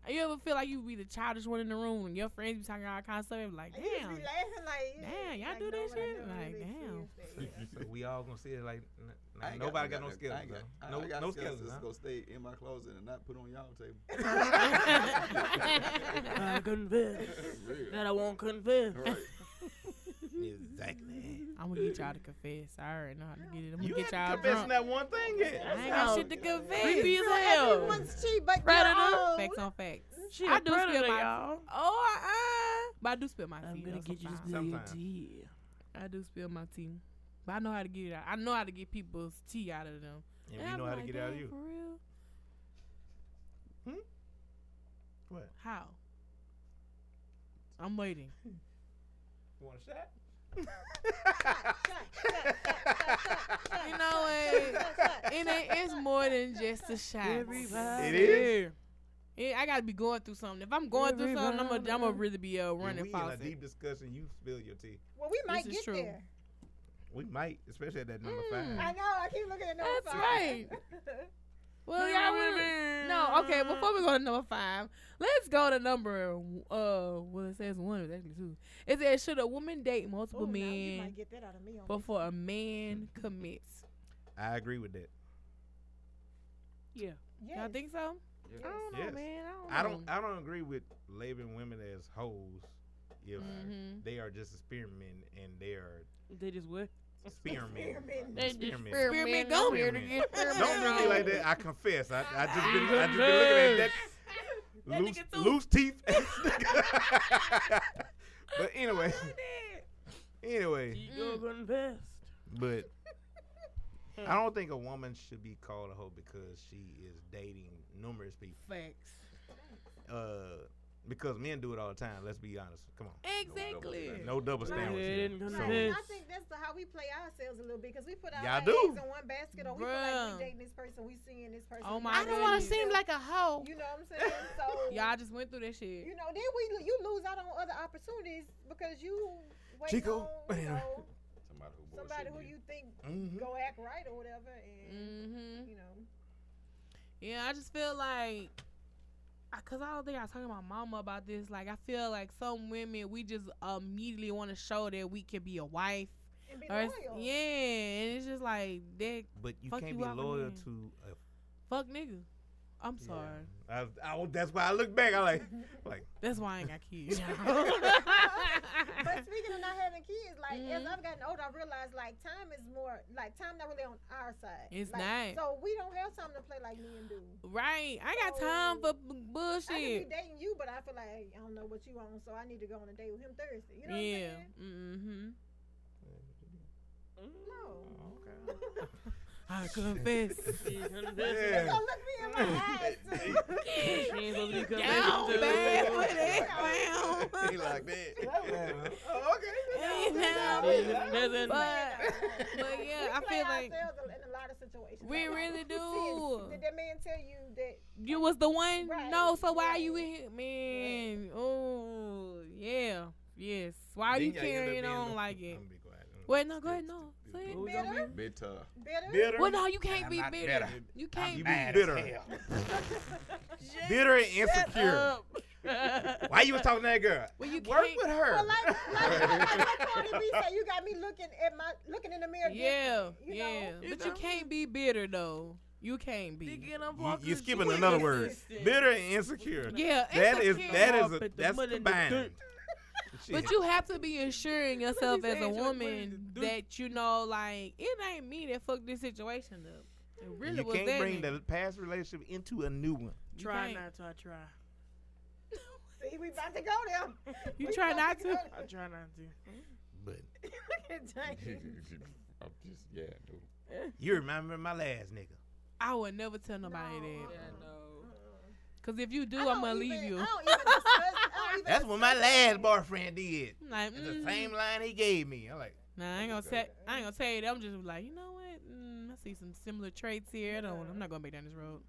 Speaker 3: You ever feel like you be the childish one in the room and your friends be talking all kinds of stuff? Like,
Speaker 5: and you just
Speaker 3: damn.
Speaker 5: be laughing like, yeah,
Speaker 3: Damn, y'all
Speaker 5: like,
Speaker 3: do
Speaker 5: no,
Speaker 3: that
Speaker 5: what I
Speaker 3: shit?
Speaker 5: do is
Speaker 3: Like,
Speaker 5: really
Speaker 3: damn.
Speaker 5: serious,
Speaker 4: (laughs)
Speaker 5: but, yeah.
Speaker 4: So we all gonna see it like n- n-
Speaker 2: I ain't got-
Speaker 4: nobody
Speaker 2: I
Speaker 4: got, no
Speaker 2: I ain't
Speaker 4: skeletons.
Speaker 2: got- I
Speaker 4: No
Speaker 2: ain't got
Speaker 4: no
Speaker 2: skeletons.
Speaker 4: skeletons.
Speaker 2: It's
Speaker 4: huh?
Speaker 2: gonna stay in my closet and not put on y'all
Speaker 3: (laughs)
Speaker 2: table. (laughs)
Speaker 6: I confess
Speaker 2: Real. (laughs)
Speaker 6: that I won't confess.
Speaker 2: Right.
Speaker 4: Exactly.
Speaker 3: I'm gonna get y'all to confess. I already know how to get it. I'm gonna
Speaker 4: You
Speaker 3: get
Speaker 4: had
Speaker 3: y'all
Speaker 4: to confess
Speaker 3: drunk.
Speaker 4: that one thing. Yet.
Speaker 3: I ain't got
Speaker 6: Sound
Speaker 3: shit to confess.
Speaker 6: Creepy as hell.
Speaker 5: Everyone's cheap, but
Speaker 6: Right
Speaker 5: your
Speaker 6: enough.
Speaker 5: own. (laughs)
Speaker 3: Facts on facts.
Speaker 6: She
Speaker 3: I
Speaker 6: a
Speaker 3: do spill
Speaker 6: predator,
Speaker 3: my-
Speaker 6: y'all.
Speaker 3: Oh, uh, but I do spill my tea.
Speaker 6: I'm gonna
Speaker 3: though,
Speaker 6: get you to
Speaker 3: sometimes.
Speaker 6: spill your
Speaker 4: Sometimes.
Speaker 6: tea.
Speaker 3: I do spill my tea, but I know how to get it out. I know how to get people's tea out of them.
Speaker 4: And we know
Speaker 3: I'm
Speaker 4: how to
Speaker 3: like,
Speaker 4: get out of
Speaker 3: "Dang,
Speaker 4: you.
Speaker 3: For real?
Speaker 4: What?
Speaker 3: How? I'm
Speaker 6: (laughs)
Speaker 3: waiting.
Speaker 4: You want a (laughs) shot?
Speaker 3: You (laughs) know (laughs) what? It ain't, it's more than just a shot.
Speaker 6: Everybody.
Speaker 4: It is?
Speaker 3: Yeah, I gotta be going through something. If I'm going through something, I'm gonna I'm gonna
Speaker 6: Everybody.
Speaker 3: really be uh,
Speaker 4: If
Speaker 3: running
Speaker 4: we in a
Speaker 3: faucet.
Speaker 4: deep discussion. You spill your tea.
Speaker 5: Well, we might
Speaker 3: is
Speaker 5: get
Speaker 3: true.
Speaker 5: there.
Speaker 4: We might, especially at that number
Speaker 3: Mm.
Speaker 5: I
Speaker 4: five.
Speaker 5: know. I keep looking at number
Speaker 3: That's
Speaker 5: (laughs) five.
Speaker 3: Well, y'all wanna- No, okay. Before we go to number five, let's go to number. Uh, well, it says one, it's actually two. It says should a woman date multiple
Speaker 5: Ooh, Oh, now you
Speaker 3: men
Speaker 5: might get that out of me. On
Speaker 3: before a man commits?
Speaker 4: I agree with that.
Speaker 5: yes.
Speaker 3: Y'all think so?
Speaker 2: Yes.
Speaker 3: I don't know,
Speaker 4: Yes.
Speaker 3: man.
Speaker 4: I
Speaker 3: I don't.
Speaker 6: Mm.
Speaker 4: don't. I don't agree with labeling women as hoes if
Speaker 6: Mm-hmm.
Speaker 3: Mhm.
Speaker 4: they are just spearmen and
Speaker 3: (laughs)
Speaker 4: they are
Speaker 6: They just what?
Speaker 4: spearmen.
Speaker 5: Spearmen.
Speaker 6: They just
Speaker 4: spearmen.
Speaker 3: Spearmint
Speaker 6: Don't
Speaker 3: gum.
Speaker 6: be
Speaker 3: (laughs)
Speaker 4: Spearmint.
Speaker 6: here to get
Speaker 4: Don't
Speaker 6: spearmint
Speaker 4: do me like
Speaker 6: on.
Speaker 4: that. I confess. I, I just been, I just been looking at
Speaker 3: nigga
Speaker 4: that loose,
Speaker 3: too.
Speaker 4: loose teeth. ass nigga. (laughs) but anyway, anyway,
Speaker 6: You
Speaker 4: Mm.
Speaker 6: go confess.
Speaker 3: (laughs)
Speaker 4: but I don't think a woman should be called a hoe because she is dating numerous people.
Speaker 6: Facts.
Speaker 4: Uh, because men do it all the time. Let's be honest. Come on,
Speaker 3: Exactly.
Speaker 4: no double
Speaker 5: Right.
Speaker 4: standards.
Speaker 6: They
Speaker 4: here.
Speaker 6: didn't
Speaker 5: Right.
Speaker 4: So-
Speaker 5: and I
Speaker 6: Yes.
Speaker 5: think that's the, how we play ourselves a little bit because we put all our
Speaker 4: Y'all do.
Speaker 5: eggs in one basket, or we feel like
Speaker 3: Bruh.
Speaker 5: we dating this person, we seeing this person.
Speaker 3: Oh
Speaker 5: we
Speaker 3: my
Speaker 5: like
Speaker 3: I don't
Speaker 5: this
Speaker 3: wanna
Speaker 5: person.
Speaker 3: seem like
Speaker 6: a hoe.
Speaker 5: (laughs) You know what I'm saying?
Speaker 3: (laughs)
Speaker 5: So
Speaker 3: Y'all just went through that shit.
Speaker 5: you know, then we you lose out on other opportunities because you wait
Speaker 4: Chico.
Speaker 5: on you know,
Speaker 2: Somebody who bullshit
Speaker 5: somebody who
Speaker 2: me.
Speaker 5: you think
Speaker 4: Mhm.
Speaker 5: go act right or whatever, and
Speaker 3: hmm
Speaker 5: you know.
Speaker 3: Yeah, I just feel like, I- cause I don't think I was talking to my mama about this. Like, I feel like some women we just immediately want to show that we can be a wife.
Speaker 5: And be
Speaker 3: Or
Speaker 5: loyal.
Speaker 3: it's- yeah, (laughs) and it's just like that
Speaker 4: But you
Speaker 3: Fuck
Speaker 4: can't
Speaker 3: you
Speaker 4: be
Speaker 3: out with me.
Speaker 4: loyal to a
Speaker 3: fuck nigga. I'm sorry.
Speaker 4: Yeah. I, I, that's why I look back. I like, like
Speaker 3: That's why I ain't got
Speaker 5: (laughs)
Speaker 3: kids.
Speaker 5: (laughs)
Speaker 3: (laughs)
Speaker 5: But speaking of not having kids, like as
Speaker 3: Mhm.
Speaker 5: I've gotten older, I realized like time is more like time not really on our side.
Speaker 3: It's
Speaker 5: Like,
Speaker 3: not.
Speaker 5: So we don't have time to play like me and do.
Speaker 3: right? I got time for b-
Speaker 5: I could be
Speaker 3: bullshit.
Speaker 5: dating you, but I feel like I don't know what you on, so I need to go on a date with him Thursday. You know
Speaker 3: yeah.
Speaker 5: what I'm saying?
Speaker 3: Mm-hmm.
Speaker 5: No.
Speaker 4: okay.
Speaker 3: I confess. (laughs)
Speaker 6: She confessed.
Speaker 5: They
Speaker 4: Yeah.
Speaker 5: gonna look me in my eyes. too.
Speaker 6: She ain't supposed to
Speaker 5: (laughs)
Speaker 6: be
Speaker 3: Down (laughs)
Speaker 6: confessing to.
Speaker 3: bad with it, fam.
Speaker 4: (laughs)
Speaker 2: He like that.
Speaker 4: oh, okay.
Speaker 3: Ain't no.
Speaker 5: No,
Speaker 6: She
Speaker 5: we-
Speaker 3: (laughs) But
Speaker 6: confessing.
Speaker 5: (laughs) Like,
Speaker 3: but yeah, I
Speaker 5: we play
Speaker 3: feel like
Speaker 5: ourselves a- in a lot of situations.
Speaker 3: we
Speaker 5: Like, (laughs)
Speaker 3: really
Speaker 5: sis,
Speaker 3: do.
Speaker 5: Did that man tell you that?
Speaker 3: You was the one.
Speaker 5: Right,
Speaker 3: no, so why
Speaker 5: right.
Speaker 3: you in here, man? Oh yeah, yes. Why are
Speaker 4: Then
Speaker 3: you
Speaker 4: y'all end up
Speaker 3: carrying
Speaker 4: being
Speaker 3: on
Speaker 4: the-
Speaker 3: like it?
Speaker 4: I'ma be quiet.
Speaker 3: Wait, no, go ahead, no. Say it.
Speaker 6: Who gonna
Speaker 5: Bitter?
Speaker 6: be-
Speaker 2: Bitter. (laughs)
Speaker 5: Bitter.
Speaker 4: Bitter.
Speaker 3: Well, no, you can't be
Speaker 2: not
Speaker 3: bitter.
Speaker 2: bitter.
Speaker 3: You can't.
Speaker 4: you
Speaker 3: be
Speaker 4: be
Speaker 2: mad as
Speaker 4: bitter,
Speaker 2: hell.
Speaker 4: bitter and
Speaker 3: (laughs)
Speaker 4: insecure.
Speaker 6: Up.
Speaker 4: (laughs)
Speaker 6: That's
Speaker 4: Why you was talking to that girl?
Speaker 3: Well, you
Speaker 4: Work
Speaker 3: can't-
Speaker 4: with her.
Speaker 5: Well,
Speaker 4: (laughs)
Speaker 5: like, like, like, like Cardi B said, you got me looking at my looking in the mirror.
Speaker 3: yeah,
Speaker 5: different, you
Speaker 3: yeah.
Speaker 5: Know?
Speaker 6: You
Speaker 3: But you
Speaker 6: know?
Speaker 3: can't be bitter though. You can't be.
Speaker 6: Thinking I'm
Speaker 4: you,
Speaker 6: fucking
Speaker 4: you're skipping
Speaker 6: shit.
Speaker 4: another word.
Speaker 6: Consistent.
Speaker 4: Bitter and insecure.
Speaker 3: Yeah,
Speaker 4: That is
Speaker 3: insecure.
Speaker 4: that is
Speaker 6: Up
Speaker 4: a,
Speaker 6: at the
Speaker 4: that's
Speaker 6: mud and the
Speaker 4: combined.
Speaker 6: dirt.
Speaker 4: (laughs) Shit.
Speaker 3: But
Speaker 6: (laughs)
Speaker 3: you have to be assuring yourself
Speaker 6: Let me
Speaker 3: as a
Speaker 6: say it, what is
Speaker 3: woman
Speaker 6: it? Do-
Speaker 3: that you know, like it ain't me that fucked this situation up. It really
Speaker 4: you
Speaker 3: was
Speaker 4: can't
Speaker 3: that
Speaker 4: bring
Speaker 3: nigga.
Speaker 4: the past relationship into a new one.
Speaker 3: You
Speaker 6: Try
Speaker 3: can't.
Speaker 6: not to. I try.
Speaker 5: See, we about to go there. (laughs)
Speaker 6: You
Speaker 5: We
Speaker 6: try
Speaker 5: about
Speaker 6: not
Speaker 5: to
Speaker 6: to?
Speaker 5: go
Speaker 6: I try not to.
Speaker 4: But
Speaker 5: there.
Speaker 4: (laughs)
Speaker 5: Dang.
Speaker 2: I'm just yeah, dude.
Speaker 4: you remember my last nigga.
Speaker 3: I would never tell nobody
Speaker 5: No.
Speaker 3: that.
Speaker 6: Yeah, no.
Speaker 3: Cause if you do,
Speaker 5: I
Speaker 3: I'm
Speaker 5: don't
Speaker 3: gonna
Speaker 5: even-
Speaker 3: leave you.
Speaker 5: I don't even discuss-
Speaker 3: (laughs)
Speaker 5: I don't even
Speaker 4: That's what my
Speaker 5: discuss
Speaker 4: last boyfriend did.
Speaker 3: I'm like,
Speaker 4: It's the
Speaker 3: mm,
Speaker 4: same line he gave me. I'm like,
Speaker 3: nah, I ain't gonna say. I ain't gonna tell you. That. I'm just like, you know what? Mm, I see some similar traits here. I don't. I'm not gonna be down this road.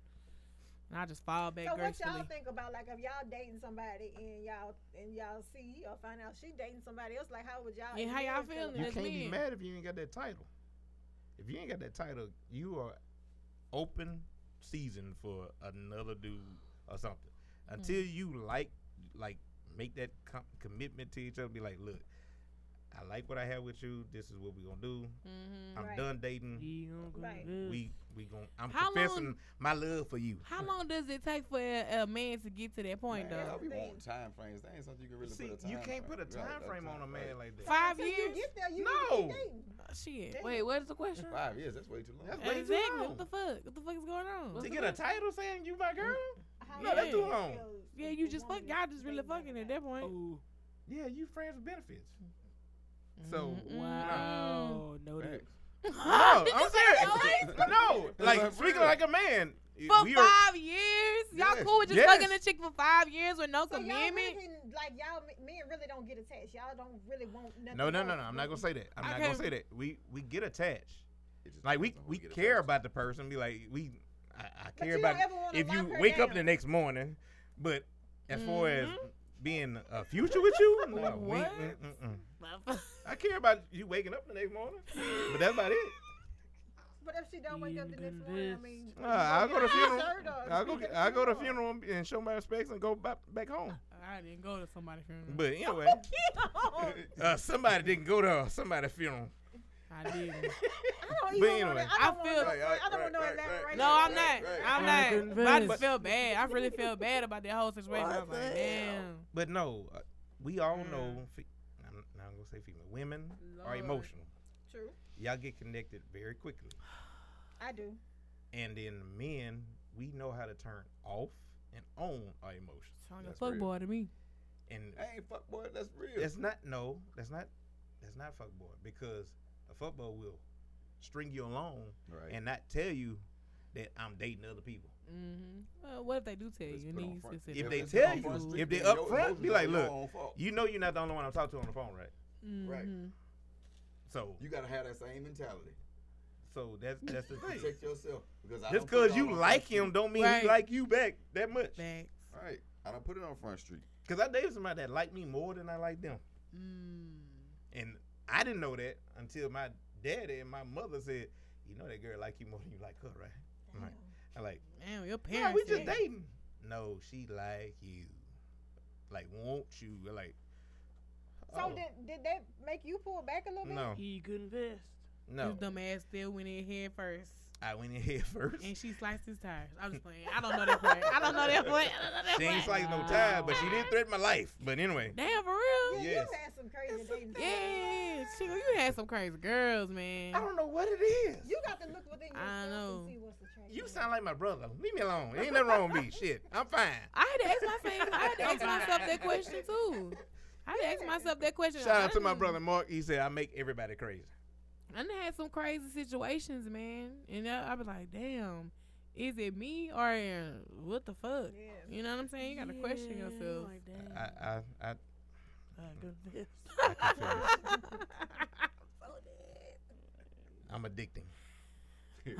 Speaker 3: And I just fall back
Speaker 5: So what
Speaker 3: gracefully.
Speaker 5: y'all think about like if y'all dating somebody and y'all and y'all see or find out she dating somebody else, like how would y'all?
Speaker 3: Yeah, how y'all
Speaker 5: men feel
Speaker 3: feeling?
Speaker 4: you
Speaker 5: about
Speaker 3: That's
Speaker 4: can't be
Speaker 3: men.
Speaker 4: mad if you ain't got that title. If you ain't got that title, you are open season for another dude or something. Until
Speaker 3: Mm.
Speaker 4: you like, like, make that com- commitment to each other. Be like, look, I like what I have with you. This is what we gonna do.
Speaker 3: Mm-hmm.
Speaker 4: I'm
Speaker 5: Right.
Speaker 4: done dating.
Speaker 5: Right.
Speaker 4: We we gonna. I'm
Speaker 3: How
Speaker 4: confessing
Speaker 3: long-
Speaker 4: my love for you.
Speaker 3: How long does it take for a, a man to get to that point,
Speaker 2: Man,
Speaker 3: though?
Speaker 2: we want time frames. That ain't something you can really
Speaker 4: See,
Speaker 2: put a time
Speaker 4: you can't put a
Speaker 2: Yeah,
Speaker 4: time frame on a man like that.
Speaker 3: Five
Speaker 5: Until you
Speaker 3: years?
Speaker 5: get there, you
Speaker 4: No.
Speaker 5: need to be dating.
Speaker 3: Oh, Shit.
Speaker 5: Damn.
Speaker 6: Wait, what is the question?
Speaker 2: Five years, that's way too long.
Speaker 4: That's way too
Speaker 3: Exactly.
Speaker 4: long.
Speaker 3: What the fuck? What the fuck is going on?
Speaker 4: to get a title saying you my girl?
Speaker 5: How
Speaker 3: No, that's
Speaker 5: do you
Speaker 4: too long.
Speaker 5: feel
Speaker 3: Yeah,
Speaker 5: if
Speaker 3: you
Speaker 5: a
Speaker 3: just fuck.
Speaker 5: woman
Speaker 3: Y'all
Speaker 5: is
Speaker 3: just really
Speaker 5: dating somebody
Speaker 3: fucking at
Speaker 5: else?
Speaker 3: that point.
Speaker 6: Ooh.
Speaker 4: Yeah, you friends
Speaker 3: (laughs)
Speaker 4: with benefits. So
Speaker 6: Wow. No.
Speaker 2: Facts.
Speaker 4: no, I'm serious. (laughs) no,
Speaker 2: For
Speaker 4: like speaking
Speaker 2: real.
Speaker 4: like a man.
Speaker 3: For
Speaker 4: Oh, we are,
Speaker 3: five years? Y'all
Speaker 2: Yes.
Speaker 3: cool with just
Speaker 4: Yes.
Speaker 3: fucking a chick for five years with no
Speaker 5: So y'all
Speaker 3: commitment?
Speaker 5: really, like y'all me- men really don't get attached. Y'all don't really want nothing.
Speaker 4: no, no, no,
Speaker 5: else.
Speaker 4: no. I'm not gonna say that. I'm not
Speaker 3: Okay.
Speaker 4: gonna say that. We we get attached.
Speaker 2: It just
Speaker 4: Like we
Speaker 2: depends on who
Speaker 4: we
Speaker 2: get
Speaker 4: care
Speaker 2: attached
Speaker 4: about the person. Be like we. I, I
Speaker 5: But
Speaker 4: care
Speaker 5: you
Speaker 4: about
Speaker 5: don't ever wanna
Speaker 4: if you
Speaker 5: lock her
Speaker 4: wake up the
Speaker 5: down.
Speaker 4: next morning. But as far as being a future with you, no, we-
Speaker 3: What?
Speaker 4: mm, mm, mm. I care about you waking up the next morning. But that's about it.
Speaker 5: But if she don't wake up the next morning, I mean,
Speaker 4: Uh, I'll go to funeral.
Speaker 5: Served her,
Speaker 4: I'll go.
Speaker 5: speak at the
Speaker 4: I'll go to funeral and- and show my respects and go back, back home.
Speaker 3: I didn't go to somebody's funeral.
Speaker 4: But anyway, (laughs)
Speaker 5: I
Speaker 4: uh, somebody didn't go to somebody's funeral.
Speaker 3: I didn't.
Speaker 5: don't
Speaker 4: But
Speaker 5: even want
Speaker 4: anyway.
Speaker 5: to. I don't
Speaker 3: I
Speaker 5: want
Speaker 3: feel-
Speaker 5: no-
Speaker 2: Right,
Speaker 5: I don't want no
Speaker 2: right, right,
Speaker 5: elaboration.
Speaker 2: right.
Speaker 3: No, I'm not.
Speaker 6: I
Speaker 3: I'm not.
Speaker 6: couldn't
Speaker 3: But I just
Speaker 4: finish.
Speaker 3: felt bad. I really felt bad about that whole situation. I was like, damn.
Speaker 4: But no, uh, we all know. Fe- I'm not gonna say female. Women are
Speaker 3: Lord.
Speaker 4: emotional.
Speaker 5: True,
Speaker 4: Y'all get connected very quickly,
Speaker 5: I do.
Speaker 4: and then men, we know how to turn off and on our emotions.
Speaker 3: Sound like
Speaker 2: That's
Speaker 3: a fuck
Speaker 2: real.
Speaker 3: boy to me.
Speaker 4: And
Speaker 2: I ain't fuck boy, that's real.
Speaker 4: that's not no. That's not. That's not fuckboy because a fuckboy will string you along
Speaker 2: right.
Speaker 4: and not tell you that I'm dating other people.
Speaker 3: Mm-hmm. Well, what if they do tell
Speaker 2: Let's
Speaker 3: you?
Speaker 2: put on
Speaker 3: And
Speaker 2: front-
Speaker 3: he's
Speaker 4: If
Speaker 3: considered.
Speaker 4: they
Speaker 2: it's
Speaker 4: tell
Speaker 2: on
Speaker 4: you,
Speaker 2: front
Speaker 4: if
Speaker 2: street,
Speaker 4: they
Speaker 2: then your
Speaker 4: upfront,
Speaker 2: emotions
Speaker 4: be
Speaker 2: are
Speaker 4: like,
Speaker 2: your
Speaker 4: look,
Speaker 2: own fault.
Speaker 4: You know you're not the only one I'm talking to on the phone, right?
Speaker 2: Right.
Speaker 3: Mhm.
Speaker 4: So
Speaker 2: You gotta have that same mentality.
Speaker 4: so that's that's
Speaker 2: (laughs)
Speaker 4: the thing.
Speaker 2: Protect yourself because I done
Speaker 4: Just
Speaker 2: put it
Speaker 4: because
Speaker 2: all
Speaker 4: you
Speaker 2: on
Speaker 4: like
Speaker 2: front street.
Speaker 4: him don't mean
Speaker 3: Right.
Speaker 4: he like you back that much.
Speaker 3: Facts.
Speaker 2: Right. I don't put it on front street.
Speaker 4: Because I dated somebody that liked me more than I liked them.
Speaker 3: Mm.
Speaker 4: And I didn't know that until my daddy and my mother said, you know that girl like you more than you like her, right? I'm like, I'm like
Speaker 3: Damn, your
Speaker 4: yeah,
Speaker 3: parents.
Speaker 4: we just
Speaker 3: said-
Speaker 4: dating. No, she like you. Like, want you. Like,
Speaker 5: So
Speaker 4: oh,
Speaker 5: did did that make you pull back a little bit?
Speaker 4: no,
Speaker 6: He confessed.
Speaker 4: no.
Speaker 3: His dumb ass still went in head first,
Speaker 4: I went in here (laughs) first.
Speaker 3: and she sliced his tires. I'm just playing. I don't know that point. I don't know that point. I don't know that
Speaker 4: She ain't
Speaker 3: point.
Speaker 4: sliced no tire, but she did threaten my life. But anyway,
Speaker 3: Damn, for
Speaker 5: Yeah,
Speaker 3: real?
Speaker 4: Yes.
Speaker 5: you had some crazy dating.
Speaker 3: Yeah, she, you had some crazy girls, man.
Speaker 4: I don't know what it is.
Speaker 5: You got to look within yourself
Speaker 3: I know.
Speaker 5: and see what's attractive.
Speaker 4: You sound like my brother. Leave me alone. Ain't nothing wrong with me. Shit, I'm fine.
Speaker 3: I had to ask myself. I had to ask myself that question too. I had to ask myself that question.
Speaker 4: Shout out to my
Speaker 3: I done-
Speaker 4: brother Mark. He said I make everybody crazy.
Speaker 3: I done had some crazy situations, man, and I, I be like, damn, is it me or uh, what the fuck?
Speaker 5: Yeah.
Speaker 3: You know what I'm saying? You gotta question yourself.
Speaker 6: Like
Speaker 4: I,
Speaker 6: that.
Speaker 4: I, I,
Speaker 6: I confessed.
Speaker 4: I (laughs) confess. I'm addicting.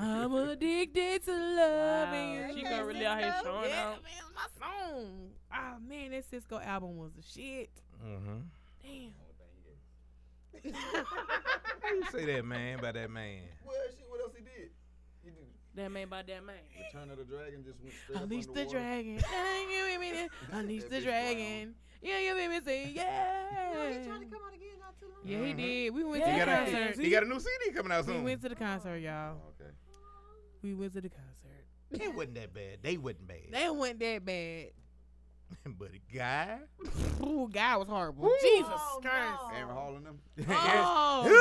Speaker 3: (laughs) I'm addicted to loving
Speaker 6: Wow.
Speaker 3: you.
Speaker 6: She
Speaker 5: Okay,
Speaker 6: got really out here
Speaker 5: Cisco.
Speaker 6: showing
Speaker 3: yeah,
Speaker 6: out.
Speaker 3: man, my song. Oh man, that Cisco album was the shit.
Speaker 4: Mm-hmm.
Speaker 3: Damn.
Speaker 4: Why you say that man by that man?
Speaker 2: Well, shit, what else he did? He did
Speaker 6: That man by that man.
Speaker 2: Return of the Dragon just went straight up
Speaker 3: Unleash the
Speaker 2: underwater. (laughs)
Speaker 3: dragon. Dang, you hear me there? Unleash
Speaker 2: That
Speaker 3: the
Speaker 2: bitch
Speaker 3: dragon. Yeah, you hear me say
Speaker 2: (laughs)
Speaker 5: Oh,
Speaker 3: yeah.
Speaker 5: he tried to come out again not too long.
Speaker 3: Yeah, he
Speaker 2: Mm-hmm.
Speaker 4: Mhm.
Speaker 3: did. We went
Speaker 4: He
Speaker 3: to
Speaker 4: got,
Speaker 3: the
Speaker 4: a,
Speaker 3: concert.
Speaker 4: he got a new CD coming out
Speaker 3: We
Speaker 4: soon.
Speaker 3: went to the concert, y'all.
Speaker 2: Oh, Okay.
Speaker 3: We went to the concert.
Speaker 4: It wasn't that bad. They wasn't bad.
Speaker 3: They wasn't that bad.
Speaker 4: (laughs) but a guy.
Speaker 3: Ooh, God was horrible. Jesus
Speaker 5: (laughs) Oh,
Speaker 3: Christ.
Speaker 5: no.
Speaker 2: Aaron Hall and them.
Speaker 3: Oh.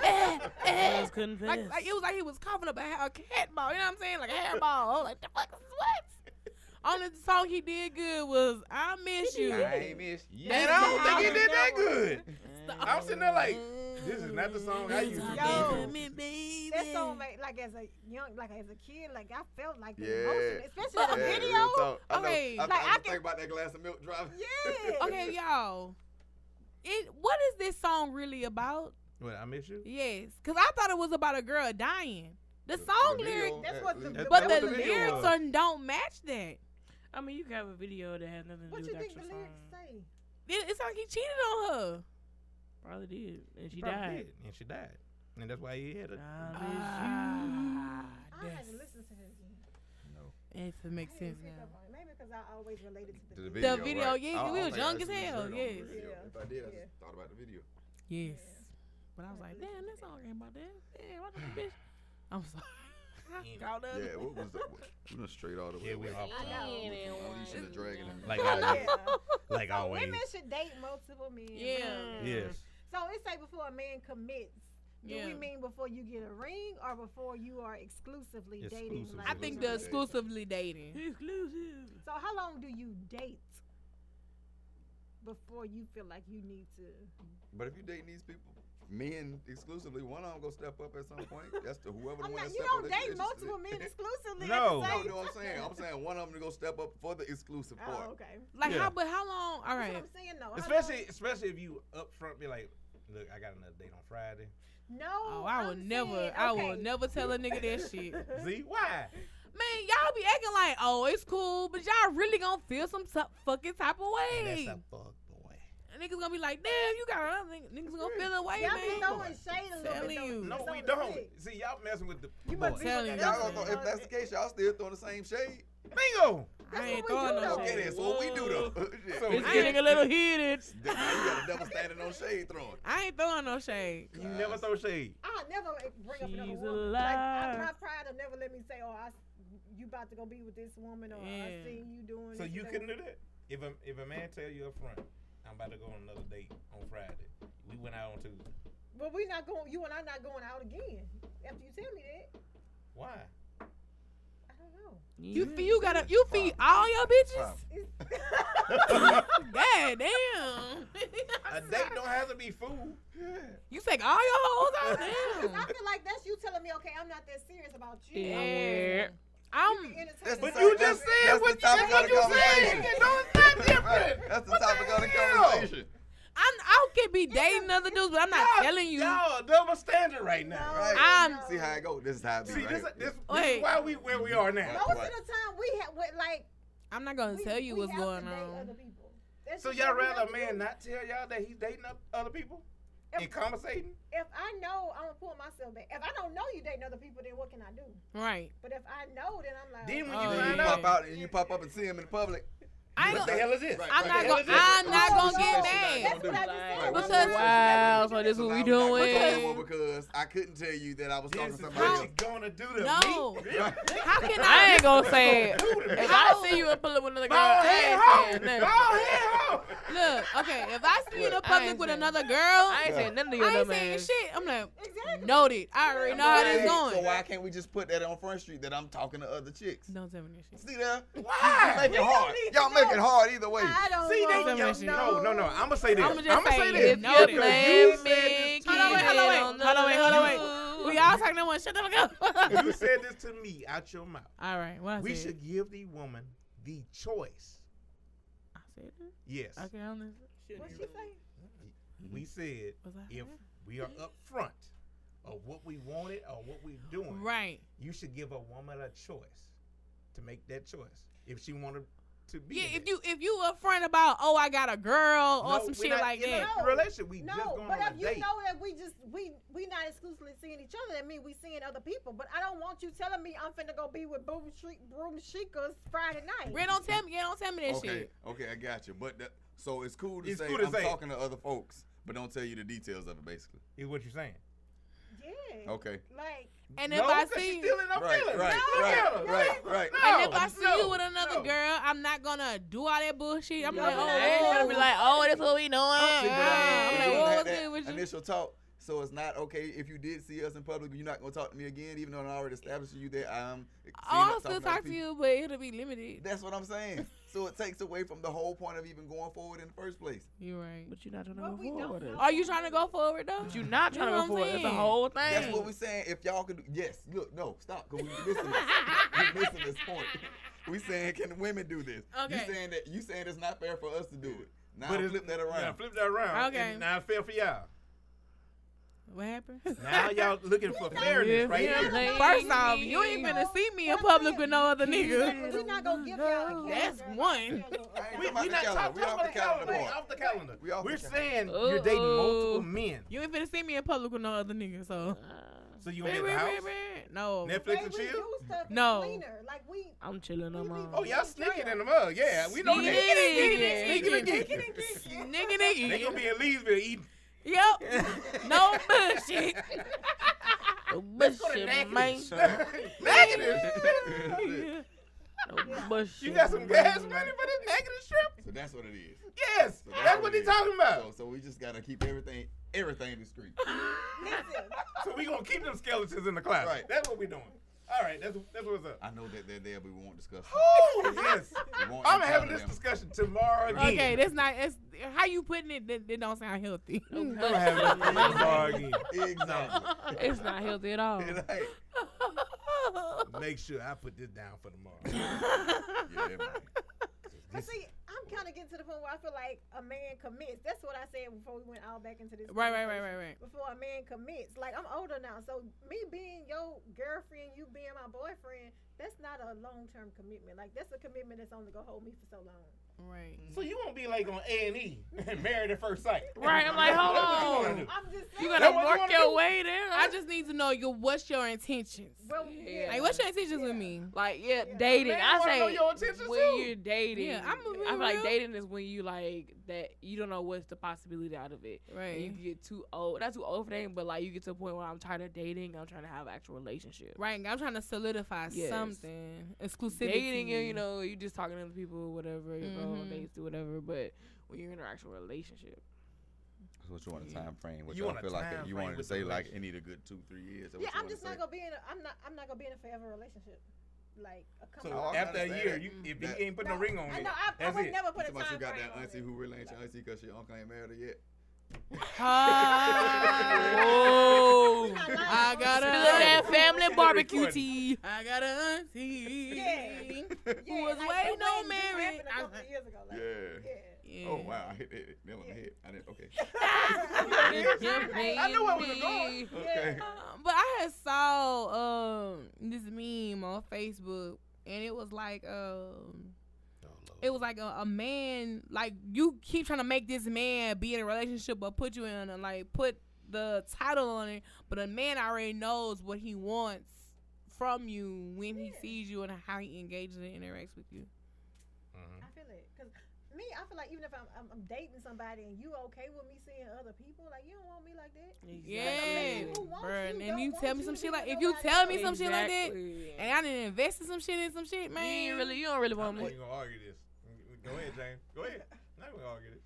Speaker 4: Oh.
Speaker 3: Eh, eh.
Speaker 6: Just confessed.
Speaker 3: like, like it was like he was coughing up a, ha- a cat ball. You know what I'm saying? Like a hair ball. I was like, the fuck is what? On only song he did good was "I Miss You."
Speaker 2: I ain't miss you.
Speaker 3: That's
Speaker 4: And I don't think he
Speaker 2: (laughs)
Speaker 4: did that good.
Speaker 3: the-
Speaker 4: I'm sitting there like, this is not the song I used to
Speaker 5: Yo.
Speaker 4: do.
Speaker 5: That song made like as a young, like as a kid, like I felt like the
Speaker 2: Yeah.
Speaker 5: emotion, especially the
Speaker 2: Yeah, real
Speaker 5: video.
Speaker 2: talk. I know.
Speaker 3: Okay.
Speaker 2: I,
Speaker 5: Like, I
Speaker 2: I,
Speaker 5: can-
Speaker 2: think about that glass of milk dropping.
Speaker 5: Yeah.
Speaker 3: Okay, y'all. It what is this song really about?
Speaker 4: What, I miss you?
Speaker 3: Yes, cause I thought it was about a girl dying. The song lyric,
Speaker 2: video,
Speaker 5: that's
Speaker 2: at
Speaker 5: what the-
Speaker 2: least.
Speaker 5: That's
Speaker 3: but
Speaker 5: what
Speaker 3: the
Speaker 5: the video
Speaker 3: lyrics
Speaker 4: was.
Speaker 3: are, don't match that.
Speaker 6: I mean, you can have a video that had nothing to
Speaker 5: What
Speaker 6: do
Speaker 5: you
Speaker 6: with the
Speaker 5: think the
Speaker 6: actual song.
Speaker 5: lyrics say?
Speaker 3: It, it's like he cheated on her.
Speaker 6: Probably did, and she
Speaker 4: Probably
Speaker 6: died.
Speaker 4: did, And she died. And that's why he had it.
Speaker 6: I miss
Speaker 5: I had to listen to it again.
Speaker 3: If it
Speaker 5: I
Speaker 3: makes
Speaker 5: didn't
Speaker 3: sense
Speaker 5: pick
Speaker 3: now.
Speaker 5: up on it. Maybe because I always related to the,
Speaker 2: To
Speaker 5: video.
Speaker 3: The video,
Speaker 2: right.
Speaker 3: yeah,
Speaker 2: I-
Speaker 3: we
Speaker 2: I
Speaker 3: was
Speaker 2: don't
Speaker 3: young
Speaker 2: think I
Speaker 3: as
Speaker 2: actually
Speaker 3: hell,
Speaker 2: heard it on the
Speaker 3: yes.
Speaker 2: radio.
Speaker 5: Yeah.
Speaker 2: If I did, I just
Speaker 5: Yeah.
Speaker 2: thought about the video.
Speaker 3: Yes.
Speaker 5: Yeah.
Speaker 3: But I was like, damn, that song ain't about that. Damn, what the bitch? I'm sorry.
Speaker 4: Yeah.
Speaker 3: Called
Speaker 2: Yeah, what was that? We went straight all the way.
Speaker 4: Yeah, we
Speaker 2: back.
Speaker 4: off.
Speaker 2: Oh, you should have dragged it. in.
Speaker 4: Like
Speaker 5: (laughs) Yeah.
Speaker 4: always.
Speaker 5: So
Speaker 4: Like always.
Speaker 5: women should date multiple men.
Speaker 3: Yeah.
Speaker 4: Yes.
Speaker 5: So it's like before a man commits. Do
Speaker 3: Yeah.
Speaker 5: we mean before you get a ring or before you are exclusively dating?
Speaker 4: Exclusively.
Speaker 5: Like,
Speaker 3: I think the exclusively dating.
Speaker 6: Exclusive.
Speaker 5: So how long do you date before you feel like you need to?
Speaker 2: But if you dating these people, men exclusively, one of them gonna step up at some point. That's the whoever the
Speaker 5: I'm
Speaker 2: one
Speaker 5: not,
Speaker 2: that
Speaker 5: you
Speaker 2: step
Speaker 5: don't
Speaker 2: up.
Speaker 5: date multiple
Speaker 2: (laughs)
Speaker 5: men exclusively.
Speaker 4: No.
Speaker 5: At
Speaker 2: No,
Speaker 5: the
Speaker 2: no,
Speaker 5: same
Speaker 2: I'm saying, I'm saying one of them to go step up for the exclusive part.
Speaker 5: Oh, okay.
Speaker 3: Like
Speaker 4: Yeah.
Speaker 3: how? But how long? All
Speaker 5: That's
Speaker 3: right.
Speaker 5: what I'm saying though. How
Speaker 4: Especially especially if you upfront be like, look, I got another date on Friday.
Speaker 5: long- No.
Speaker 3: Oh, I would
Speaker 5: I'm
Speaker 3: never.
Speaker 5: saying,
Speaker 3: I will
Speaker 5: okay.
Speaker 3: never tell a nigga
Speaker 5: (laughs)
Speaker 3: that shit.
Speaker 4: See? Why?
Speaker 3: Man, y'all be acting like, oh, it's cool, but y'all really gonna feel some t- fucking type of
Speaker 4: And
Speaker 3: way.
Speaker 4: That's a fuck boy.
Speaker 3: niggas gonna be like, damn, you got another nigga- niggas gonna feel a way,
Speaker 5: Y'all
Speaker 3: man.
Speaker 5: be throwing shade a little
Speaker 3: Telling
Speaker 5: bit. though.
Speaker 3: you.
Speaker 4: No,
Speaker 5: It's
Speaker 4: we
Speaker 5: on the
Speaker 4: don't.
Speaker 5: dick.
Speaker 4: See, y'all messing with the
Speaker 5: You
Speaker 4: boy.
Speaker 5: must be
Speaker 3: Telling
Speaker 5: looking
Speaker 3: you.
Speaker 2: Y'all gonna
Speaker 5: at
Speaker 2: throw,
Speaker 5: us.
Speaker 2: if that's the case, y'all still throwing the same shade.
Speaker 4: Bingo.
Speaker 3: I ain't
Speaker 5: what we
Speaker 3: throwing no
Speaker 5: do, though.
Speaker 3: shade.
Speaker 2: Okay, that's what we do though. (laughs) Shit.
Speaker 4: So
Speaker 6: It's
Speaker 4: I
Speaker 6: getting a little heated.
Speaker 2: Then now you got a double standard on shade throwing.
Speaker 3: I ain't throwing no shade.
Speaker 4: You never throw shade.
Speaker 5: I'll never e, bring up another
Speaker 6: She's
Speaker 5: woman. Like, I,
Speaker 6: alive.
Speaker 5: my pride will never let me say, "Oh, I, s- you about to go be with this woman," or
Speaker 3: Yeah.
Speaker 5: "I seen you doing."
Speaker 4: So
Speaker 5: this
Speaker 4: you
Speaker 5: and
Speaker 4: couldn't
Speaker 5: that."
Speaker 4: do that. If a if a man tell you up front, I'm about to go on another date on Friday. We went out on Tuesday.
Speaker 5: But we not going. You and I not going out again after you tell me that.
Speaker 4: Why?
Speaker 5: I don't know.
Speaker 3: You feel you gotta you feed all your bitches?
Speaker 2: Problem.
Speaker 5: (laughs)
Speaker 3: God damn.
Speaker 4: A date don't have to be food.
Speaker 3: (laughs) you take all your hoes out
Speaker 4: (laughs)
Speaker 3: damn.
Speaker 5: (laughs) I feel like that's you telling me, "Okay, I'm not that serious about you."
Speaker 3: Yeah. I'm
Speaker 5: Entertaining
Speaker 4: But
Speaker 5: the side
Speaker 4: you just
Speaker 5: of it.
Speaker 4: said what you
Speaker 2: that's the
Speaker 4: that's what
Speaker 2: topic of
Speaker 4: you
Speaker 2: the
Speaker 4: said.
Speaker 2: conversation.
Speaker 4: No, it's not different.
Speaker 2: That's the
Speaker 4: What the
Speaker 2: topic of the
Speaker 4: hell?
Speaker 2: conversation.
Speaker 3: I'm I can be dating other dudes, but I'm not
Speaker 4: Y'all-
Speaker 3: telling you.
Speaker 4: Y'all double standard right now.
Speaker 5: No,
Speaker 2: Right.
Speaker 3: I'm-
Speaker 5: no.
Speaker 2: See how it go. This is how it be.
Speaker 4: See,
Speaker 2: right
Speaker 4: this,
Speaker 2: here.
Speaker 4: this, this
Speaker 3: Wait.
Speaker 4: is why we where we are now.
Speaker 5: Most of the time, we have with like.
Speaker 3: I'm not gonna
Speaker 5: we-
Speaker 3: tell you
Speaker 5: we
Speaker 3: what's
Speaker 5: out to
Speaker 3: going
Speaker 5: date
Speaker 3: on.
Speaker 5: other people. That's
Speaker 4: So
Speaker 5: just
Speaker 4: y'all
Speaker 5: what we out
Speaker 4: rather a
Speaker 5: to
Speaker 4: man
Speaker 5: do.
Speaker 4: not tell y'all that he's dating up other people and
Speaker 5: If,
Speaker 4: conversating?
Speaker 5: if I know, I'm gonna pull myself back. If I don't know you dating other people, then what can I do?
Speaker 3: Right.
Speaker 5: But if I know, then I'm like,
Speaker 4: Then when
Speaker 3: Oh,
Speaker 4: you
Speaker 2: Then you
Speaker 4: find
Speaker 3: yeah.
Speaker 2: pop
Speaker 4: out,
Speaker 2: out and you pop up and see him in the public.
Speaker 3: I ain't
Speaker 4: what the
Speaker 3: gonna,
Speaker 4: hell is this?
Speaker 2: Right,
Speaker 3: I'm
Speaker 2: right,
Speaker 3: not
Speaker 2: the
Speaker 3: gonna
Speaker 2: hell is
Speaker 3: I'm
Speaker 2: this?
Speaker 3: not
Speaker 5: Oh,
Speaker 3: gonna
Speaker 5: no.
Speaker 3: get
Speaker 5: That's
Speaker 3: mad.
Speaker 5: what I just said.
Speaker 2: Right,
Speaker 5: I'm
Speaker 2: because-
Speaker 5: like, that's
Speaker 6: Wow, so
Speaker 5: what
Speaker 6: this
Speaker 5: you
Speaker 6: is what
Speaker 2: I'm
Speaker 6: we
Speaker 2: not
Speaker 6: doing.
Speaker 2: comfortable because I couldn't tell you that I was talking
Speaker 4: This
Speaker 2: to
Speaker 4: is
Speaker 2: somebody
Speaker 4: what
Speaker 2: else.
Speaker 4: you gonna do to
Speaker 3: No.
Speaker 4: me.
Speaker 3: How can
Speaker 6: (laughs) I
Speaker 3: I
Speaker 6: ain't gonna say it. If I
Speaker 3: How-
Speaker 6: see you and pull up with another girl,
Speaker 4: Go ahead,
Speaker 6: I
Speaker 4: ho!
Speaker 6: ain't
Speaker 4: Go ahead,
Speaker 6: saying nothing.
Speaker 4: ho!
Speaker 3: Look, okay, if I see you in the
Speaker 2: Look,
Speaker 6: I ain't
Speaker 3: public with
Speaker 6: saying-
Speaker 3: another girl,
Speaker 6: I
Speaker 3: I
Speaker 6: ain't saying nothing to your
Speaker 3: ain't
Speaker 6: dumb
Speaker 3: saying
Speaker 6: ass.
Speaker 3: shit. I'm like,
Speaker 5: Exactly.
Speaker 3: noted. I already know how this
Speaker 2: Hey, So
Speaker 3: going.
Speaker 2: why can't we just put that on Front Street that I'm talking to other chicks?
Speaker 3: Don't tell me that shit.
Speaker 2: See there?
Speaker 4: Why?
Speaker 2: Make it
Speaker 5: don't
Speaker 2: hard.
Speaker 5: need to
Speaker 2: Y'all make
Speaker 5: know.
Speaker 2: it hard either way.
Speaker 5: I don't
Speaker 4: See,
Speaker 5: want
Speaker 4: they
Speaker 3: Don't
Speaker 4: yo,
Speaker 3: mention
Speaker 4: no,
Speaker 5: it.
Speaker 4: no, no. I'm gonna say this.
Speaker 3: I'ma
Speaker 4: I'm
Speaker 3: just
Speaker 4: gonna
Speaker 3: say
Speaker 4: say
Speaker 3: it.
Speaker 4: this.
Speaker 3: No,
Speaker 4: Because
Speaker 6: let
Speaker 4: you
Speaker 6: me
Speaker 4: said
Speaker 3: Hold on, wait, hold on, wait.
Speaker 6: on the
Speaker 3: Hold on, wait, hold on,
Speaker 6: loop.
Speaker 3: wait. We all talking to one. Shut the fuck (laughs)
Speaker 4: this.
Speaker 3: up.
Speaker 4: You said this to me out your mouth.
Speaker 3: all right, what I
Speaker 4: We
Speaker 3: said.
Speaker 4: should give the woman the choice.
Speaker 3: I said it.
Speaker 4: Yes.
Speaker 3: Okay, on this.
Speaker 5: What she say?
Speaker 4: We said
Speaker 3: Was I
Speaker 4: if
Speaker 3: right?
Speaker 4: we are upfront of what we wanted or what we're doing,
Speaker 3: Right.
Speaker 4: you should give a woman a choice to make that choice if she wanted to be.
Speaker 3: Yeah,
Speaker 4: in
Speaker 3: if
Speaker 4: it.
Speaker 3: you if you upfront about oh I got a girl or
Speaker 4: No,
Speaker 3: some
Speaker 4: we're
Speaker 3: shit
Speaker 4: not
Speaker 3: like
Speaker 4: in
Speaker 3: that.
Speaker 4: a relationship, we
Speaker 5: No,
Speaker 4: just going
Speaker 5: but
Speaker 4: on
Speaker 5: if
Speaker 4: a
Speaker 5: you
Speaker 4: date.
Speaker 5: know that we just we we not exclusively seeing each other, that means we seeing other people. But I don't want you telling me I'm finna go be with Boom Shriek Broom Sheikas Friday night.
Speaker 3: Red don't tell me. Yeah, don't tell me that
Speaker 2: Okay,
Speaker 3: shit.
Speaker 2: okay, I got you. But that, so it's cool to
Speaker 4: It's
Speaker 2: say
Speaker 4: cool to
Speaker 2: I'm
Speaker 4: say.
Speaker 2: talking to other folks, but don't tell you the details of it, basically.
Speaker 4: Is what you're saying?
Speaker 5: Yeah.
Speaker 2: Okay.
Speaker 5: Like
Speaker 3: And
Speaker 4: no,
Speaker 3: if I
Speaker 4: because
Speaker 3: see
Speaker 4: she's
Speaker 3: you,
Speaker 4: still in her
Speaker 2: Right,
Speaker 4: feelings.
Speaker 2: right,
Speaker 4: Look at her.
Speaker 2: right, right, right.
Speaker 4: No.
Speaker 3: and if I see you
Speaker 4: no,
Speaker 3: with another
Speaker 4: no.
Speaker 3: girl, I'm not gonna do all that bullshit. I'm
Speaker 5: No,
Speaker 3: like,
Speaker 5: no,
Speaker 3: oh,
Speaker 5: no,
Speaker 6: I ain't gonna be like, oh, that's what we doing.
Speaker 2: See, but I mean,
Speaker 3: I'm
Speaker 2: if
Speaker 3: like,
Speaker 2: you
Speaker 3: whoa,
Speaker 2: had
Speaker 3: what's
Speaker 2: that
Speaker 3: good with you?
Speaker 2: Initial talk. So it's not okay if you did see us in public, you're not gonna talk to me again, even though I already established you that I'm. seeing-
Speaker 3: Oh, I'll
Speaker 2: talking
Speaker 3: still
Speaker 2: other
Speaker 3: talk to
Speaker 2: people.
Speaker 3: you, but it'll be limited.
Speaker 2: That's what I'm saying. so it takes away from the whole point of even going forward in the first place.
Speaker 3: You're right.
Speaker 6: But you're not trying to
Speaker 5: Well,
Speaker 6: go
Speaker 5: we don't
Speaker 6: forward. with
Speaker 5: know.
Speaker 6: it.
Speaker 3: Are you trying to go forward though?
Speaker 6: But you're not
Speaker 3: You
Speaker 6: trying to
Speaker 3: know
Speaker 6: go
Speaker 3: what I'm
Speaker 6: forward. It's a
Speaker 3: saying?
Speaker 6: whole thing.
Speaker 2: That's what we're saying. If y'all could, do, yes. Look, no, stop, because we're missing this. we're missing this point. We saying, can women do this?
Speaker 3: Okay.
Speaker 2: You saying that? You saying it's not fair for us to do it? Now
Speaker 4: But it's-
Speaker 2: flip that
Speaker 4: Now
Speaker 2: around.
Speaker 4: flip that
Speaker 3: Okay.
Speaker 4: around. Okay. And now I feel for y'all.
Speaker 3: What (laughs) happened?
Speaker 4: Now y'all looking for fairness right
Speaker 6: yeah.
Speaker 4: here.
Speaker 3: First off, you ain't finna see me in public with no other nigga.
Speaker 5: We're not gonna give y'all a
Speaker 3: That's
Speaker 5: calendar.
Speaker 3: one.
Speaker 2: I ain't
Speaker 4: We,
Speaker 2: talking about
Speaker 4: we
Speaker 2: the
Speaker 4: not
Speaker 2: calendar.
Speaker 4: talking
Speaker 2: We off the calendar
Speaker 4: We
Speaker 2: part.
Speaker 4: off the calendar.
Speaker 2: We off the
Speaker 4: We're
Speaker 2: calendar.
Speaker 4: saying you're dating
Speaker 3: Uh-oh.
Speaker 4: multiple men.
Speaker 3: You ain't finna see me in public with no other nigga, so.
Speaker 4: So you gonna be at the house?
Speaker 3: No.
Speaker 5: The way
Speaker 4: Netflix and
Speaker 5: we
Speaker 4: chill?
Speaker 5: do stuff is
Speaker 3: No.
Speaker 5: cleaner. Like we
Speaker 6: I'm chilling on
Speaker 5: We
Speaker 6: my
Speaker 5: leave-
Speaker 4: Oh,
Speaker 6: own.
Speaker 4: y'all sneaking in the mug. Yeah, we know
Speaker 3: Sneaking
Speaker 4: that.
Speaker 3: in,
Speaker 4: Sneaking
Speaker 3: sneaking
Speaker 5: (laughs)
Speaker 3: Nigga,
Speaker 4: again. (laughs) They
Speaker 3: nigga.
Speaker 4: gonna be in Leesville eating.
Speaker 3: Yep. (laughs) No
Speaker 4: (laughs)
Speaker 3: bullshit.
Speaker 6: No bullshit, man.
Speaker 2: (laughs)
Speaker 4: negative. (laughs)
Speaker 6: No bullshit.
Speaker 4: you got some gas money for
Speaker 6: man.
Speaker 4: this negative strip?
Speaker 2: So that's what it is.
Speaker 4: Yes,
Speaker 2: So
Speaker 4: that's what
Speaker 2: it
Speaker 4: they
Speaker 2: is.
Speaker 4: talking
Speaker 2: So,
Speaker 4: about.
Speaker 2: so we just gotta keep everything, everything discreet.
Speaker 5: listen.
Speaker 4: So we gonna keep them skeletons in the closet.
Speaker 2: Right.
Speaker 4: That's what we doing. All right, that's that's what's up.
Speaker 2: I know that they're there, but we won't
Speaker 4: (laughs)
Speaker 2: discuss. it.
Speaker 4: Oh
Speaker 2: (laughs)
Speaker 4: yes,
Speaker 2: We won't
Speaker 4: I'm
Speaker 2: encounter
Speaker 4: having this
Speaker 2: them.
Speaker 4: discussion tomorrow again.
Speaker 3: Okay, that's not. That's, how you putting it? That, that don't sound healthy.
Speaker 6: No
Speaker 4: I'm having this
Speaker 6: bullshit,
Speaker 4: discussion
Speaker 6: man.
Speaker 4: tomorrow again.
Speaker 2: Exactly.
Speaker 4: (laughs)
Speaker 6: (laughs) It's not healthy at all.
Speaker 2: It ain't.
Speaker 4: Make sure I put this down for tomorrow.
Speaker 3: (laughs)
Speaker 2: Yeah, it ain't.
Speaker 5: But see,
Speaker 4: (laughs)
Speaker 5: I'm kind of getting to the point where I feel like a man commits. That's what I said before we went all back into this.
Speaker 3: (laughs) Right, right, right,
Speaker 5: conversation.
Speaker 3: right, right.
Speaker 5: Before a man commits, like I'm older now, so me being your girlfriend, you being my boyfriend, that's not a long-term commitment. Like that's a commitment that's only gonna hold me for so long.
Speaker 3: Right.
Speaker 4: so you won't be like on A and E, married at first sight.
Speaker 6: Right, I'm like, hold
Speaker 4: That's what you
Speaker 6: on.
Speaker 4: wanna do.
Speaker 5: I'm just saying.
Speaker 6: You gotta
Speaker 4: That what you
Speaker 6: work
Speaker 4: wanna
Speaker 6: your
Speaker 4: do?
Speaker 6: way there.
Speaker 3: I just need to know your what's your intentions.
Speaker 5: well, yeah.
Speaker 3: Like what's your intentions with me?
Speaker 6: like yeah,
Speaker 5: Yeah.
Speaker 6: dating.
Speaker 4: Man,
Speaker 6: I
Speaker 4: wanna know
Speaker 6: say
Speaker 4: your intentions
Speaker 6: when
Speaker 4: too.
Speaker 6: you're dating.
Speaker 3: Yeah, I'ma be
Speaker 6: I feel like
Speaker 3: real.
Speaker 6: dating is when you like that you don't know what's the possibility out of it. And you
Speaker 3: Right.
Speaker 6: get too old, not too old for dating, but like you get to a point where I'm tired of dating. I'm trying to have an actual relationship.
Speaker 3: Right. I'm trying to solidify
Speaker 6: Yes.
Speaker 3: something. Exclusivity.
Speaker 6: Dating, you, Mm-hmm. you know, you just talking to other people, whatever, you go on
Speaker 3: Mhm.
Speaker 6: dates, do whatever. But when you're in an actual (laughs) relationship,
Speaker 2: So what you want a time frame? What you
Speaker 4: You
Speaker 2: all
Speaker 4: want a
Speaker 2: feel like?
Speaker 4: time
Speaker 2: You
Speaker 4: frame
Speaker 2: wanted to
Speaker 4: with the
Speaker 2: say like
Speaker 4: relation-
Speaker 2: it need a good two, three years.
Speaker 5: yeah, I'm just not gonna be in. A, I'm not. I'm not gonna be in a forever relationship. Like a
Speaker 4: So
Speaker 5: couple.
Speaker 2: Oh, I
Speaker 4: after a
Speaker 2: understand
Speaker 4: year,
Speaker 2: that.
Speaker 4: you if
Speaker 2: That-
Speaker 4: he ain't put no, ring on
Speaker 5: I
Speaker 4: it,
Speaker 5: know. I, I
Speaker 4: that's
Speaker 5: would
Speaker 4: it.
Speaker 5: never put a
Speaker 2: Talking about
Speaker 5: time
Speaker 2: you got
Speaker 5: frame
Speaker 2: that
Speaker 5: on
Speaker 2: auntie
Speaker 5: (laughs) it.
Speaker 2: who really ain't your auntie because your uncle ain't married yet.
Speaker 5: We
Speaker 6: oh,
Speaker 5: not lying.
Speaker 3: I got
Speaker 6: Look
Speaker 3: a-
Speaker 6: at that family
Speaker 4: Recording.
Speaker 6: barbecue tea.
Speaker 3: I got an auntie.
Speaker 5: Yeah. yeah,
Speaker 3: who was
Speaker 5: like,
Speaker 3: way
Speaker 5: the
Speaker 3: no
Speaker 5: wedding just
Speaker 3: married.
Speaker 5: happened A couple
Speaker 3: I-
Speaker 5: of years ago. Like,
Speaker 2: Yeah.
Speaker 5: yeah.
Speaker 3: Yeah.
Speaker 2: Oh wow, I hit that nail on the head. I didn't. Okay.
Speaker 3: (laughs)
Speaker 4: I knew where we was going.
Speaker 2: Okay.
Speaker 3: Um, but I had saw um this meme on Facebook and it was like um it was like a, a man like you keep trying to make this man be in a relationship but put you in a, like put the title on it but a man already knows what he wants from you when he sees you and how he engages and interacts with you
Speaker 4: Mm-hmm.
Speaker 5: I feel it. Because me, I feel like even if I'm, I'm, I'm dating somebody and you okay with me seeing other people, like you don't want me like that.
Speaker 3: yeah
Speaker 5: Who wants
Speaker 3: bruh.
Speaker 5: you,
Speaker 3: and
Speaker 5: don't
Speaker 3: you
Speaker 5: want
Speaker 3: tell me
Speaker 5: you
Speaker 3: some
Speaker 5: to
Speaker 3: shit
Speaker 5: be
Speaker 3: like
Speaker 5: with
Speaker 3: if you
Speaker 5: nobody
Speaker 3: tell
Speaker 5: else.
Speaker 3: me some shit like that
Speaker 6: Exactly.
Speaker 3: and i didn't invest in some shit in some shit
Speaker 6: You
Speaker 3: man
Speaker 6: ain't really, you don't really want
Speaker 4: I'm
Speaker 6: me.
Speaker 4: not gonna argue this. Go ahead, James. Go ahead. I'm not gonna argue this.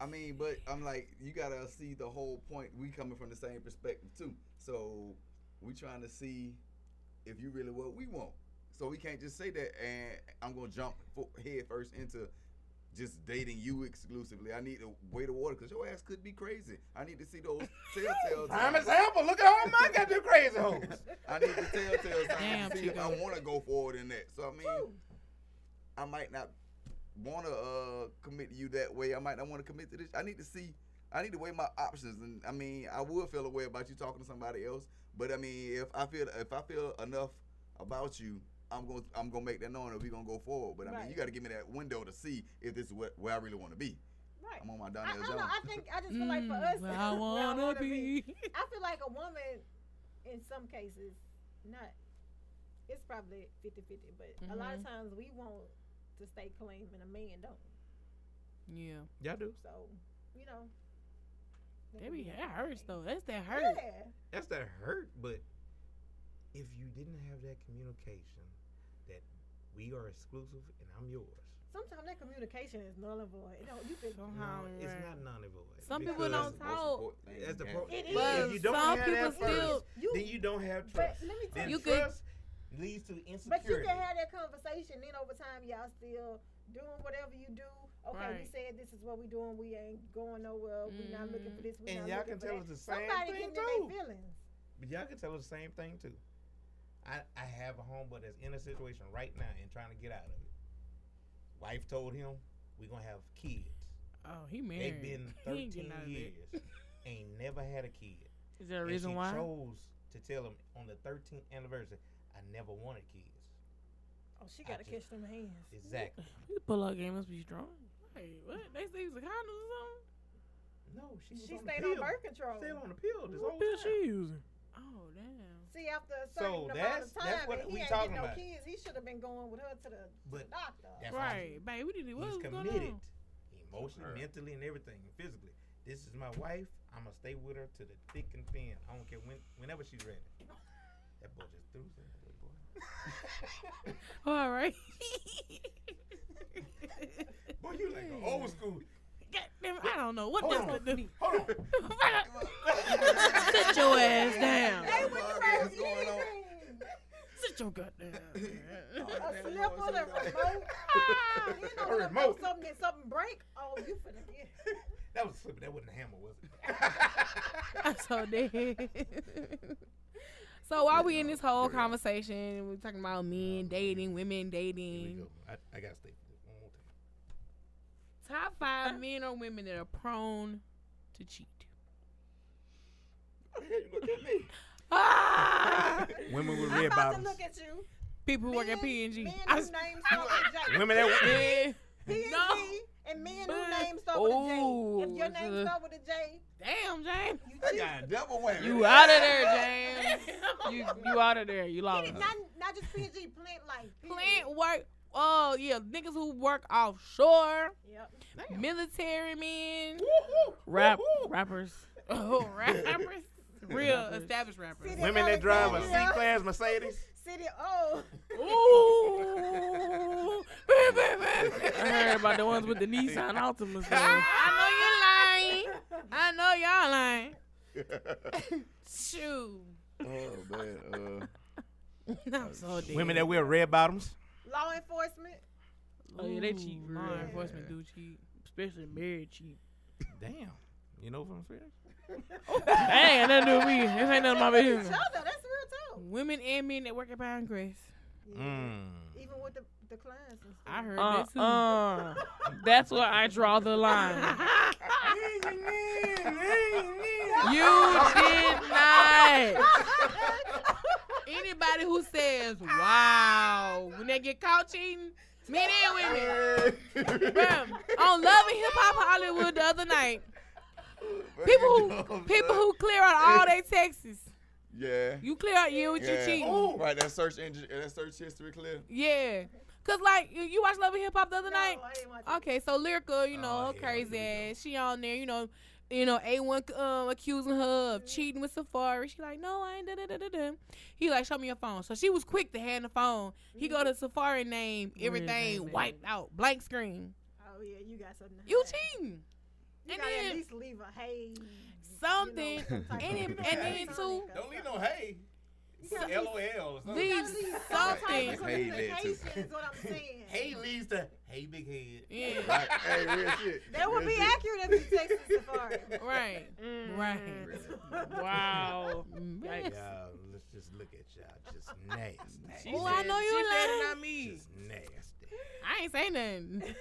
Speaker 2: I mean, but I'm like, you gotta see the whole point. We coming from the same perspective too. So we trying to see if you really what we want. So we can't just say that. And I'm gonna jump fo- head first into just dating you exclusively. I need to wait the water because your ass could be crazy. I need to see
Speaker 4: (laughs)
Speaker 2: those telltale.
Speaker 4: Time
Speaker 2: signs.
Speaker 4: is helpful. Look at all my goddamn crazy (laughs) hoes.
Speaker 2: I need the telltale signs
Speaker 3: Damn,
Speaker 2: to see if I
Speaker 3: Chico.
Speaker 2: want to go forward in that. So I mean, I might not want to uh, commit to you that way. I might not want to commit to this. I need to see. I need to weigh my options. And I mean, I would feel a way about you talking to somebody else. But I mean, if I feel if I feel enough about you, I'm gonna I'm gonna make that known and we gonna go forward. But I mean,
Speaker 5: Right.
Speaker 2: you got to give me that window to see if this is what, where I really want to be.
Speaker 5: Right.
Speaker 2: I'm on my
Speaker 5: I, I
Speaker 2: Donnell
Speaker 5: don't
Speaker 2: Jones.
Speaker 5: know. I think I just feel like for us, (laughs)
Speaker 3: Mm, I wanna
Speaker 5: wanna
Speaker 3: be.
Speaker 5: I feel like a woman, in some cases, not. It's probably 50-50, but a lot of
Speaker 3: Mm-hmm.
Speaker 5: times we want to stay clean and a man don't.
Speaker 3: yeah
Speaker 4: Y'all do.
Speaker 5: So, you know. that
Speaker 3: that
Speaker 5: could
Speaker 3: be
Speaker 5: a
Speaker 3: that
Speaker 5: hard
Speaker 3: hurts
Speaker 5: thing.
Speaker 3: though that's that hurt
Speaker 5: Yeah.
Speaker 4: That's that hurt, but if you didn't have that communication that we are exclusive and I'm yours,
Speaker 5: Sometimes that communication is null and void. You know, you can,
Speaker 4: No,
Speaker 3: Somehow,
Speaker 4: it's
Speaker 3: right.
Speaker 4: not non-avoidable.
Speaker 3: Some people don't
Speaker 4: because
Speaker 3: talk. Oh,
Speaker 4: That's the pro-
Speaker 5: It
Speaker 4: If
Speaker 5: is.
Speaker 4: you don't
Speaker 3: Some
Speaker 4: have that
Speaker 3: people
Speaker 4: first,
Speaker 3: still-
Speaker 5: you,
Speaker 4: then you don't have
Speaker 5: but
Speaker 4: trust.
Speaker 5: let me tell
Speaker 4: Then
Speaker 5: you,
Speaker 3: You could-
Speaker 4: trust leads to
Speaker 5: but you
Speaker 4: insecurity.
Speaker 5: can have that conversation. Then over time, y'all still doing whatever you do. Okay, we
Speaker 3: Right.
Speaker 5: said this is what we doing. We ain't going nowhere. we not looking for this. we not
Speaker 4: and y'all
Speaker 5: looking
Speaker 4: can
Speaker 5: for
Speaker 4: tell
Speaker 5: that.
Speaker 4: us the same
Speaker 5: Somebody getting
Speaker 4: thing too.
Speaker 5: in their feelings.
Speaker 4: But y'all can tell us the same thing too. I, I have a homeboy that's in a situation right now and trying to get out of it. Wife told him we're gonna have kids.
Speaker 3: Oh, (laughs) he married.
Speaker 4: They've been
Speaker 3: He ain't
Speaker 4: thirteen
Speaker 3: getting out of
Speaker 4: years,
Speaker 3: it.
Speaker 4: ain't never had a kid.
Speaker 3: (laughs)
Speaker 6: Is there a
Speaker 4: And
Speaker 6: reason
Speaker 4: she
Speaker 6: why?
Speaker 4: chose to tell him on the thirteenth anniversary, I never wanted kids.
Speaker 5: Oh, she
Speaker 4: I
Speaker 5: gotta catch
Speaker 4: just-
Speaker 5: them hands.
Speaker 4: Exactly.
Speaker 6: You pull out game must be strong.
Speaker 3: Wait, what? They say he was a condom or
Speaker 4: No, she, was
Speaker 5: She
Speaker 4: on
Speaker 5: stayed
Speaker 4: the
Speaker 5: on
Speaker 4: pill.
Speaker 5: birth control.
Speaker 4: Still on the pill this
Speaker 6: What
Speaker 4: whole
Speaker 6: pill
Speaker 4: time.
Speaker 6: she using?
Speaker 3: something? Oh, damn.
Speaker 5: See, after a
Speaker 4: So
Speaker 5: certain amount
Speaker 4: that's-
Speaker 5: of
Speaker 4: that's
Speaker 5: time,
Speaker 4: what
Speaker 5: and
Speaker 4: we
Speaker 5: he ain't
Speaker 4: talking
Speaker 5: getting no
Speaker 4: about.
Speaker 5: kids, he should have been going with her to the, to the
Speaker 4: But
Speaker 5: doctor. (laughs)
Speaker 4: that's (laughs) why
Speaker 3: Right, babe, we didn't. What
Speaker 4: he's
Speaker 3: was going
Speaker 4: committed
Speaker 3: on?
Speaker 4: emotionally,
Speaker 2: Her.
Speaker 4: mentally, and everything, and physically. This is my wife. I'm gonna stay with her to the thick and thin. I don't care when, whenever she's ready. (laughs) That boy just threw that way, boy.
Speaker 3: All right. (laughs)
Speaker 4: (laughs) Boy, you like an old school.
Speaker 3: God damn, I don't know what
Speaker 4: Hold
Speaker 3: this
Speaker 4: on.
Speaker 3: would do.
Speaker 4: Hold (laughs) on.
Speaker 6: Sit your ass down.
Speaker 5: Hey, what the
Speaker 2: What's
Speaker 5: fuck is
Speaker 2: going on?
Speaker 5: anything?
Speaker 3: Sit your goddamn.
Speaker 5: A
Speaker 2: Damn,
Speaker 5: slipper,
Speaker 2: Lord,
Speaker 5: a
Speaker 2: something
Speaker 5: remote. Ah, (laughs) You know,
Speaker 4: (laughs) A
Speaker 5: when I throw
Speaker 4: remote.
Speaker 5: something and something break. Oh, you finna get. (laughs)
Speaker 4: That was slippery. That wasn't a hammer, was it?
Speaker 3: I'm so dead. so while we in this whole (laughs) conversation, we're talking about men dating, women
Speaker 4: Oh, Here we
Speaker 3: dating.
Speaker 4: go. I, I gotta stay for this one more time.
Speaker 3: Top five men or women that are prone to cheat.
Speaker 2: you look at me.
Speaker 3: (laughs) Ah!
Speaker 4: (laughs) Women with
Speaker 5: I'm about to look at you.
Speaker 3: People who work at
Speaker 5: Men-
Speaker 3: P&G.
Speaker 5: Men
Speaker 3: I
Speaker 5: who
Speaker 3: s-
Speaker 5: names start with J.
Speaker 4: (laughs)
Speaker 5: (laughs)
Speaker 4: Women that
Speaker 3: Yeah.
Speaker 5: P&G
Speaker 3: No.
Speaker 5: and men who
Speaker 3: But-
Speaker 5: names start with a J. If
Speaker 3: Ooh,
Speaker 5: your
Speaker 3: it's
Speaker 5: name
Speaker 3: a-
Speaker 5: start with a J,
Speaker 3: Damn, James.
Speaker 5: you
Speaker 2: They
Speaker 3: (laughs)
Speaker 5: cheat.
Speaker 2: got a double whammy.
Speaker 6: You out of there, James.
Speaker 5: (laughs)
Speaker 6: You you out of there. You lost.
Speaker 5: Not, not just P&G, plant life. period.
Speaker 3: Plant work. Oh, yeah. Niggas who work offshore.
Speaker 5: Yep.
Speaker 3: Military men.
Speaker 6: Rap rappers.
Speaker 3: Oh, rappers. Real
Speaker 6: (laughs) Rappers.
Speaker 3: established rappers.
Speaker 5: See,
Speaker 4: Women that drive a
Speaker 5: Alexandria.
Speaker 4: C-class Mercedes.
Speaker 5: (laughs) City, oh,
Speaker 3: Ooh. Bam, bam, bam, bam.
Speaker 6: I heard about the ones with the Nissan Altimas. though.
Speaker 3: (laughs) I know you lying. I know y'all lying.
Speaker 2: (laughs)
Speaker 3: Shoot.
Speaker 2: oh man. Uh,
Speaker 3: I'm so dead.
Speaker 4: Women that wear red bottoms.
Speaker 5: (laughs) law
Speaker 3: (laughs)
Speaker 5: enforcement.
Speaker 6: Oh yeah, they cheat.
Speaker 3: Ooh,
Speaker 6: for
Speaker 3: Law
Speaker 6: real.
Speaker 3: enforcement do cheat.
Speaker 6: Especially married cheat.
Speaker 4: Damn. You know from serious?
Speaker 6: Dang, nothing to do with me. This ain't none of my
Speaker 5: Each
Speaker 6: business.
Speaker 5: other, that's real too.
Speaker 3: Women and men that work at Pine Crest.
Speaker 5: Yeah.
Speaker 4: Mm.
Speaker 5: Even with the, the clients and stuff.
Speaker 3: I
Speaker 5: (laughs)
Speaker 3: heard
Speaker 6: Uh,
Speaker 3: that too.
Speaker 6: uh, that's where I draw
Speaker 3: (laughs)
Speaker 6: the line. You did not.
Speaker 3: Anybody who says wow when they get caught cheating, men and women. Bruh, on Love and Hip Hop Hollywood the other night, people
Speaker 2: (laughs)
Speaker 3: who people who clear out all their texts.
Speaker 2: Yeah.
Speaker 3: You clear out you with your
Speaker 2: yeah.
Speaker 3: cheating.
Speaker 2: Oh, right, that search engine, that search history clear.
Speaker 3: Yeah. Cause like you, you watch Love and Hip Hop the other
Speaker 5: No,
Speaker 3: night.
Speaker 5: I
Speaker 3: (laughs)
Speaker 5: didn't want that.
Speaker 3: Okay, so Lyrica, you know,
Speaker 4: Oh,
Speaker 3: her
Speaker 4: yeah,
Speaker 3: crazy
Speaker 4: here we
Speaker 3: ass. She on there, you know, you know, A1 um, accusing her of cheating with Safari. She like, no, I ain't da da da da da. He like, show me your phone. So she was quick to hand the phone. He go to
Speaker 5: Mm-hmm.
Speaker 3: Safari name,
Speaker 4: Mm-hmm.
Speaker 3: everything
Speaker 6: Everything,
Speaker 3: wiped out, blank screen.
Speaker 5: Oh yeah, you got something. to
Speaker 3: You
Speaker 5: hide.
Speaker 3: cheating.
Speaker 5: You
Speaker 3: and
Speaker 5: gotta
Speaker 3: then
Speaker 5: at least leave a hey.
Speaker 3: something.
Speaker 5: You know, some type
Speaker 3: (laughs) and then-
Speaker 5: of-
Speaker 3: and then, too,
Speaker 4: Don't leave no hay.
Speaker 5: You gotta leave-
Speaker 4: LOL.
Speaker 5: you
Speaker 3: Leave
Speaker 5: gotta
Speaker 4: (laughs)
Speaker 5: leave some
Speaker 3: something.
Speaker 5: type of
Speaker 2: Hey, there, too.
Speaker 5: communication is what I'm saying.
Speaker 4: Hay leads to hey big head. (laughs)
Speaker 3: Yeah.
Speaker 2: Right. hey, real shit.
Speaker 5: That would
Speaker 2: Real
Speaker 5: be
Speaker 2: shit.
Speaker 5: accurate if you text the
Speaker 3: (laughs)
Speaker 5: safari.
Speaker 3: Right. Right.
Speaker 2: Real shit.
Speaker 5: (laughs)
Speaker 6: Mm. Wow.
Speaker 3: (laughs) Man.
Speaker 4: Y'all, let's just look at y'all. Just
Speaker 3: (laughs)
Speaker 4: nasty.
Speaker 3: Oh, I know you lying.
Speaker 6: Not me.
Speaker 4: Just nasty.
Speaker 3: I ain't saying nothing.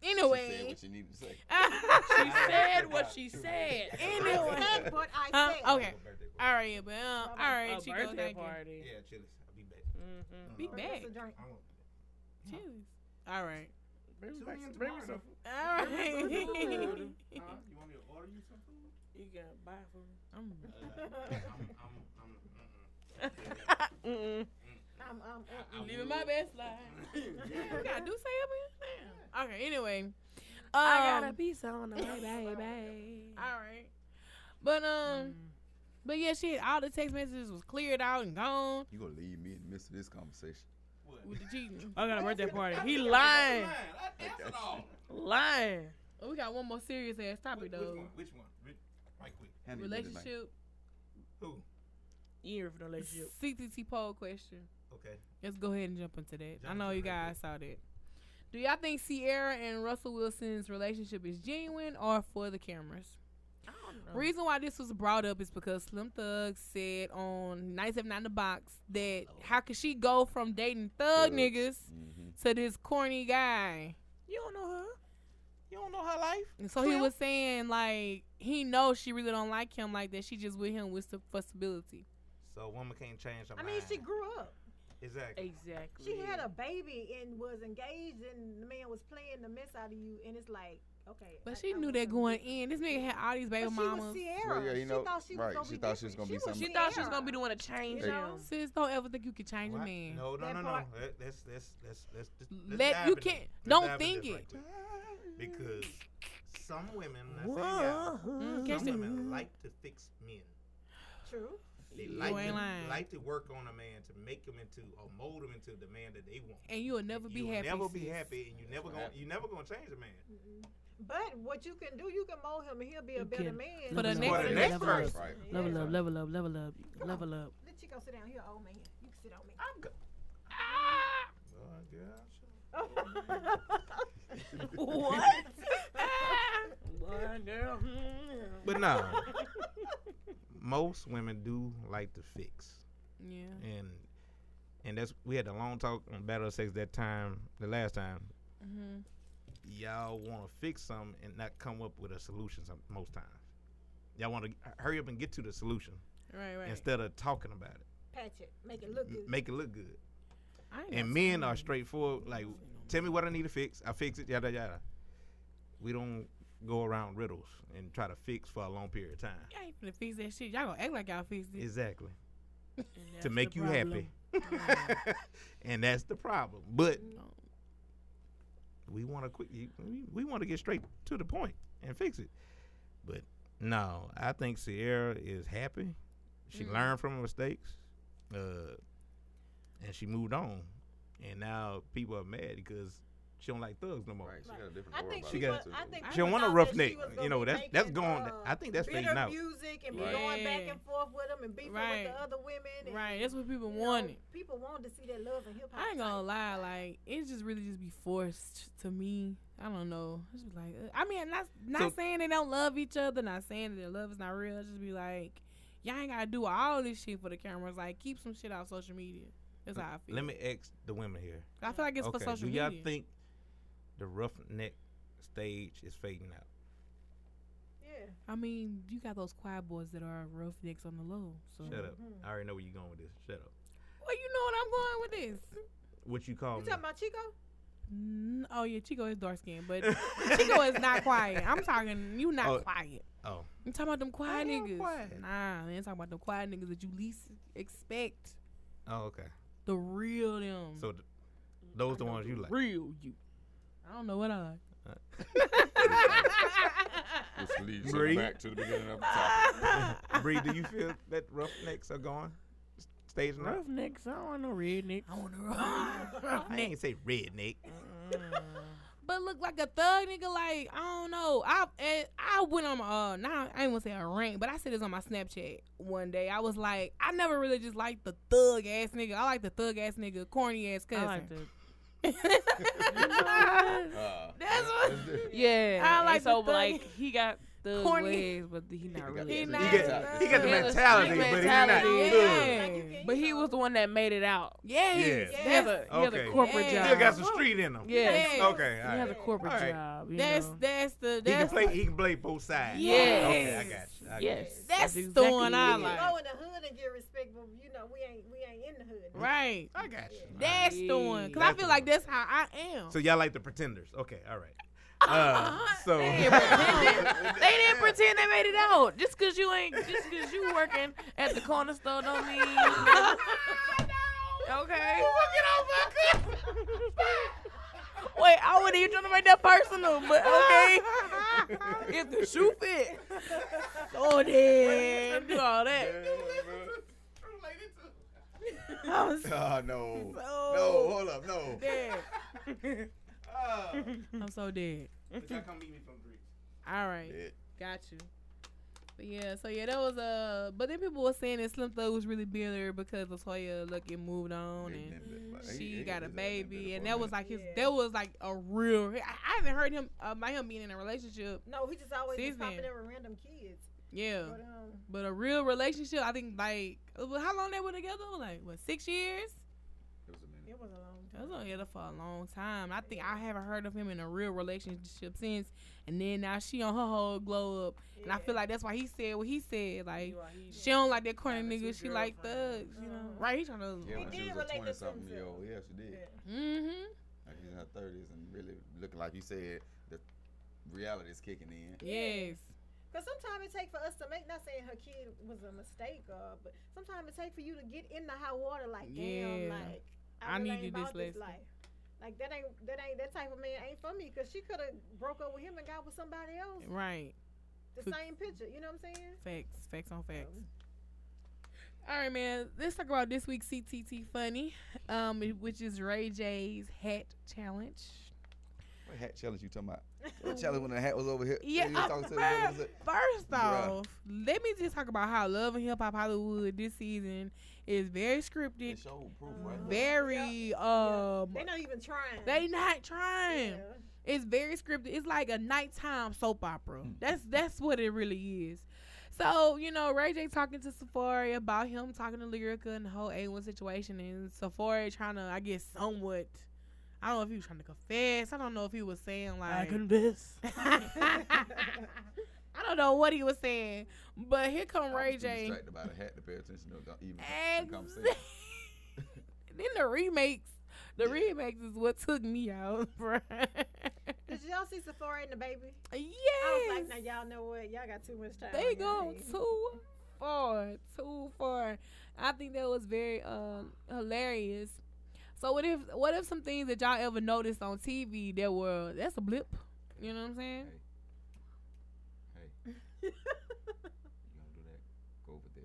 Speaker 2: She said
Speaker 3: Anyway.
Speaker 2: what you needed to say.
Speaker 3: (laughs)
Speaker 6: She said what she said.
Speaker 4: (laughs)
Speaker 3: anyway.
Speaker 5: I said what I
Speaker 3: Huh? Oh.
Speaker 5: said.
Speaker 3: okay. All right, yeah, but um, all right,
Speaker 6: A
Speaker 3: Chico,
Speaker 6: birthday
Speaker 3: thank
Speaker 6: party.
Speaker 4: Yeah, Chili's. I'll be back.
Speaker 6: Mhm.
Speaker 3: you. Be
Speaker 5: Bring us
Speaker 3: back.
Speaker 5: a drink.
Speaker 4: I want
Speaker 3: Cheers. All right.
Speaker 6: Bring me
Speaker 4: Tune
Speaker 6: back
Speaker 4: in
Speaker 6: some
Speaker 4: tomorrow.
Speaker 3: (laughs)
Speaker 6: tomorrow.
Speaker 3: All right.
Speaker 6: (laughs) Alright.
Speaker 4: Huh? Uh-huh. You want me to order you something?
Speaker 6: You gotta buy for me.
Speaker 3: I'm
Speaker 4: Uh, I'm, I'm, I'm, mm-mm.
Speaker 6: Mm-mm.
Speaker 5: I'm, I'm,
Speaker 4: I- I
Speaker 6: Living
Speaker 4: would.
Speaker 6: my best life.
Speaker 3: we gotta do say up here. Damn. Okay. Anyway. Um,
Speaker 6: I got a piece on the way,
Speaker 3: (laughs)
Speaker 6: baby.
Speaker 3: All right. But um, but yeah, shit. All the text messages was cleared out and gone
Speaker 2: You
Speaker 3: (laughs)
Speaker 2: gonna leave me in the midst of this conversation?
Speaker 4: What?
Speaker 3: with the cheating.
Speaker 6: I got a birthday party. He lying.
Speaker 4: I at all.
Speaker 6: Lying.
Speaker 3: Oh, we got one more serious ass topic
Speaker 4: Which
Speaker 3: though.
Speaker 4: one? Which one? Re- Right quick.
Speaker 2: Hand me the business bank.
Speaker 3: Relationship.
Speaker 4: Who?
Speaker 6: You ain't for no relationship.
Speaker 3: CTT poll question.
Speaker 4: Okay.
Speaker 3: Let's go ahead and jump into that. I
Speaker 4: Jump
Speaker 3: know
Speaker 4: into
Speaker 3: you
Speaker 4: that, yeah.
Speaker 3: guys saw that. Do y'all think Sierra and Russell Wilson's relationship is genuine or for the cameras?
Speaker 6: I don't know.
Speaker 3: Reason why this was brought up is because Slim Thug said on 979 The Box that
Speaker 5: Oh.
Speaker 3: how could she go from dating thug
Speaker 2: Thugs.
Speaker 3: niggas
Speaker 2: Mhm.
Speaker 3: to this corny guy?
Speaker 6: You don't know her. You don't know her life.
Speaker 3: And so he
Speaker 6: Slim?
Speaker 3: was saying like he knows she really don't like him like that. She just with him with some fussability.
Speaker 4: So a woman can't change her
Speaker 5: I
Speaker 4: mind.
Speaker 5: mean, she grew up.
Speaker 4: Exactly.
Speaker 6: Exactly.
Speaker 5: She had a baby and was engaged, and the man was playing the mess out of you, and it's like, okay. I-
Speaker 3: But she
Speaker 5: I
Speaker 3: knew
Speaker 5: want
Speaker 3: that
Speaker 5: some
Speaker 3: going
Speaker 5: different.
Speaker 3: in. This nigga had all these baby
Speaker 5: But
Speaker 3: mamas.
Speaker 5: She was Sierra.
Speaker 2: Well, yeah, you
Speaker 5: she
Speaker 2: know-
Speaker 5: thought she was
Speaker 2: right,
Speaker 5: gonna
Speaker 2: she
Speaker 5: be
Speaker 2: thought she was
Speaker 5: different.
Speaker 2: gonna be
Speaker 6: She
Speaker 2: something.
Speaker 6: thought she was
Speaker 5: Sierra.
Speaker 6: gonna be the one to change
Speaker 5: You
Speaker 6: him.
Speaker 5: know?
Speaker 3: Sis, don't ever think you can change
Speaker 4: Why-
Speaker 3: a man.
Speaker 4: No, no,
Speaker 5: That
Speaker 4: no, no.
Speaker 5: part-
Speaker 4: Let- Let's let's let's let's just let's
Speaker 3: Let-
Speaker 4: dive
Speaker 3: you
Speaker 4: into this.
Speaker 3: can't-
Speaker 4: Let's
Speaker 3: don't
Speaker 4: dive into
Speaker 3: think
Speaker 4: this
Speaker 3: it.
Speaker 4: right quick. because some women, I say
Speaker 3: Mm,
Speaker 4: y'all,
Speaker 3: catch
Speaker 4: Mm-hmm. some
Speaker 3: that.
Speaker 4: women like to fix men.
Speaker 5: True.
Speaker 4: They
Speaker 3: You
Speaker 4: like
Speaker 3: ain't
Speaker 4: to,
Speaker 3: lying.
Speaker 4: like to work on a man to make him into or mold him into the man that they want.
Speaker 3: and you'll never be
Speaker 4: You'll
Speaker 3: happy.
Speaker 4: Never be
Speaker 3: sis.
Speaker 4: happy, and you never
Speaker 2: what
Speaker 4: gonna
Speaker 2: happened.
Speaker 4: you never gonna change a man.
Speaker 5: Mm-mm. But what you can do, you can mold him, and he'll be a
Speaker 6: You
Speaker 5: better
Speaker 6: can.
Speaker 5: man.
Speaker 3: For the next
Speaker 6: For
Speaker 4: the next
Speaker 6: level
Speaker 4: person.
Speaker 6: up,
Speaker 2: Right.
Speaker 6: Level
Speaker 5: Yeah.
Speaker 6: up, level up, level up, level up.
Speaker 5: Let Chico sit down. He an old man. You can sit on me. (laughs)
Speaker 4: I'm good. Oh, God.
Speaker 6: What? Boy, girl.
Speaker 4: But no, most women do like to fix,
Speaker 3: Yeah.
Speaker 4: and and that's we had a long talk on Battle of Sex that time, the last time.
Speaker 3: Mm-hmm.
Speaker 4: Y'all want to fix some and not come up with a solution some, most times. Y'all want to hurry up and get to the solution
Speaker 3: Right, right.
Speaker 4: instead of talking about it,
Speaker 5: Patch it. Make it look
Speaker 4: M-
Speaker 5: good.
Speaker 4: make it look good.
Speaker 3: I ain't
Speaker 4: And
Speaker 3: no
Speaker 4: men
Speaker 3: time.
Speaker 4: are straightforward. Like, tell me what I need to fix. I fix it. Yada yada. We don't go around riddles and try to fix for a long period of time.
Speaker 3: Y'all ain't finna fix that shit. Y'all gonna act like y'all fixed it.
Speaker 4: Exactly.
Speaker 6: And that's
Speaker 4: to
Speaker 6: the
Speaker 4: make you happy. (laughs) and that's the problem. But we want to quick. you- We, we want to get straight to the point and fix it. But no, I think Sierra is happy. She
Speaker 3: Mm.
Speaker 4: learned from her mistakes, uh, and she moved on. And now people are mad because she don't like thugs no more.
Speaker 2: Right. She got a different
Speaker 5: I
Speaker 2: aura
Speaker 5: think
Speaker 2: about
Speaker 5: she
Speaker 2: her,
Speaker 5: was,
Speaker 2: too.
Speaker 5: I think
Speaker 3: She
Speaker 4: She don't want a
Speaker 5: thought
Speaker 4: rough
Speaker 5: that
Speaker 4: neck.
Speaker 5: she was gonna
Speaker 4: You know
Speaker 5: be
Speaker 4: that's that's
Speaker 5: making,
Speaker 4: going.
Speaker 5: uh,
Speaker 4: I think that's fading
Speaker 5: bitter
Speaker 4: out.
Speaker 5: music and
Speaker 2: Right.
Speaker 5: be going back
Speaker 3: Yeah.
Speaker 5: and forth with him and beefing
Speaker 3: Right.
Speaker 5: with the other women. And,
Speaker 3: Right. That's what people
Speaker 5: you know,
Speaker 3: wanted.
Speaker 5: People wanted to see that love and hip hop.
Speaker 3: I ain't gonna lie, like it just really just be forced to me. I don't know. It's just like uh, I mean, not not
Speaker 4: So-
Speaker 3: saying they don't love each other, not saying that their love is not real. It's just be like, y'all ain't gotta do all this shit for the cameras. Like keep some shit off social media. That's how I feel.
Speaker 4: Let me ask the women here.
Speaker 3: I feel like it's for social
Speaker 4: do y'all
Speaker 3: media.
Speaker 4: think the roughneck stage is fading out?
Speaker 5: Yeah.
Speaker 3: I mean, you got those choir boys that are roughnecks on the low. So
Speaker 4: Shut
Speaker 5: Mm-hmm.
Speaker 4: up. I already know where you're going with this. Shut up.
Speaker 3: Well, you know what I'm going with this.
Speaker 4: What you call
Speaker 5: You
Speaker 4: me?
Speaker 5: talking about Chico?
Speaker 3: Mm, oh yeah, Chico is dark skinned,
Speaker 4: (laughs)
Speaker 3: but Chico is not quiet. I'm talking you not
Speaker 4: Oh.
Speaker 3: quiet.
Speaker 4: Oh.
Speaker 3: I'm talking about them quiet
Speaker 4: I am
Speaker 3: niggas.
Speaker 4: quiet.
Speaker 3: Nah, man, talking about them quiet niggas that you least expect.
Speaker 4: Oh, okay.
Speaker 3: The real them.
Speaker 4: So th- those the ones you like.
Speaker 3: (laughs) real you. I don't know what I like.
Speaker 2: Which leads
Speaker 4: Bree?
Speaker 2: us back to the beginning of the
Speaker 3: Ah,
Speaker 2: topic.
Speaker 4: Bree, do you feel that roughnecks are going? S- Staging out?
Speaker 6: Roughnecks. I don't want no rednecks. I want
Speaker 4: I ain't say
Speaker 3: (laughs)
Speaker 4: redneck.
Speaker 3: (gasps) But look like a thug nigga, like I don't know. I and I went on my uh now I ain't gonna say a rant, but I said this on my Snapchat one day. I was like, I never really just liked the thug ass nigga. I like the thug ass nigga, corny ass cousin.
Speaker 6: I like that.
Speaker 3: (laughs)
Speaker 2: Uh,
Speaker 3: That's
Speaker 2: let's
Speaker 3: what-
Speaker 2: do
Speaker 3: (laughs)
Speaker 2: it.
Speaker 6: Yeah.
Speaker 3: I like
Speaker 6: and so,
Speaker 3: the
Speaker 6: but
Speaker 3: thug-
Speaker 6: like he got the
Speaker 3: Corny.
Speaker 6: ways, but he not really.
Speaker 3: He
Speaker 2: He
Speaker 3: not-
Speaker 2: got,
Speaker 4: he got the
Speaker 6: Yeah,
Speaker 4: mentality,
Speaker 6: street
Speaker 4: but he not
Speaker 6: mentality.
Speaker 4: thug.
Speaker 3: Yeah.
Speaker 5: Like you can,
Speaker 6: But
Speaker 5: you
Speaker 6: he
Speaker 5: know,
Speaker 6: was the one that made it out.
Speaker 3: Yes.
Speaker 4: Yeah.
Speaker 6: He has a, he has
Speaker 4: Okay.
Speaker 6: a corporate
Speaker 3: Yeah.
Speaker 4: Still got
Speaker 6: job.
Speaker 4: some street in him.
Speaker 6: Yes.
Speaker 3: Yes.
Speaker 4: Okay. All
Speaker 6: He has
Speaker 4: right.
Speaker 6: a corporate
Speaker 4: All right.
Speaker 6: job. You
Speaker 3: That's
Speaker 6: know.
Speaker 3: that's the
Speaker 4: He can
Speaker 3: that's
Speaker 4: play. He can play both sides. Okay, I
Speaker 6: Yes.
Speaker 4: got you. I got
Speaker 6: Yes.
Speaker 4: you.
Speaker 3: That's the
Speaker 6: exactly
Speaker 3: one I
Speaker 6: it. Oh,
Speaker 5: you
Speaker 3: like.
Speaker 5: go in the hood and get respect, but you know we ain't we ain't in the hood.
Speaker 3: right.
Speaker 4: I got you. All right.
Speaker 3: That's the one. Cause I
Speaker 4: That's
Speaker 3: feel
Speaker 4: the
Speaker 3: like
Speaker 4: one.
Speaker 3: that's how I am.
Speaker 4: So y'all like the Pretenders? Okay. All right. Uh, so (laughs)
Speaker 6: (laughs) They didn't pretend they made it out. Just cause you ain't, just cause you working at the corner store don't mean. Okay. (laughs) Wait, I wasn't even trying to make that personal, but okay. if the shoe fit, so then do all that.
Speaker 3: (laughs)
Speaker 2: Oh
Speaker 6: I'm
Speaker 2: no.
Speaker 6: so
Speaker 2: No, Ah, hold up, no.
Speaker 6: dead.
Speaker 3: (laughs) I'm so dead.
Speaker 4: Y'all uh, come meet me from drinks.
Speaker 3: All right. Got you. But yeah, so yeah, that was uh. But then people were saying that Slim Thug was really bitter because Latoya Lucky moved on and she got a baby, and that was like his.
Speaker 5: Yeah.
Speaker 3: That was like a real. I, I haven't heard him uh, about him being in a relationship.
Speaker 5: No, he just always
Speaker 3: Since
Speaker 5: was popping
Speaker 3: then.
Speaker 5: there with random kids.
Speaker 3: Yeah,
Speaker 5: But um,
Speaker 3: but a real relationship. I think like uh, well, how long they were together? Like what six years?
Speaker 5: it was a long
Speaker 3: They
Speaker 5: time.
Speaker 3: was together for a long time. I think I haven't heard of him in a real relationship since. And then now she on her whole glow up, and I feel like that's why he said what he said. Like She don't like that corny
Speaker 6: Having
Speaker 3: nigga.
Speaker 6: two
Speaker 3: She like thugs,
Speaker 6: girlfriends.
Speaker 3: you know.
Speaker 5: Uh-huh.
Speaker 3: Right? He trying to.
Speaker 2: Yeah, when
Speaker 5: did
Speaker 2: she was
Speaker 5: relate
Speaker 2: a
Speaker 5: this to
Speaker 2: twenty something year
Speaker 5: himself.
Speaker 2: old, yeah, she did.
Speaker 5: Yeah.
Speaker 3: Mm-hmm.
Speaker 2: Like she's in her thirties and really looking like you said, the reality is kicking in.
Speaker 3: Yes.
Speaker 5: Cause sometimes it take for us to make. Not saying her kid was a mistake, uh, but sometimes it take for you to get in the hot water. Like damn,
Speaker 3: Yeah.
Speaker 5: like
Speaker 3: I
Speaker 5: really
Speaker 3: needed
Speaker 5: ain't
Speaker 3: this
Speaker 5: about this
Speaker 3: lesson.
Speaker 5: life. Like that ain't that ain't that type of man ain't for me. Cause she could have broke up with him and got with somebody else.
Speaker 3: Right.
Speaker 5: The
Speaker 3: Could-
Speaker 5: same picture. You know what I'm saying?
Speaker 3: Facts. Facts on facts. All right, man. Let's talk about this week's CTT funny, um, which is Ray J's hat challenge.
Speaker 2: What hat challenge you talking about? What challenge when the hat was over here?
Speaker 3: Yeah,
Speaker 2: you
Speaker 3: uh,
Speaker 2: talking to the
Speaker 3: bruh,
Speaker 2: girl, was it-
Speaker 3: First
Speaker 2: Bruh.
Speaker 3: off, let me just talk about how Love and Hip Hop Hollywood this season is very scripted,
Speaker 2: It's show proof
Speaker 3: Mm-hmm.
Speaker 2: right there.
Speaker 3: very um.
Speaker 5: (laughs) They not even trying.
Speaker 3: They not trying.
Speaker 5: Yeah.
Speaker 3: It's very scripted. It's like a nighttime soap opera.
Speaker 2: Mm.
Speaker 3: That's that's what it really is. So you know, Ray J talking to Safari about him talking to Lyrica and the whole A one situation, and Safari trying to, I guess, somewhat. I don't know if he was trying to confess. I don't know if he was saying like.
Speaker 6: confess.
Speaker 3: (laughs) I don't know what he was saying, but here come
Speaker 2: I
Speaker 3: Ray
Speaker 2: was too
Speaker 3: J.
Speaker 2: distracted by the hat to pay attention to the- even the
Speaker 3: Exactly.
Speaker 2: conversation.
Speaker 3: then the remakes.
Speaker 2: (laughs)
Speaker 3: The
Speaker 2: Yeah.
Speaker 3: remakes is what took me out, bruh.
Speaker 5: (laughs) Did y'all see Safari and the baby?
Speaker 3: yes.
Speaker 5: I was like, now y'all know what? Y'all got too much time.
Speaker 3: they
Speaker 5: on y'all
Speaker 3: go
Speaker 5: hands.
Speaker 3: too far, too far. I think that was very um, hilarious. So what if what if some things that y'all ever noticed on TV that were that's a blip, you know what I'm saying?
Speaker 2: Hey. you gonna do that? Go over there.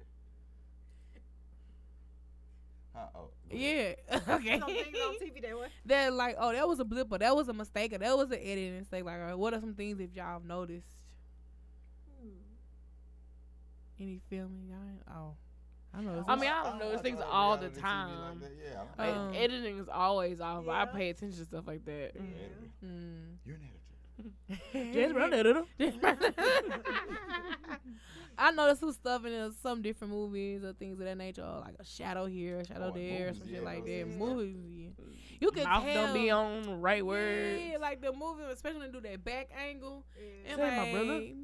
Speaker 2: Huh? Oh. go ahead.
Speaker 3: Yeah, (laughs) okay.
Speaker 5: Some things on TV that
Speaker 3: (laughs)
Speaker 5: were. (laughs)
Speaker 3: that like oh that was a blip or that was a mistake or that was an editing mistake. Like alright, what are some things if y'all have noticed? Any filming? Y'all? Oh, I know.
Speaker 5: I
Speaker 6: I mean, I don't know
Speaker 2: watch
Speaker 6: those things
Speaker 2: a lot of
Speaker 6: all the
Speaker 2: reality TV
Speaker 6: time.
Speaker 2: Like that. Yeah. I don't
Speaker 6: Like,
Speaker 3: Um, Mm.
Speaker 6: editing is always off. but I
Speaker 5: yeah.
Speaker 6: pay attention to stuff like that.
Speaker 5: Yeah.
Speaker 3: Hmm.
Speaker 2: You're an editor.
Speaker 6: (laughs) Just run it, it'll-
Speaker 3: I noticed some stuff in uh, some different movies or things of that nature, or like a shadow here, a shadow
Speaker 2: Oh, in
Speaker 3: there, or
Speaker 2: movies,
Speaker 3: some
Speaker 2: yeah,
Speaker 3: shit like
Speaker 2: those
Speaker 3: that.
Speaker 5: things.
Speaker 3: Movies, yeah. you can
Speaker 6: Mouth
Speaker 3: tell.
Speaker 6: don't be on the right words.
Speaker 3: Yeah, like the movie, especially when they do that back angle.
Speaker 5: Yeah.
Speaker 3: And
Speaker 6: that my brother?
Speaker 3: like,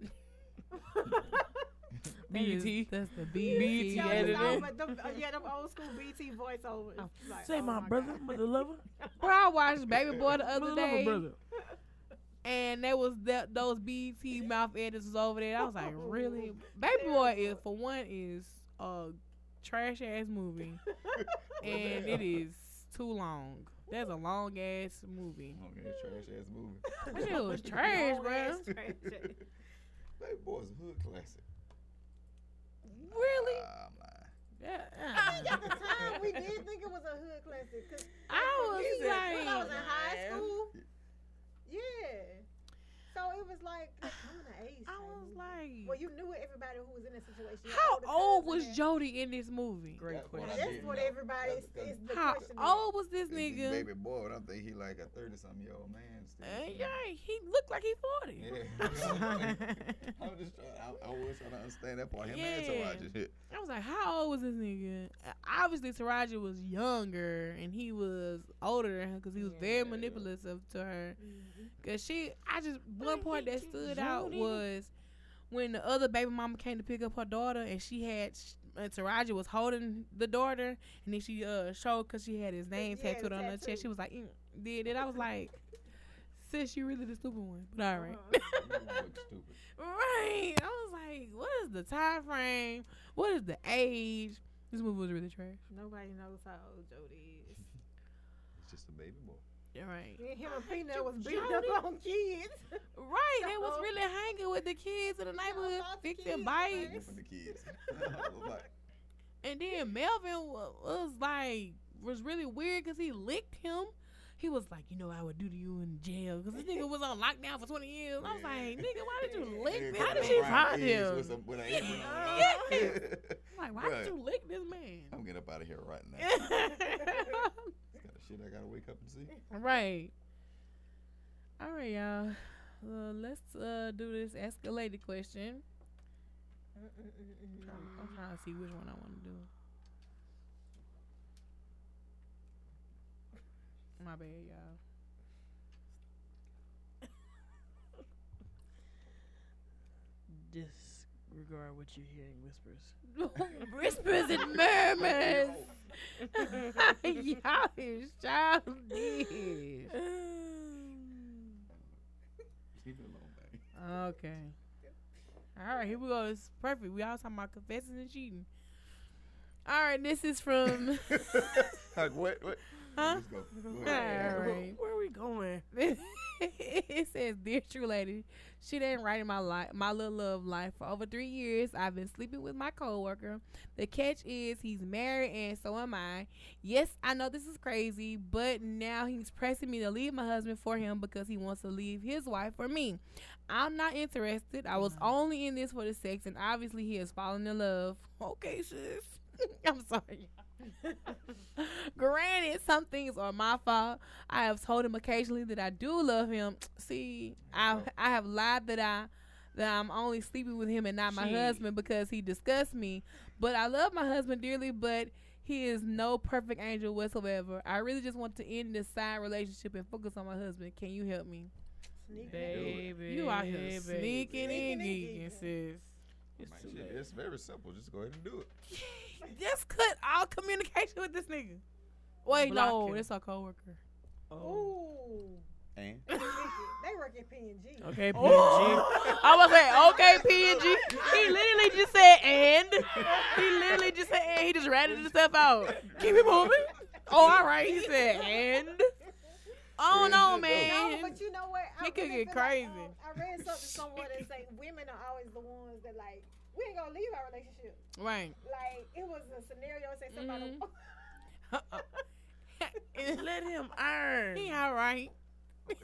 Speaker 3: ni-
Speaker 6: (laughs)
Speaker 3: (laughs) that is-
Speaker 6: BET.
Speaker 3: That's the E
Speaker 6: BET
Speaker 3: BET
Speaker 5: Y'all
Speaker 3: editor.
Speaker 5: just all
Speaker 6: edited. E editing.
Speaker 5: with them, uh, yeah, them old school BT voiceovers. Like,
Speaker 6: Say
Speaker 5: oh
Speaker 6: my brother,
Speaker 5: God.
Speaker 6: mother lover,
Speaker 3: Bro, I watched Baby Boy the
Speaker 6: mother
Speaker 3: other
Speaker 6: lover,
Speaker 3: day,
Speaker 6: brother.
Speaker 3: and there was that those BET mouth editors was over there. I was like,
Speaker 5: (laughs)
Speaker 3: really? Baby Boy is for one is a trash ass movie.
Speaker 5: (laughs)
Speaker 3: (laughs) and it is too long. That's a long ass movie.
Speaker 2: Okay, it's trash ass movie.
Speaker 3: (laughs) That
Speaker 2: (laughs)
Speaker 3: shit
Speaker 5: (laughs)
Speaker 3: was trash,
Speaker 5: Old
Speaker 3: bro.
Speaker 5: ass trash.
Speaker 2: Baby Boy's a hood classic.
Speaker 3: Really?
Speaker 2: Ah, man.
Speaker 3: Yeah.
Speaker 5: I think at the time we did think it was a hood classic. Cause
Speaker 3: I
Speaker 5: when
Speaker 3: was
Speaker 5: when I was in
Speaker 3: like,
Speaker 5: high school, yeah. So it was like I'm an ace.
Speaker 3: (sighs) I was
Speaker 5: well,
Speaker 3: like,
Speaker 5: you knew everybody who was in that situation. Your
Speaker 3: how
Speaker 5: older
Speaker 3: old
Speaker 5: cousins
Speaker 3: was
Speaker 5: and-
Speaker 3: Jody in this movie?
Speaker 6: Great
Speaker 2: That's what I
Speaker 6: question.
Speaker 5: That's
Speaker 2: didn't
Speaker 5: what
Speaker 2: know.
Speaker 5: everybody
Speaker 2: That's
Speaker 5: is
Speaker 2: because
Speaker 5: is the
Speaker 3: How
Speaker 5: question. is.
Speaker 3: old was this
Speaker 2: this is
Speaker 3: nigga?
Speaker 2: Baby Boy, but I'm thinking he like a thirty something year old man. Still.
Speaker 3: Uh, yeah, he looked like he forty.
Speaker 2: Yeah. (laughs) I'm just trying. I, I was trying to understand that part. Him and
Speaker 3: Yeah.
Speaker 2: Taraji shit.
Speaker 3: I was like, how old was this nigga? Uh, Obviously, Taraji was younger and he was older than her because he was
Speaker 2: Yeah.
Speaker 3: very manipulative to her. Cause she, I just one part that stood out was when the other baby mama came to pick up her daughter, and she had sh- and Taraji was holding the daughter, and then she uh showed cause she had his name
Speaker 5: Yeah,
Speaker 3: tattooed on her chest. She
Speaker 5: tattooed.
Speaker 3: was like, mm, did it? I was like, sis, you really the stupid one. But all right.
Speaker 5: Uh-huh.
Speaker 3: (laughs)
Speaker 2: You look stupid.
Speaker 3: Right. I was like, what is the time frame? What is the age? This movie was really trash.
Speaker 5: Nobody knows how old Jody is.
Speaker 2: It's just a baby boy.
Speaker 3: Yeah, right.
Speaker 5: Me and him and
Speaker 3: (laughs)
Speaker 5: Peanut was beating up on kids.
Speaker 3: Right. They was
Speaker 5: Uh-oh.
Speaker 3: really hanging with the kids in the
Speaker 5: (laughs)
Speaker 3: neighborhood,
Speaker 5: about the
Speaker 3: fixing
Speaker 5: kids, (laughs)
Speaker 3: bikes.
Speaker 2: Even for the kids. (laughs) I was like,
Speaker 3: And then Melvin was, was like was really weird because he licked him. He was like, you know, what I would do to you in jail because this nigga was on lockdown for 20 years. I was like, nigga, why did you lick this? How did she find him?
Speaker 2: With some, with an apron on.
Speaker 3: I'm like, why
Speaker 2: Bruh. (laughs)
Speaker 3: did you lick this man?
Speaker 2: I'm getting up out of here right
Speaker 3: (laughs)
Speaker 2: now. It's kind of shit I gotta wake up and see.
Speaker 3: right. All right, y'all. Uh, let's uh, do this escalated question. I'm, I'm trying to see which one I want to do. My bad, y'all.
Speaker 6: Disregard what you're hearing whispers.
Speaker 3: Whispers and murmurs. y'all is childish.
Speaker 2: Leave it alone, man.
Speaker 3: Okay. All right, here we go. It's perfect. We all talking about confessing and cheating. All right, this is from.
Speaker 2: (laughs) like what? What?
Speaker 3: huh?
Speaker 2: Let's go. Go
Speaker 3: All
Speaker 2: ahead.
Speaker 3: right.
Speaker 6: Where are we going?
Speaker 3: (laughs) it says, "Dear True Lady, she didn't write in my life, my little love life for over three years. I've been sleeping with my coworker. The catch is he's married, and so am I. Yes, I know this is crazy, but now he's pressing me to leave my husband for him because he wants to leave his wife for me. I'm not interested. I was only in this for the sex, and obviously he has fallen in love. (laughs) Okay, sis. (laughs) I'm sorry. (laughs) Granted, some things are my fault. I have told him occasionally that I do love him. See, I I have lied that I that I'm only sleeping with him and not my
Speaker 6: Shit.
Speaker 3: husband because he disgusts me. But I love my husband dearly, but he is no perfect angel whatsoever. I really just want to end this side relationship and focus on my husband. Can you help me?
Speaker 6: Baby.
Speaker 3: You out here
Speaker 6: baby.
Speaker 3: sneaking and
Speaker 5: Sneaking and
Speaker 3: geeking, sis.
Speaker 6: It's
Speaker 2: Man,
Speaker 6: too
Speaker 2: shit,
Speaker 6: late.
Speaker 2: it's very simple. Just go ahead and do it.
Speaker 3: Just cut all communication with this nigga. Wait,
Speaker 6: Block
Speaker 3: no,
Speaker 6: him.
Speaker 3: it's our coworker.
Speaker 6: Oh.
Speaker 5: Ooh.
Speaker 2: And
Speaker 5: They work at PNG.
Speaker 6: Okay, PNG.
Speaker 3: Oh.
Speaker 5: (laughs)
Speaker 3: I was like, okay, PNG.
Speaker 6: He literally just said and. He literally just said and. He just ratted himself out. Keep it moving. Oh, all right. He said and.
Speaker 3: Oh no,
Speaker 5: No,
Speaker 3: man.
Speaker 5: but you know what?
Speaker 3: He could
Speaker 5: really
Speaker 3: get
Speaker 5: feel like,
Speaker 3: crazy.
Speaker 5: um, I
Speaker 3: (laughs)
Speaker 5: read something somewhere that say women are always the ones that like we ain't gonna leave our relationship.
Speaker 3: Right.
Speaker 5: Like it was a scenario say somebody
Speaker 3: Mhm.
Speaker 6: Let him iron.
Speaker 3: he all right. (laughs)
Speaker 5: a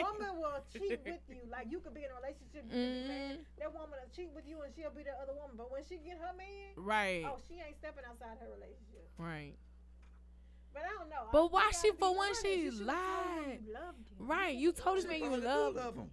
Speaker 5: woman will cheat with you. Like you could be in a relationship with
Speaker 3: Mm-hmm.
Speaker 5: this man. That woman will cheat with you and she'll be the other woman. But when she get her man,
Speaker 3: Right.
Speaker 5: oh she ain't stepping outside her relationship.
Speaker 3: Right.
Speaker 5: But I don't know. I
Speaker 3: But
Speaker 5: think
Speaker 3: why
Speaker 5: you
Speaker 3: she-
Speaker 5: gotta be
Speaker 3: for one,
Speaker 5: honest.
Speaker 3: she
Speaker 5: You should've told him
Speaker 3: lied.
Speaker 5: you loved him.
Speaker 3: Right. You told this man you
Speaker 2: Probably do
Speaker 3: love him.
Speaker 2: love him.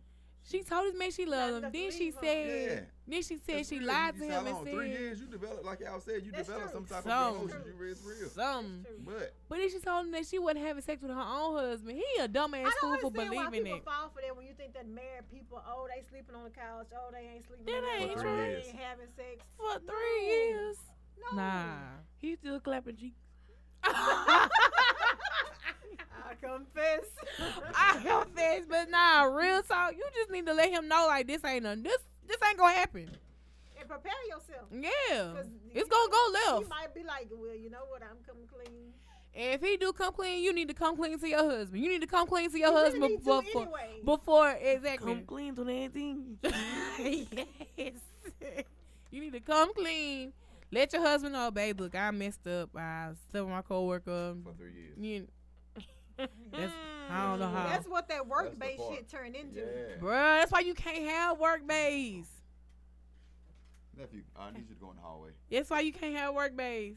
Speaker 3: She told this man she loved him. Then she
Speaker 2: Yeah.
Speaker 3: said. Then she said
Speaker 2: It's
Speaker 3: she
Speaker 2: real.
Speaker 3: lied
Speaker 2: You
Speaker 3: to
Speaker 2: just how
Speaker 3: him and
Speaker 2: long? Three
Speaker 3: said
Speaker 2: years, you develop, like y'all said, you
Speaker 5: That's
Speaker 2: develop
Speaker 5: true.
Speaker 2: some type
Speaker 3: Some.
Speaker 2: of emotion. You read it's real.
Speaker 3: some.
Speaker 2: But
Speaker 3: But then she told him that she wouldn't have sex with her own husband. He a dumbass
Speaker 5: I don't
Speaker 3: fool for
Speaker 5: understand why
Speaker 3: believing
Speaker 5: people
Speaker 3: it.
Speaker 5: fall for that when you think that married people, oh, they sleeping on the couch, oh, they ain't sleeping.
Speaker 3: That
Speaker 5: on the
Speaker 3: ain't
Speaker 5: couch,
Speaker 2: For three
Speaker 5: they
Speaker 2: years.
Speaker 5: ain't having sex.
Speaker 3: For three
Speaker 5: No.
Speaker 3: years.
Speaker 5: No. (laughs)
Speaker 3: Nah. (laughs)
Speaker 6: He's still clapping cheeks.
Speaker 5: I confess.
Speaker 3: I confess, but nah, real talk. You just need to let him know like this ain't nothing. This this ain't gonna happen.
Speaker 5: and prepare yourself.
Speaker 3: Yeah,
Speaker 5: 'cause
Speaker 3: it's
Speaker 5: you-
Speaker 3: gonna go
Speaker 5: He
Speaker 3: left.
Speaker 5: might be like, well, you know what? I'm coming clean.
Speaker 3: And if he do come clean, you need to come clean to your husband. You need to come clean to your
Speaker 5: You really
Speaker 3: husband
Speaker 5: need to
Speaker 3: before
Speaker 5: anyway.
Speaker 3: before exactly.
Speaker 6: Come clean
Speaker 5: (laughs)
Speaker 6: to anything.
Speaker 3: (laughs) yes, you need to come clean. Let your husband know, babe. Look, I messed up. I slept with my coworker.
Speaker 2: for three years.
Speaker 3: You, that's, I don't know how.
Speaker 5: That's what that work
Speaker 2: That's
Speaker 5: based
Speaker 2: the part.
Speaker 5: shit turned into.
Speaker 2: Yeah.
Speaker 3: Bruh, that's why you can't have work bays.
Speaker 2: Nephew, I need you to go in the hallway.
Speaker 3: That's why you can't have work bays.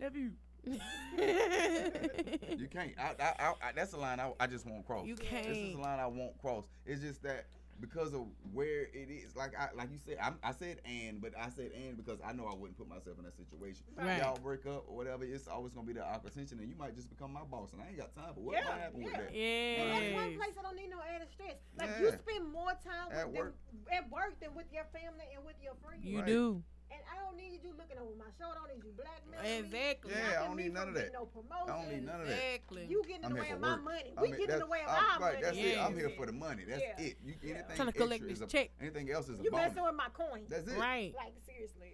Speaker 6: Nephew.
Speaker 3: (laughs) you
Speaker 2: You
Speaker 5: (laughs)
Speaker 2: can't. I, I, I, I, that's a line I, I just won't cross. This is a
Speaker 3: can't.
Speaker 2: line I won't cross. It's just that because of where it is, like I like you said, I'm, I said and, but I said and because I know I wouldn't put myself in that situation.
Speaker 3: Right.
Speaker 2: Y'all break up or whatever, it's always gonna be the opportunity, and you might just become my boss, and I ain't got time for what
Speaker 5: Yeah,
Speaker 2: might happen with
Speaker 5: yeah.
Speaker 2: that.
Speaker 5: And that's
Speaker 3: Yeah.
Speaker 5: one place I don't need no added stress. Like you
Speaker 2: Yeah.
Speaker 5: spend more time
Speaker 2: At
Speaker 5: with
Speaker 2: work.
Speaker 5: Them, at work than with your family and with your friends.
Speaker 3: You
Speaker 2: Right.
Speaker 3: do.
Speaker 5: And I don't need you looking over my shoulder. I don't need you blackmailing
Speaker 3: Exactly.
Speaker 5: me.
Speaker 2: Yeah, I
Speaker 5: knocking
Speaker 2: don't
Speaker 5: me
Speaker 2: need none
Speaker 5: from
Speaker 2: of that.
Speaker 5: getting No promotion.
Speaker 2: I don't need none of that.
Speaker 3: Exactly.
Speaker 5: You getting in
Speaker 2: I'm here
Speaker 5: the way
Speaker 2: for
Speaker 5: of my
Speaker 2: work. I
Speaker 5: money. We
Speaker 2: mean,
Speaker 5: getting in
Speaker 2: that's-
Speaker 5: the way of
Speaker 2: I'm- right,
Speaker 5: our money.
Speaker 2: That's it. I'm here
Speaker 3: Yeah.
Speaker 2: for the money. That's
Speaker 5: Yeah.
Speaker 2: it. You
Speaker 5: Yeah.
Speaker 2: anything
Speaker 3: Tryna collect
Speaker 2: extra is
Speaker 3: this
Speaker 2: a,
Speaker 3: check.
Speaker 2: Anything else is a
Speaker 5: You
Speaker 2: bonus.
Speaker 5: messing with my coin.
Speaker 2: That's it.
Speaker 3: Right.
Speaker 5: Like seriously.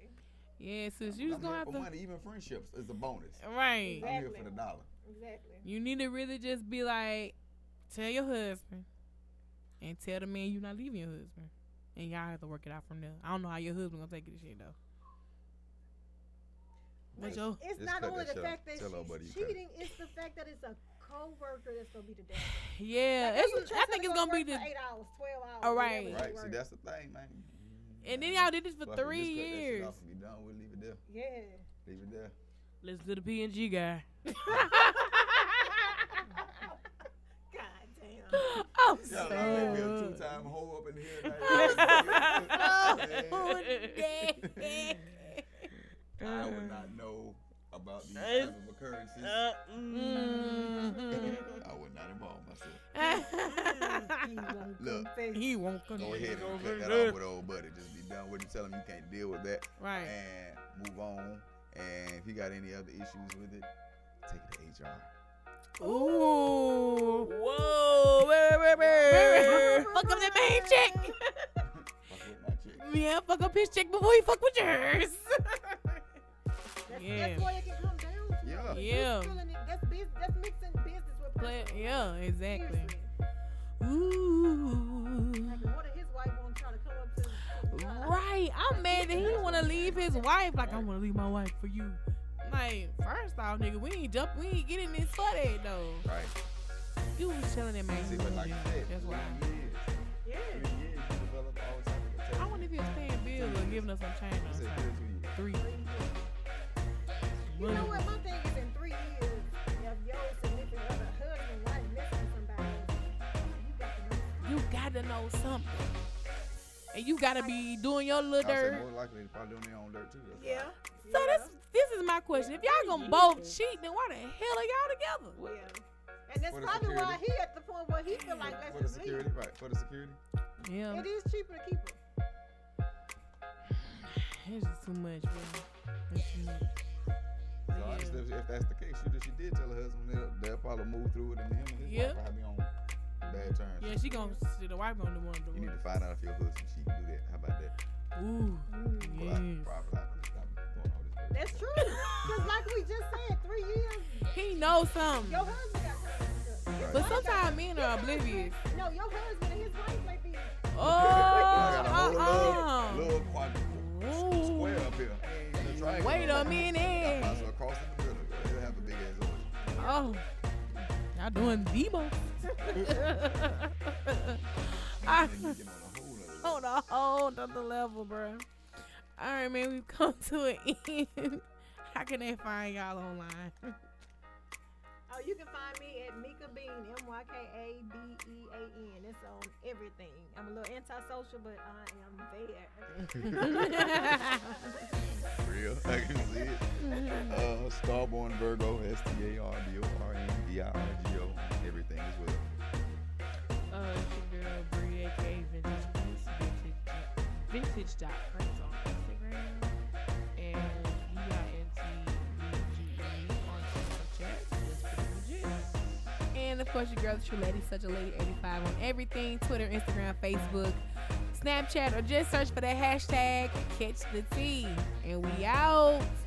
Speaker 3: Yeah, sis, you
Speaker 2: I'm
Speaker 3: just
Speaker 2: here
Speaker 3: gonna have
Speaker 2: for
Speaker 3: to.
Speaker 2: money, even friendships is a bonus.
Speaker 3: Right.
Speaker 2: I'm here for
Speaker 5: Exactly.
Speaker 2: the dollar.
Speaker 5: Exactly.
Speaker 3: You need to really just be like, tell your husband and tell the man you're not leaving your husband. And y'all have to work it out from there. I don't know how your husband gonna take this shit though. But
Speaker 5: Like,
Speaker 3: your
Speaker 5: It's
Speaker 2: Just
Speaker 5: not
Speaker 2: cut
Speaker 5: only
Speaker 2: that
Speaker 5: the
Speaker 2: shit off.
Speaker 5: fact that
Speaker 2: Tell her, buddy, you
Speaker 5: she's
Speaker 2: cut it.
Speaker 5: cheating, it's the fact that it's a co-worker that's gonna be the dad.
Speaker 3: Yeah,
Speaker 5: Like,
Speaker 3: it's-
Speaker 5: you trust
Speaker 3: I
Speaker 5: her
Speaker 3: think it's
Speaker 5: to go
Speaker 3: gonna be
Speaker 5: work
Speaker 3: the.
Speaker 5: for eight hours, twelve hours.
Speaker 3: All
Speaker 5: whatever
Speaker 3: right.
Speaker 5: she
Speaker 2: Right, see,
Speaker 3: (laughs)
Speaker 5: work.
Speaker 2: that's the thing, man.
Speaker 3: And then y'all did this for
Speaker 2: Fuck it,
Speaker 3: three
Speaker 2: just cut that shit
Speaker 3: years.
Speaker 2: off and Be done. We'll leave it there.
Speaker 5: yeah.
Speaker 2: Leave it there.
Speaker 3: Listen to the P and G guy.
Speaker 5: (laughs) God damn.
Speaker 2: Y'all
Speaker 3: Oh, so-
Speaker 2: make me a two-time hoe up in (laughs)
Speaker 3: (laughs)
Speaker 2: here.
Speaker 1: Oh,
Speaker 2: Man,
Speaker 1: dang.
Speaker 2: I would not know about these type of occurrences. I would not involve myself.
Speaker 5: He gonna
Speaker 2: Look,
Speaker 5: confess.
Speaker 3: he won't come.
Speaker 2: go ahead and cut that off with old buddy. Just be done with it. Tell him you can't deal with that
Speaker 3: Right.
Speaker 2: and move on. And if you got any other issues with it, take it to HR.
Speaker 3: Ooh. Whoa. Wait, wait, wait, wait. fuck up that main check.
Speaker 2: Fuck with my chick.
Speaker 3: Yeah, fuck up his check before he fuck with yours.
Speaker 5: That's,
Speaker 3: Yeah.
Speaker 5: that's where it can come down to.
Speaker 2: Yeah.
Speaker 5: If you
Speaker 3: Yeah.
Speaker 5: feeling it- That's, bus- that's mixing business with
Speaker 3: But,
Speaker 5: personal.
Speaker 3: yeah, exactly.
Speaker 5: Seriously.
Speaker 3: Ooh.
Speaker 5: Like, what if his wife won't try to come up to to-
Speaker 3: Right. I'm mad that he didn't want to leave his wife. Like, (laughs) I want to leave my wife for you. Like, first off, nigga, we ain't jump, we ain't getting this for that though.
Speaker 2: Right.
Speaker 3: You was telling that man.
Speaker 2: See, but like I said,
Speaker 3: That's why.
Speaker 2: three years,
Speaker 5: Yeah.
Speaker 2: three years, you develop all type of
Speaker 3: I wonder if he was paying bills or giving us some change
Speaker 2: I
Speaker 3: on
Speaker 2: said
Speaker 3: something.
Speaker 2: three years.
Speaker 3: Three.
Speaker 5: You know what? My thing is in three years, if your significant other, husband, wife, missing somebody, you got to know.
Speaker 3: You gotta know something. And you gotta be doing your little
Speaker 2: I
Speaker 3: dirt.
Speaker 2: said more likely they probably doing their own dirt too. That's why.
Speaker 5: Yeah.
Speaker 3: So this this is my question. If y'all gonna both cheat, then why the hell are y'all
Speaker 5: Yeah.
Speaker 3: together?
Speaker 5: And that's
Speaker 2: For the
Speaker 5: probably why
Speaker 2: security.
Speaker 5: he at the point where he feel like let's
Speaker 2: For the
Speaker 5: just leave.
Speaker 2: security, right? For the security.
Speaker 3: Yeah,
Speaker 5: It is cheaper to keep her.
Speaker 3: it's just too much, bro. It's too much.
Speaker 2: So honestly, if, if that's the case, shoot, if she did tell her husband, they'll, they'll probably move through it, and him and his
Speaker 3: Yeah.
Speaker 2: wife probably be on bad terms.
Speaker 3: Yeah, she gonna see the wife gonna do one of the
Speaker 2: You need
Speaker 3: ones.
Speaker 2: to find out if your husband she can do that. How about that?
Speaker 3: Ooh, Mm.
Speaker 2: Pull out the
Speaker 3: yes.
Speaker 2: private out and stop going all this.
Speaker 5: That's true. Cause like we just said, three years,
Speaker 3: He knows something.
Speaker 5: your husband got time to do it.
Speaker 2: Right.
Speaker 3: But sometimes men are oblivious.
Speaker 5: No, your husband and his wife might be.
Speaker 3: Oh,
Speaker 2: I got a whole
Speaker 3: uh-uh.
Speaker 2: little, little quadruple
Speaker 3: Ooh.
Speaker 2: square up here. Ain't no triangle
Speaker 3: Wait
Speaker 2: no
Speaker 3: a
Speaker 2: more.
Speaker 3: minute.
Speaker 2: (laughs) Might as well cross it in the middle. It'll have a big ass ocean.
Speaker 3: Oh, y'all doing (laughs) Debo. I
Speaker 2: And you get on a whole other
Speaker 3: on a whole nother level, bro. All right, man, we've come to an end. How can they find y'all online?
Speaker 5: Oh, you can find me at Mika Bean, M Y K A B E A N. It's on everything. I'm a little antisocial, but I am there. (laughs)
Speaker 2: For real. I can see it. Uh, Starborn Virgo, S T A R B O R N V I R G O, everything as well.
Speaker 6: Uh, it's your girl Brie, aka Vintage Prince, vintage, vintage dot Prince on Instagram, and V I N T V G E on Snapchat. That's pretty legit.
Speaker 3: And of course, your girl, the True Lady, Such a Lady 85 on everything Twitter, Instagram, Facebook, Snapchat, or just search for the hashtag Catch the Tea. And we out.